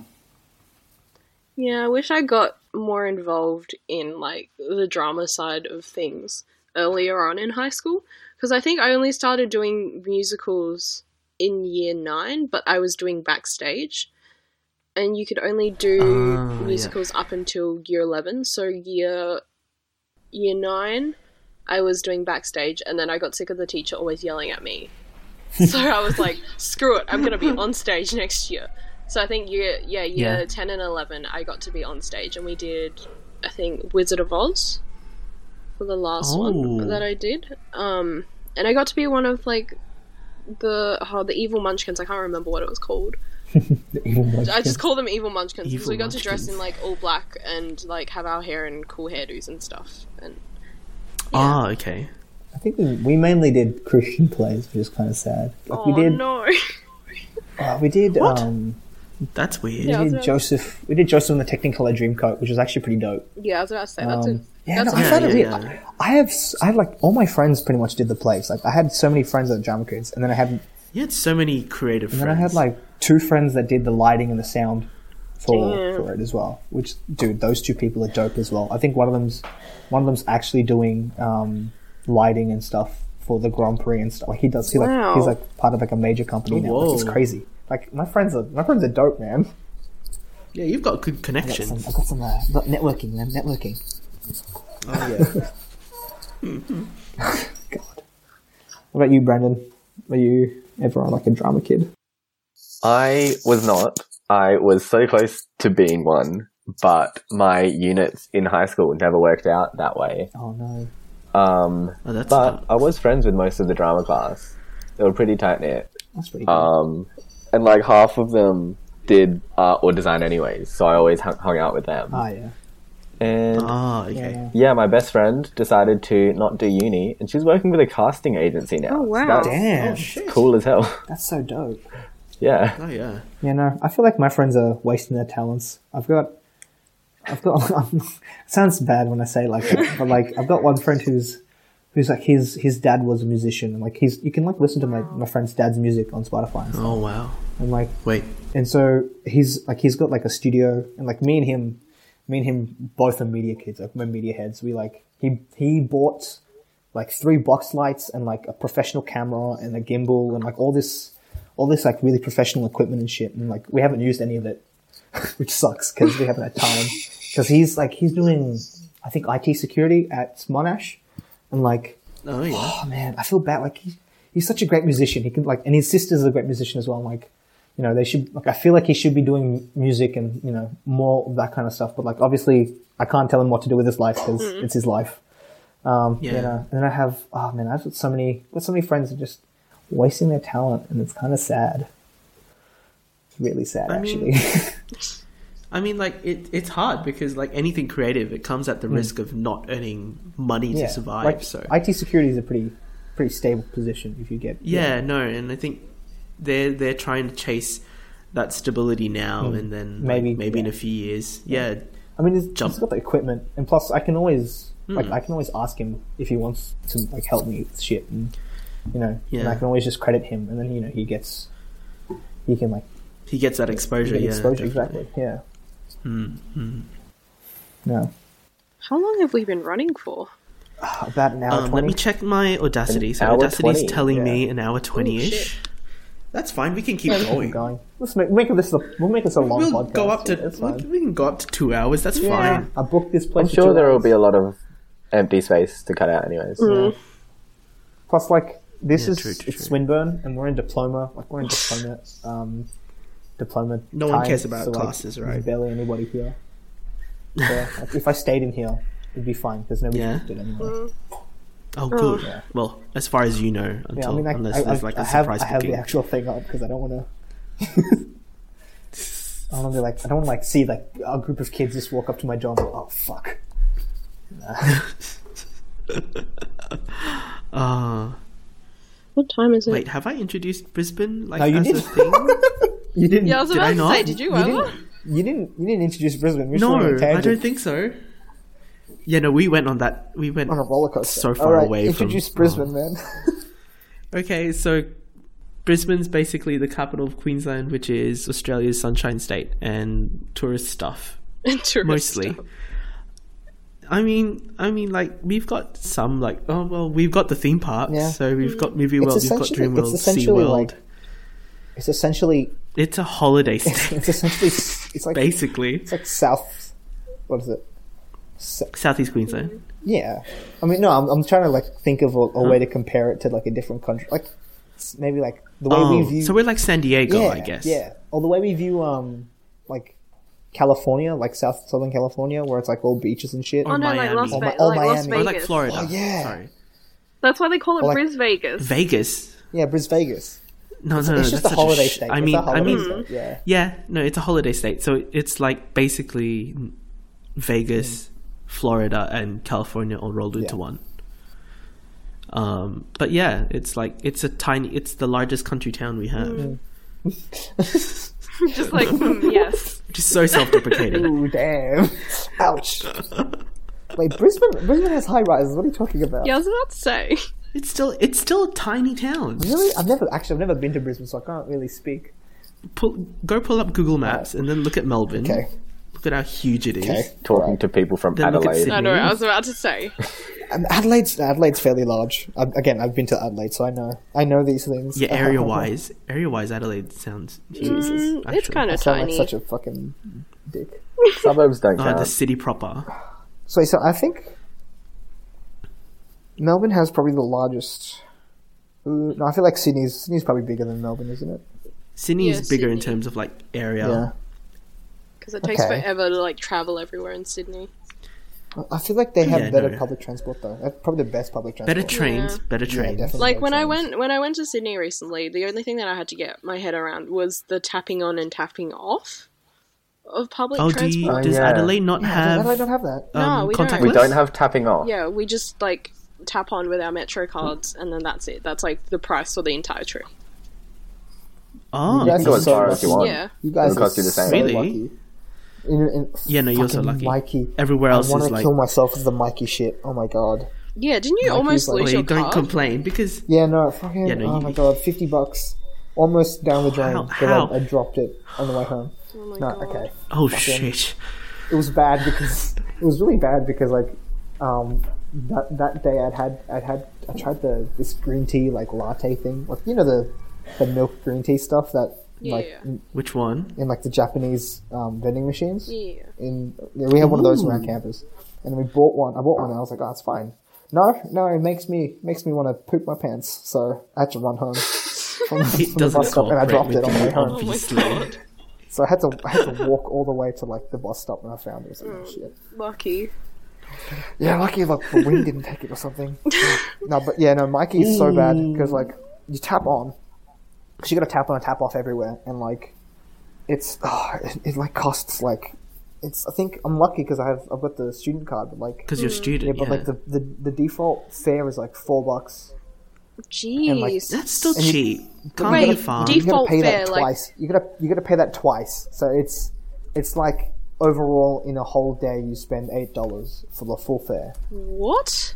Speaker 3: Yeah, I wish I got more involved in like the drama side of things earlier on in high school because I think I only started doing musicals in year 9, but I was doing backstage. And you could only do
Speaker 4: Ah, yeah.
Speaker 3: musicals up until year 11, so year year 9 I was doing backstage and then I got sick of the teacher always yelling at me. So I was like, screw it, I'm going to be on stage next year. So I think year yeah year
Speaker 4: Yeah.
Speaker 3: ten and eleven I got to be on stage and we did I think Wizard of Oz for the last
Speaker 4: Oh.
Speaker 3: one that I did. Um, and I got to be one of like the oh, the evil munchkins. I can't remember what it was called.
Speaker 1: The evil ones.
Speaker 3: I just call them evil munchkins because
Speaker 4: Evil
Speaker 3: we got to
Speaker 4: munchkins.
Speaker 3: dress in like all black and like have our hair and cool hairdos and stuff. And
Speaker 4: Ah, okay.
Speaker 1: I think we, we mainly did Christian plays, which is kind of sad. Like we
Speaker 3: oh
Speaker 1: did,
Speaker 3: no,
Speaker 1: uh, we did,
Speaker 4: What?
Speaker 1: um,
Speaker 4: That's weird.
Speaker 3: Yeah.
Speaker 1: we
Speaker 3: That's
Speaker 1: did
Speaker 3: right.
Speaker 1: Joseph. We did Joseph in the Technicolor Dreamcoat, which was actually pretty dope.
Speaker 3: yeah, I was about to say that's a
Speaker 1: Um, yeah,
Speaker 3: that's
Speaker 1: no,
Speaker 3: a
Speaker 1: I
Speaker 4: yeah,
Speaker 1: found it
Speaker 4: yeah,
Speaker 1: weird.
Speaker 4: yeah.
Speaker 1: I have, s- I have like all my friends pretty much did the plays. Like I had so many friends that were drama kids, and then I had, and
Speaker 4: You had so many creative
Speaker 1: then I
Speaker 4: friends.
Speaker 1: had like two friends that did the lighting and the sound for
Speaker 3: Damn.
Speaker 1: for it as well. Which, dude, those two people are dope as well. I think one of them's one of them's actually doing um, lighting and stuff for the Grand Prix and stuff. Like he does, he like
Speaker 3: Wow.
Speaker 1: he's like part of like a major company now. Like, it's
Speaker 4: Whoa.
Speaker 1: crazy. Like my friends are my friends are dope, man.
Speaker 4: yeah, you've got good
Speaker 1: I got
Speaker 4: connections.
Speaker 1: some, I got some uh, got networking, man. Networking. Oh, What about you, Brandon? Are you ever like a drama kid?
Speaker 2: I was not. I was so close to being one, but my units in high school never worked out that way.
Speaker 1: Oh no.
Speaker 2: Um,
Speaker 4: Oh, that's
Speaker 2: but I was friends with most of the drama class. They were pretty tight knit.
Speaker 1: That's pretty
Speaker 3: Uh,
Speaker 2: Um, and like half of them did art or design anyways, so I always hung, hung out with them.
Speaker 1: ah, yeah.
Speaker 2: And
Speaker 4: Ah, okay.
Speaker 1: Yeah.
Speaker 2: yeah, my best friend decided to not do uni, and she's working with a casting agency now.
Speaker 3: Oh,
Speaker 2: So
Speaker 3: wow.
Speaker 2: that's
Speaker 1: Damn.
Speaker 4: shit.
Speaker 2: cool as hell.
Speaker 1: That's so dope.
Speaker 2: yeah.
Speaker 4: Oh yeah.
Speaker 1: You know, I feel like my friends are wasting their talents. I've got, I've got. it sounds bad when I say it like that, but like I've got one friend who's, who's like his his dad was a musician, and like he's you can like listen to my my friend's dad's music on Spotify, and, stuff.
Speaker 4: Oh wow.
Speaker 1: and like
Speaker 4: Wait.
Speaker 1: and so he's like he's got like a studio, and like me and him, me and him both are media kids, like we're media heads. We like he he bought like three box lights and like a professional camera and a gimbal and like all this all this like really professional equipment and shit and like we haven't used any of it which sucks because we haven't had time because he's like he's doing i think it security at monash and like
Speaker 4: Oh yeah.
Speaker 1: oh man i feel bad like he, he's such a great musician he can like and his sister's a great musician as well I'm like you know they should like i feel like he should be doing music and you know more of that kind of stuff but like obviously i can't tell him what to do with his life because it's his life um
Speaker 4: Yeah.
Speaker 1: you know and then i have oh man i've got so many got so many friends who are just wasting their talent and it's kind of sad it's really sad
Speaker 4: I mean-
Speaker 1: actually
Speaker 4: I mean, like it, it's hard because like anything creative, it comes at the risk of not earning money to survive.
Speaker 1: Hmm. like,
Speaker 4: so
Speaker 1: it security is a pretty pretty stable position if you get
Speaker 4: yeah, no, and I think they're they're trying to chase that stability now, and then like,
Speaker 1: Hmm. Maybe,
Speaker 4: maybe in
Speaker 1: yeah.
Speaker 4: a few years, yeah,
Speaker 1: I mean, he's,
Speaker 4: Jump. Hmm.
Speaker 1: he's got the equipment, and plus, I can always like I can always ask him if he wants to like help me with shit, and you know, and
Speaker 4: Yeah.
Speaker 1: I can always just credit him, and then you know he gets he can like
Speaker 4: he gets that exposure.
Speaker 1: get
Speaker 4: yeah,
Speaker 1: exposure
Speaker 4: definitely.
Speaker 1: exactly, yeah.
Speaker 4: Mm, mm.
Speaker 1: No,
Speaker 3: How long have we been running for?
Speaker 1: Ah, about an hour
Speaker 4: Um, let
Speaker 1: twenty.
Speaker 4: me check my audacity.
Speaker 2: An
Speaker 4: So
Speaker 2: hour
Speaker 4: audacity's
Speaker 2: 20,
Speaker 4: telling me
Speaker 1: yeah.
Speaker 4: an hour twenty ish. That's fine. We can keep
Speaker 1: Keep
Speaker 4: going.
Speaker 1: going. Let's make, make this a, we'll make this a long
Speaker 4: We'll
Speaker 1: podcast.
Speaker 4: go up to
Speaker 1: yeah, that's
Speaker 4: we-
Speaker 1: fine.
Speaker 4: we can go up to two hours. That's fine.
Speaker 1: I booked this place.
Speaker 2: I'm
Speaker 1: for
Speaker 2: sure
Speaker 1: two
Speaker 2: there will
Speaker 1: hours.
Speaker 2: be a lot of empty space to cut out anyways.
Speaker 4: Mm-hmm.
Speaker 1: Plus, like this
Speaker 4: Yeah,
Speaker 1: is
Speaker 4: true, true,
Speaker 1: it's
Speaker 4: true.
Speaker 1: Swinburne, and we're in diploma. Like we're in diploma, um, diploma.
Speaker 4: No one
Speaker 1: time,
Speaker 4: cares about
Speaker 1: so, like,
Speaker 4: classes, right?
Speaker 1: There's barely anybody here. So, like, if I stayed in here, it'd be fine because nobody
Speaker 4: Yeah.
Speaker 1: booked it anyway.
Speaker 4: Mm. Oh, good.
Speaker 1: Yeah.
Speaker 4: Well, as far as you know, until
Speaker 1: Yeah, I mean, I,
Speaker 4: unless
Speaker 1: I,
Speaker 4: there's
Speaker 1: I-
Speaker 4: like
Speaker 1: I
Speaker 4: a
Speaker 1: have
Speaker 4: surprise
Speaker 1: I have
Speaker 4: booking.
Speaker 1: the actual thing up because I don't want to. I don't want to like I don't want to like see like a group of kids just walk up to my door and go, oh fuck.
Speaker 4: Uh,
Speaker 3: What time is it?
Speaker 4: wait, have I introduced Brisbane like
Speaker 1: No, you
Speaker 4: as
Speaker 1: didn't.
Speaker 4: a thing?
Speaker 1: You didn't.
Speaker 3: yeah, I was
Speaker 4: Did I
Speaker 3: about to
Speaker 4: not?
Speaker 3: say, did you?
Speaker 1: you
Speaker 3: Ella?
Speaker 1: didn't. You didn't. You didn't introduce Brisbane. We're still
Speaker 4: no,
Speaker 1: on a
Speaker 4: I don't
Speaker 1: tangent,
Speaker 4: think so. Yeah, no, we went on that. We went
Speaker 1: on a roller coaster.
Speaker 4: so
Speaker 1: All
Speaker 4: far
Speaker 1: right,
Speaker 4: away from.
Speaker 1: Introduce
Speaker 4: oh.
Speaker 1: Brisbane, man.
Speaker 4: Okay, so Brisbane's basically the capital of Queensland, which is Australia's sunshine state and tourist stuff
Speaker 3: Tourist
Speaker 4: mostly.
Speaker 3: stuff.
Speaker 4: I mean, I mean, like we've got some like oh well, we've got the theme parks,
Speaker 1: Yeah.
Speaker 4: so we've got Movie World, we've got
Speaker 1: essentially-
Speaker 4: Dream
Speaker 1: it's
Speaker 4: World, Sea
Speaker 1: essentially,
Speaker 4: World.
Speaker 1: like- It's essentially
Speaker 4: it's a holiday state,
Speaker 1: it's essentially s- it's like it's
Speaker 4: basically.
Speaker 1: like South. What is it? S-
Speaker 4: Southeast Queensland.
Speaker 1: yeah, I mean, no, I'm, I'm trying to like think of a, a way to compare it to like a different country, like s- maybe like the way we
Speaker 4: Oh,
Speaker 1: view.
Speaker 4: so we're like San Diego,
Speaker 1: yeah,
Speaker 4: I guess.
Speaker 1: Yeah, or the way we view um like California, like South Southern California, where it's like all beaches and shit.
Speaker 3: Oh no, like
Speaker 4: Miami.
Speaker 3: Las,
Speaker 4: Or
Speaker 3: Ve-
Speaker 1: Mi- or
Speaker 3: like Las
Speaker 1: Miami.
Speaker 4: Or
Speaker 3: Vegas.
Speaker 4: like Florida.
Speaker 1: Oh, yeah.
Speaker 4: Sorry.
Speaker 3: That's why they call it
Speaker 1: Or like-
Speaker 3: Bris Vegas.
Speaker 4: Vegas.
Speaker 1: Yeah, Bris Vegas.
Speaker 4: No, no, no.
Speaker 1: It's just
Speaker 4: Oh, that's
Speaker 1: a
Speaker 4: such
Speaker 1: holiday
Speaker 4: sh-
Speaker 1: state.
Speaker 4: I
Speaker 1: It's a
Speaker 4: mean, I
Speaker 1: holiday
Speaker 4: mean,
Speaker 1: state, yeah.
Speaker 4: yeah, no, it's a holiday state. So it's like basically Vegas, Florida, and California all rolled into
Speaker 1: Yeah.
Speaker 4: one. Um, but yeah, it's like it's a tiny, it's the largest country town we have,
Speaker 1: Mm.
Speaker 3: Just like mm, yes,
Speaker 4: which is so self-deprecating.
Speaker 1: Ooh, damn. Ouch. Wait, Brisbane Brisbane has high rises. What are you talking about?
Speaker 3: yeah. I was about to say.
Speaker 4: it's still, it's still a tiny town.
Speaker 1: Really? I've never actually I've never been to Brisbane, so I can't really speak.
Speaker 4: Pull, go pull up Google Maps and then look at Melbourne.
Speaker 1: Okay.
Speaker 4: Look at how huge it is.
Speaker 1: Okay.
Speaker 2: Talking to people from
Speaker 4: Then look at
Speaker 2: Adelaide.
Speaker 4: Sydney.
Speaker 3: I know. I was about to say.
Speaker 1: Um, Adelaide's Adelaide's fairly large. I, again, I've been to Adelaide, so I know I know these things.
Speaker 4: Yeah, area wise, area wise, Adelaide sounds huge.
Speaker 1: Jesus.
Speaker 3: Mm, it's
Speaker 4: actually.
Speaker 3: kind
Speaker 1: I
Speaker 3: of
Speaker 1: sound like
Speaker 3: tiny.
Speaker 1: such a fucking dick.
Speaker 2: Suburbs don't
Speaker 4: Uh,
Speaker 2: count.
Speaker 4: the city proper.
Speaker 1: So, so I think Melbourne has probably the largest. Ooh, No, I feel like Sydney's Sydney's probably bigger than Melbourne, isn't it?
Speaker 4: Sydney
Speaker 3: Yeah,
Speaker 4: is bigger in
Speaker 3: Sydney.
Speaker 4: terms of like area.
Speaker 1: Yeah.
Speaker 3: Because it takes
Speaker 1: Okay.
Speaker 3: forever to like travel everywhere in Sydney.
Speaker 1: I feel like they have
Speaker 4: Yeah,
Speaker 1: better
Speaker 4: no.
Speaker 1: public transport though. That's probably the best public transport.
Speaker 4: Better trains, better
Speaker 1: Yeah,
Speaker 4: trains.
Speaker 1: definitely
Speaker 3: Like
Speaker 1: better
Speaker 3: when I
Speaker 1: trains.
Speaker 3: went when I went to Sydney recently, the only thing that I had to get my head around was the tapping on and tapping off of public
Speaker 4: oh, do you,
Speaker 3: transport.
Speaker 4: does
Speaker 2: yeah.
Speaker 4: Adelaide not
Speaker 1: How
Speaker 4: have
Speaker 1: do I don't have that?
Speaker 4: um,
Speaker 3: No, we don't.
Speaker 4: contactless?
Speaker 2: we don't have tapping off.
Speaker 3: Yeah, we just like tap on with our metro cards, and then that's it. That's like the price for the entire trip.
Speaker 4: Oh,
Speaker 1: You
Speaker 2: can go
Speaker 1: are
Speaker 2: as far as you want.
Speaker 3: Yeah.
Speaker 1: You guys
Speaker 2: It'll cost
Speaker 1: are
Speaker 2: you the same.
Speaker 1: so
Speaker 4: Really?
Speaker 1: lucky. In, in,
Speaker 4: Yeah, no, you're so
Speaker 1: fucking
Speaker 4: lucky.
Speaker 1: Mikey.
Speaker 4: Everywhere else
Speaker 1: I want
Speaker 4: is
Speaker 1: to
Speaker 4: like-
Speaker 1: kill myself with the Mikey shit. Oh my god.
Speaker 3: Yeah, didn't you almost
Speaker 1: he's like-
Speaker 3: lose
Speaker 4: well,
Speaker 3: your
Speaker 4: you don't
Speaker 3: card?
Speaker 4: complain because
Speaker 1: Yeah, no, fucking.
Speaker 4: Yeah, no,
Speaker 1: oh
Speaker 4: you-
Speaker 1: my god, fifty bucks, almost down the drain.
Speaker 4: How-
Speaker 1: but
Speaker 4: how?
Speaker 1: I, I dropped it on the way home.
Speaker 3: oh my
Speaker 1: No,
Speaker 3: God.
Speaker 1: okay.
Speaker 4: oh shit,
Speaker 1: it was bad because it was really bad because like um that that day I'd had I'd had I tried the this green tea like latte thing like you know the the milk green tea stuff that like
Speaker 3: Yeah.
Speaker 1: in,
Speaker 4: which one?
Speaker 1: in like the Japanese um, vending machines
Speaker 3: Yeah.
Speaker 1: in yeah, we had one of those around campus and we bought one I bought one and I was like oh it's fine no no it makes me makes me want to poop my pants so I had to run home from, from
Speaker 4: It
Speaker 1: the
Speaker 4: doesn't
Speaker 1: bus stop and I
Speaker 4: cooperate
Speaker 1: dropped
Speaker 4: with
Speaker 1: it on the way
Speaker 4: you,
Speaker 1: home
Speaker 4: obviously.
Speaker 1: so I had to I had to walk all the way to like the bus stop and I found it I was like, oh, shit.
Speaker 3: Lucky.
Speaker 1: Yeah, lucky like the wind didn't take it or something. no, but yeah, no, Mikey's so bad because like you tap on, because you got to tap on and tap off everywhere, and like it's ah, it, it like costs like it's. I think I'm lucky because I have I've got the student card, but like
Speaker 4: Because you're a
Speaker 1: Mm. yeah,
Speaker 4: student.
Speaker 1: but
Speaker 4: Yeah,
Speaker 1: like the, the the default fare is like four bucks.
Speaker 3: Jeez.
Speaker 1: like,
Speaker 4: that's still
Speaker 1: you-
Speaker 4: cheap. Can't
Speaker 3: Wait,
Speaker 4: be
Speaker 3: do
Speaker 4: fun.
Speaker 1: Um,
Speaker 3: you-
Speaker 1: You got
Speaker 3: Default
Speaker 1: to pay
Speaker 3: fare,
Speaker 1: that
Speaker 3: like-
Speaker 1: twice. You got to you got to pay that twice. So it's it's like overall in a whole day you spend eight dollars for the full fare.
Speaker 3: what?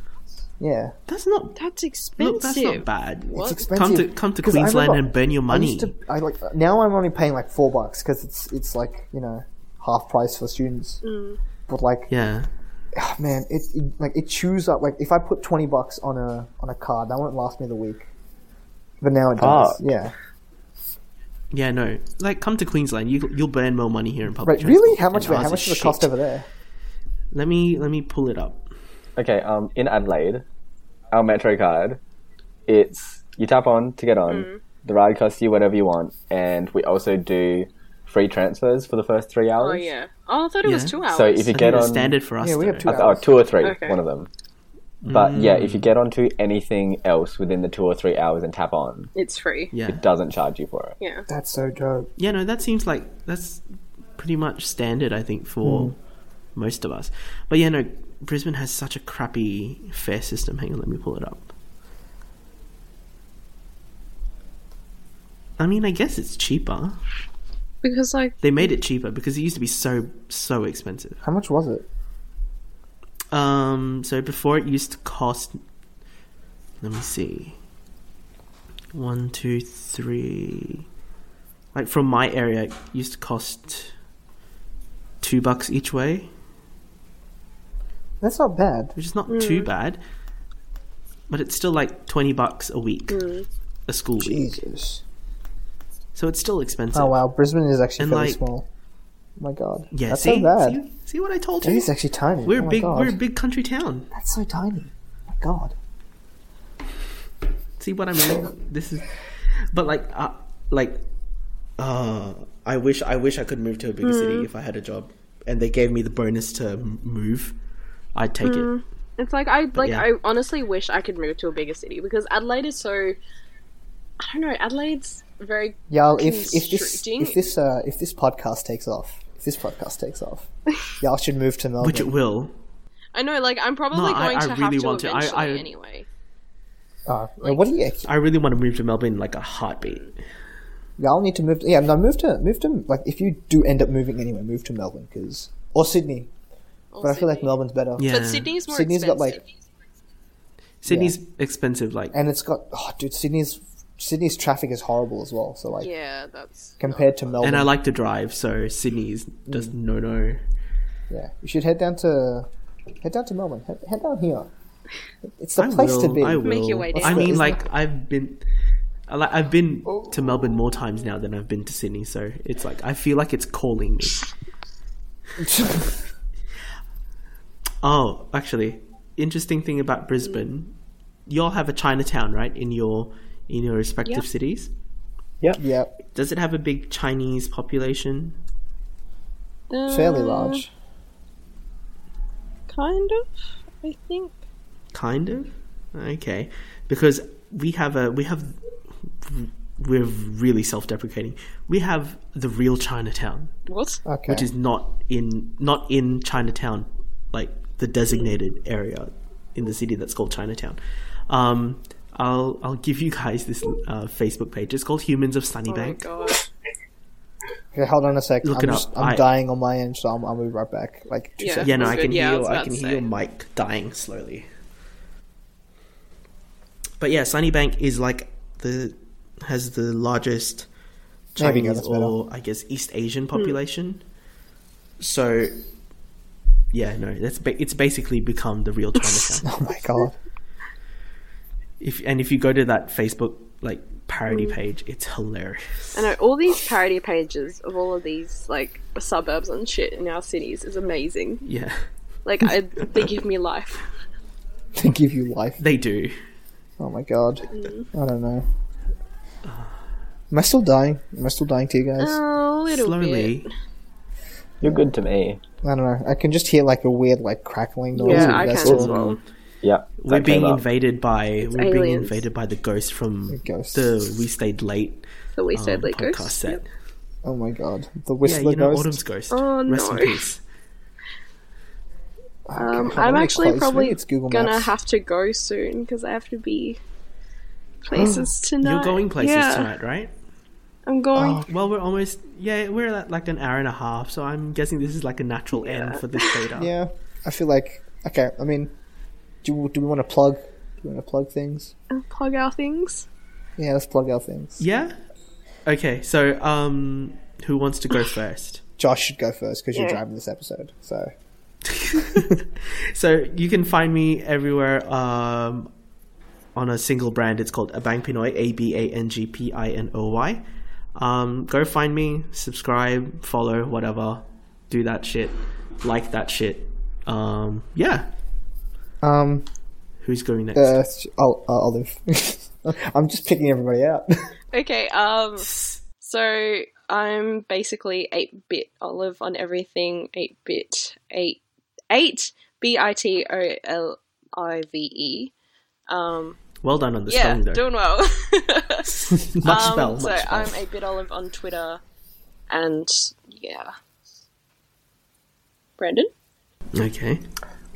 Speaker 1: Yeah.
Speaker 4: That's not.
Speaker 3: That's expensive.
Speaker 4: Look, that's not bad.
Speaker 3: What?
Speaker 1: It's
Speaker 4: Come to
Speaker 1: expensive,
Speaker 4: come to
Speaker 1: 'cause I
Speaker 4: Queensland
Speaker 1: remember
Speaker 4: and burn your
Speaker 1: I
Speaker 4: money.
Speaker 1: used to, I like now I'm only paying like four bucks because it's it's like you know half price for students.
Speaker 3: Mm.
Speaker 1: But like,
Speaker 4: Yeah,
Speaker 1: ah, man, it, it like it chews up. Like if I put twenty bucks on a on a card, that won't last me the week. But now it does.
Speaker 2: Fuck.
Speaker 1: Yeah.
Speaker 4: yeah, no. Like come to Queensland, you you'll burn more money here in public.
Speaker 1: Right. Really?
Speaker 4: transport
Speaker 1: How
Speaker 4: than
Speaker 1: much? Wait, how
Speaker 4: ours
Speaker 1: much does it
Speaker 4: shit.
Speaker 1: cost over there?
Speaker 4: Let me let me pull it up.
Speaker 2: Okay, um, in Adelaide, our Metro card, it's you tap on to get on.
Speaker 3: Mm.
Speaker 2: The ride costs you whatever you want, and we also do free transfers for the first three hours.
Speaker 3: Oh yeah. Oh, I thought it was
Speaker 4: Yeah.
Speaker 3: two hours.
Speaker 2: So if you
Speaker 4: I
Speaker 2: get
Speaker 4: think
Speaker 2: on,
Speaker 4: that's standard for us.
Speaker 1: Yeah, we have
Speaker 4: though.
Speaker 1: two
Speaker 2: I th- oh, two or three,
Speaker 3: Okay.
Speaker 2: one of them. But yeah, if you
Speaker 4: Mm.
Speaker 2: get onto anything else within the two or three hours and tap on,
Speaker 3: it's free.
Speaker 4: Yeah.
Speaker 2: it doesn't charge you for it.
Speaker 3: Yeah.
Speaker 1: That's so dope.
Speaker 4: Yeah, no, that seems like that's pretty much standard, I think, for
Speaker 2: Hmm.
Speaker 4: most of us. But yeah, no, Brisbane has such a crappy fare system. Hang on, let me pull it up. I mean, I guess it's cheaper.
Speaker 3: Because like
Speaker 4: They made it cheaper because it used to be so so expensive.
Speaker 1: How much was it?
Speaker 4: Um, so before it used to cost. Let me see. One, two, three. Like from my area, it used to cost two bucks each way,
Speaker 1: That's not bad.
Speaker 4: which is not too bad, but it's still like twenty bucks a week,
Speaker 1: Mm.
Speaker 3: hmm,
Speaker 4: a school week.
Speaker 1: Jesus.
Speaker 4: So it's still expensive.
Speaker 1: Oh wow, Brisbane is actually
Speaker 4: And,
Speaker 1: fairly
Speaker 4: like-
Speaker 1: small. Oh my god.
Speaker 4: Yeah,
Speaker 1: That's
Speaker 4: see,
Speaker 1: so bad.
Speaker 4: see, see what I told
Speaker 1: It
Speaker 4: you.
Speaker 1: is actually tiny.
Speaker 4: We're
Speaker 1: oh
Speaker 4: a
Speaker 1: my
Speaker 4: big,
Speaker 1: God.
Speaker 4: we're a big country town.
Speaker 1: That's so tiny. My god.
Speaker 4: See what I mean? This is, but like, uh, like, uh, I wish, I wish I could move to a bigger
Speaker 1: Hmm.
Speaker 4: city if I had a job, and they gave me the bonus to m- move. I'd take
Speaker 1: Hmm.
Speaker 4: it.
Speaker 3: It's like I like
Speaker 4: yeah.
Speaker 3: I honestly wish I could move to a bigger city because Adelaide is so I don't know, Adelaide's very
Speaker 1: Y'all, if, if this
Speaker 3: Constricting.
Speaker 1: if this uh, if this podcast takes off, if this podcast takes off, y'all should move to Melbourne.
Speaker 4: Which it will.
Speaker 3: I know, like I'm probably
Speaker 4: No, I-
Speaker 3: going
Speaker 4: I
Speaker 3: to have
Speaker 4: really
Speaker 3: to
Speaker 4: want to. I-
Speaker 3: eventually
Speaker 4: I-
Speaker 3: anyway.
Speaker 1: Uh, yeah, what do you?
Speaker 4: I really want to move to Melbourne in like a heartbeat.
Speaker 1: Y'all need to move. To, yeah, no, move to move to like if you do end up moving anywhere, move to Melbourne because or Sydney.
Speaker 3: Or
Speaker 1: But I feel like
Speaker 3: Sydney.
Speaker 1: Melbourne's better.
Speaker 4: Yeah,
Speaker 3: But Sydney's more
Speaker 1: Sydney's got,
Speaker 3: expensive.
Speaker 1: like-
Speaker 4: Sydney's expensive. Like,
Speaker 1: and it's got oh, dude, Sydney's Sydney's traffic is horrible as well. So like
Speaker 3: Yeah, that's
Speaker 1: compared to Melbourne,
Speaker 4: and I like to drive, so Sydney's just
Speaker 1: Hmm.
Speaker 4: no no.
Speaker 1: yeah, you should head down to head down to Melbourne. Head, head down here. It's the
Speaker 4: I
Speaker 1: place
Speaker 4: will,
Speaker 1: to be.
Speaker 4: I will.
Speaker 3: Make your way
Speaker 4: I
Speaker 3: down.
Speaker 4: mean,
Speaker 1: Is
Speaker 4: like, I've been. I Like I've been
Speaker 1: Oh.
Speaker 4: to Melbourne more times now than I've been to Sydney, so it's like I feel like it's calling me. Oh, actually, interesting thing about Brisbane, you all have a Chinatown, right? In your in your respective
Speaker 3: Yep.
Speaker 4: cities.
Speaker 1: yeah,
Speaker 4: Does it have a big Chinese population?
Speaker 1: fairly
Speaker 3: Uh,
Speaker 1: large.
Speaker 3: Kind of, I think.
Speaker 4: Kind of. Okay, because we have a we have we're really self-deprecating. We have the real Chinatown,
Speaker 3: What?
Speaker 1: Okay.
Speaker 4: which is not in not in Chinatown, like the designated area in the city that's called Chinatown. Um, I'll I'll give you guys this uh, Facebook page. It's called Humans of
Speaker 3: Oh my
Speaker 4: Sunnybank.
Speaker 3: god.
Speaker 1: Okay, hold on a sec.
Speaker 4: Look
Speaker 1: I'm,
Speaker 4: it
Speaker 1: just,
Speaker 4: up.
Speaker 1: I'm
Speaker 4: I-
Speaker 1: dying on my end, so I'm, I'll move right back. Like, two
Speaker 3: Yeah.
Speaker 1: seconds.
Speaker 4: Yeah, no,
Speaker 3: That's
Speaker 4: I
Speaker 3: good.
Speaker 4: can
Speaker 3: Yeah, I
Speaker 4: hear
Speaker 3: was
Speaker 4: your, I
Speaker 3: about
Speaker 4: can
Speaker 3: to
Speaker 4: hear
Speaker 3: say.
Speaker 4: your mic dying slowly. But yeah, Sunnybank is like the has the largest
Speaker 1: There we go,
Speaker 4: Chinese
Speaker 1: that's better.
Speaker 4: or I guess East Asian
Speaker 3: Hmm.
Speaker 4: population. So yeah, no, that's ba- it's basically become the real Chinatown.
Speaker 1: Oh my god.
Speaker 4: if and if you go to that Facebook like parody
Speaker 3: Hmm.
Speaker 4: page, it's hilarious.
Speaker 3: I know all these parody pages of all of these like suburbs and shit in our cities is amazing.
Speaker 4: Yeah,
Speaker 3: Like I, they give me life.
Speaker 1: they give you life.
Speaker 4: they do.
Speaker 1: Oh my god.
Speaker 3: Mm.
Speaker 1: I don't know. Am I still dying? Am I still dying to you guys?
Speaker 3: A little
Speaker 4: Slowly,
Speaker 3: bit.
Speaker 2: You're good to me.
Speaker 1: I don't know. I can just hear like a weird like crackling noise.
Speaker 3: Yeah,
Speaker 1: when you
Speaker 3: I
Speaker 1: guys
Speaker 3: can as
Speaker 1: talk.
Speaker 3: well.
Speaker 2: Yeah,
Speaker 4: we're
Speaker 2: that came
Speaker 4: being
Speaker 2: up.
Speaker 4: invaded by we're being
Speaker 3: aliens.
Speaker 4: invaded by the ghost from
Speaker 1: ghosts.
Speaker 4: the we stayed late
Speaker 3: So we
Speaker 4: um,
Speaker 3: said like
Speaker 4: podcast
Speaker 3: ghosts.
Speaker 4: set.
Speaker 3: Yep.
Speaker 1: Oh my god. The
Speaker 4: Yeah,
Speaker 1: whistler
Speaker 4: you know
Speaker 1: ghost.
Speaker 4: Autumn's ghost.
Speaker 3: Oh,
Speaker 4: Rest in
Speaker 3: no.
Speaker 4: peace.
Speaker 3: Um,
Speaker 1: Okay,
Speaker 3: I'm
Speaker 1: really
Speaker 3: actually
Speaker 1: close.
Speaker 3: probably
Speaker 1: Maybe it's Google
Speaker 3: gonna
Speaker 1: Maps.
Speaker 3: have to go soon because I have to be places tonight.
Speaker 4: Oh, You're going places
Speaker 3: Yeah,
Speaker 4: tonight, right?
Speaker 3: I'm going.
Speaker 1: Oh.
Speaker 4: Well, we're almost yeah, we're at like an hour and a half, so I'm guessing this is like a natural end for this beta.
Speaker 1: Yeah. I feel like okay. I mean, do do we want to plug? Do we want to plug things?
Speaker 3: to Plug our things.
Speaker 1: Yeah, let's plug our things.
Speaker 4: Yeah? Okay, so um, who wants to go first?
Speaker 1: Josh should go first because you're
Speaker 3: Yeah.
Speaker 1: driving this episode. So
Speaker 4: So you can find me everywhere um, on a single brand. It's called Abang Pinoy, A B A N G P I N O Y. Um, go find me, subscribe, follow, whatever. Do that shit. Like that shit. Um, yeah.
Speaker 1: um,
Speaker 4: Who's going next?
Speaker 1: uh, I'll, I'll I'll leave. I'm just picking everybody out.
Speaker 3: Okay. Um. So I'm basically eight bit olive on everything. Eight bit eight eight b i t o l i v e. Um,
Speaker 4: well done on the
Speaker 3: yeah,
Speaker 4: spelling, though.
Speaker 3: doing well.
Speaker 4: much
Speaker 3: Um,
Speaker 4: spell, much
Speaker 3: so
Speaker 4: spell.
Speaker 3: I'm eight bit olive on Twitter, and yeah, Brandon.
Speaker 4: Okay.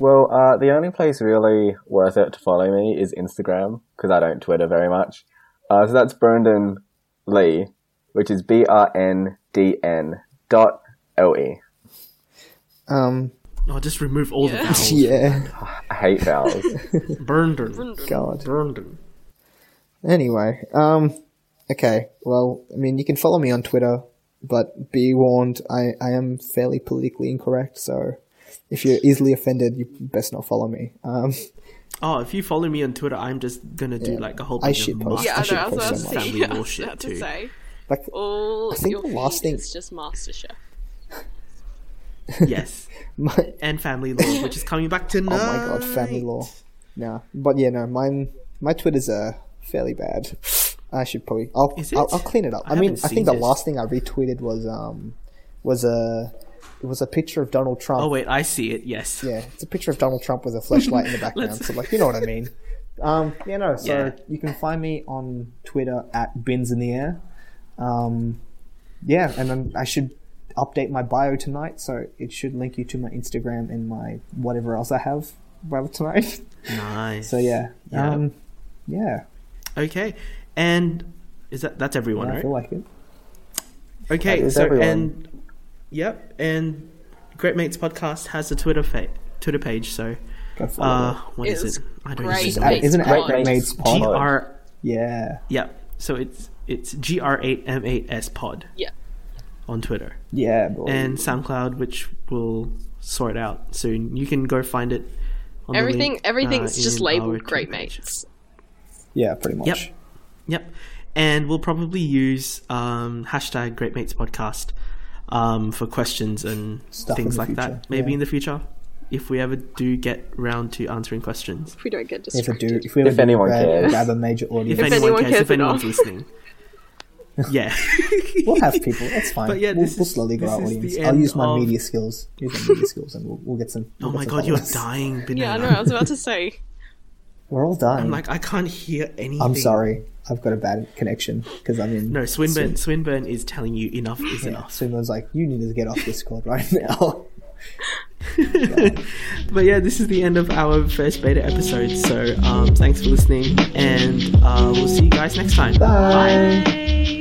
Speaker 2: Well, uh, the only place really worth it to follow me is Instagram because I don't Twitter very much. Uh, so that's Brendan Lee, which is B R N D N dot L E.
Speaker 1: Um,
Speaker 3: Oh,
Speaker 4: I'll just remove all the
Speaker 3: Yeah.
Speaker 4: vowels.
Speaker 1: yeah.
Speaker 2: I hate vowels.
Speaker 4: Burnden.
Speaker 1: God.
Speaker 4: Burnden.
Speaker 1: Anyway, um, okay. Well, I mean, you can follow me on Twitter, but be warned, I, I am fairly politically incorrect, so if you're easily offended, you best not follow me. Um,
Speaker 4: Oh, if you follow me on Twitter, I'm just gonna do like a whole
Speaker 1: I
Speaker 4: bunch
Speaker 1: shit
Speaker 4: of
Speaker 1: post.
Speaker 4: master
Speaker 1: I
Speaker 3: Yeah, I
Speaker 1: should
Speaker 3: know. I was
Speaker 1: post
Speaker 3: about to
Speaker 1: so
Speaker 4: much.
Speaker 3: say.
Speaker 4: Family
Speaker 3: I was
Speaker 4: bullshit
Speaker 3: about to
Speaker 4: too.
Speaker 3: say.
Speaker 1: like,
Speaker 3: All
Speaker 1: I think
Speaker 3: your
Speaker 1: the last
Speaker 3: feed
Speaker 1: thing-
Speaker 3: is just MasterChef.
Speaker 4: yes,
Speaker 1: my,
Speaker 4: and family law, which is coming back tonight.
Speaker 1: oh my god, family law. Nah, but yeah, no, mine, my Twitter's uh, fairly bad. I should probably, I'll,
Speaker 4: Is
Speaker 1: I'll,
Speaker 4: it?
Speaker 1: I'll clean it up. I,
Speaker 4: I
Speaker 1: mean,
Speaker 4: haven't
Speaker 1: I
Speaker 4: seen
Speaker 1: think the
Speaker 4: this.
Speaker 1: last thing I retweeted was um, was a, it was a picture of Donald Trump.
Speaker 4: Oh wait, I see it. Yes.
Speaker 1: Yeah, it's a picture of Donald Trump with a flashlight in the background.
Speaker 4: Let's-
Speaker 1: so, like, you know what I mean. Um, yeah, no. So
Speaker 4: Yeah.
Speaker 1: you can find me on Twitter at bins in the air. Um, yeah, and then I should update my bio tonight, so it should link you to my Instagram and my whatever else I have by tonight.
Speaker 4: Nice.
Speaker 1: So yeah,
Speaker 4: Yeah.
Speaker 1: um, yeah,
Speaker 4: Okay, and is that that's everyone,
Speaker 1: I
Speaker 4: right?
Speaker 1: feel like it.
Speaker 4: Okay,
Speaker 2: That is
Speaker 4: so
Speaker 2: everyone.
Speaker 4: and yep, and Great Mates Podcast has a Twitter fa- Twitter page. So
Speaker 1: Go for
Speaker 4: uh, what is
Speaker 3: It's
Speaker 4: it? I don't
Speaker 3: Great
Speaker 4: use
Speaker 1: it. Uh,
Speaker 4: know.
Speaker 3: Mates.
Speaker 1: Isn't it
Speaker 3: Great
Speaker 1: Great Mates
Speaker 2: Mates
Speaker 1: Pod?
Speaker 4: G R.
Speaker 1: Yeah,
Speaker 4: Yep. So it's it's G R eight M eight S Pod
Speaker 3: Yeah.
Speaker 4: on Twitter
Speaker 1: yeah, boy.
Speaker 4: and SoundCloud, which will sort out soon. You can go find it. On the
Speaker 3: Everything
Speaker 4: link,
Speaker 3: everything's
Speaker 4: uh,
Speaker 3: just
Speaker 4: in our
Speaker 3: labeled Great
Speaker 4: Twitter page.
Speaker 3: Mates.
Speaker 1: yeah, pretty much.
Speaker 4: Yep. Yep. And we'll probably use um, hashtag Great Mates Podcast um, for questions and
Speaker 1: Stuff in
Speaker 4: things
Speaker 1: the
Speaker 4: like
Speaker 1: future,
Speaker 4: that. Maybe
Speaker 1: yeah.
Speaker 4: in the future, if we ever do get round to answering questions.
Speaker 3: If we don't get
Speaker 1: If, we
Speaker 3: distracted.
Speaker 1: do, if we ever
Speaker 2: If
Speaker 1: do
Speaker 2: anyone
Speaker 1: grab,
Speaker 2: cares.
Speaker 1: grab a major audience,
Speaker 4: If, anyone,
Speaker 3: anyone
Speaker 4: cares,
Speaker 3: cares
Speaker 4: if anyone's
Speaker 3: enough.
Speaker 4: listening. yeah.
Speaker 1: we'll have people. That's fine.
Speaker 4: But yeah,
Speaker 1: we'll,
Speaker 4: this
Speaker 1: we'll
Speaker 4: is-
Speaker 1: slowly grow
Speaker 4: this
Speaker 1: our
Speaker 4: is the
Speaker 1: audience.
Speaker 4: end
Speaker 1: I'll use my
Speaker 4: of-
Speaker 1: media skills. Use my media skills, and we'll, we'll get some.
Speaker 4: Oh
Speaker 1: we'll
Speaker 4: my
Speaker 1: get some
Speaker 4: god, you're
Speaker 1: followers.
Speaker 4: dying, Binay.
Speaker 3: Yeah, I know. I was about to say.
Speaker 1: We're all dying.
Speaker 4: I'm
Speaker 1: I'm,
Speaker 4: like, I can't hear anything.
Speaker 1: sorry. I've got a bad connection because I'm in.
Speaker 4: No, Swinburne, Swinburne is telling you enough is enough.
Speaker 1: Swimmer's like, you need to get off Discord right now.
Speaker 4: But yeah, this is the end of our first beta episode. So um, thanks for listening, and uh, we'll see you guys next time.
Speaker 1: Bye.
Speaker 3: Bye.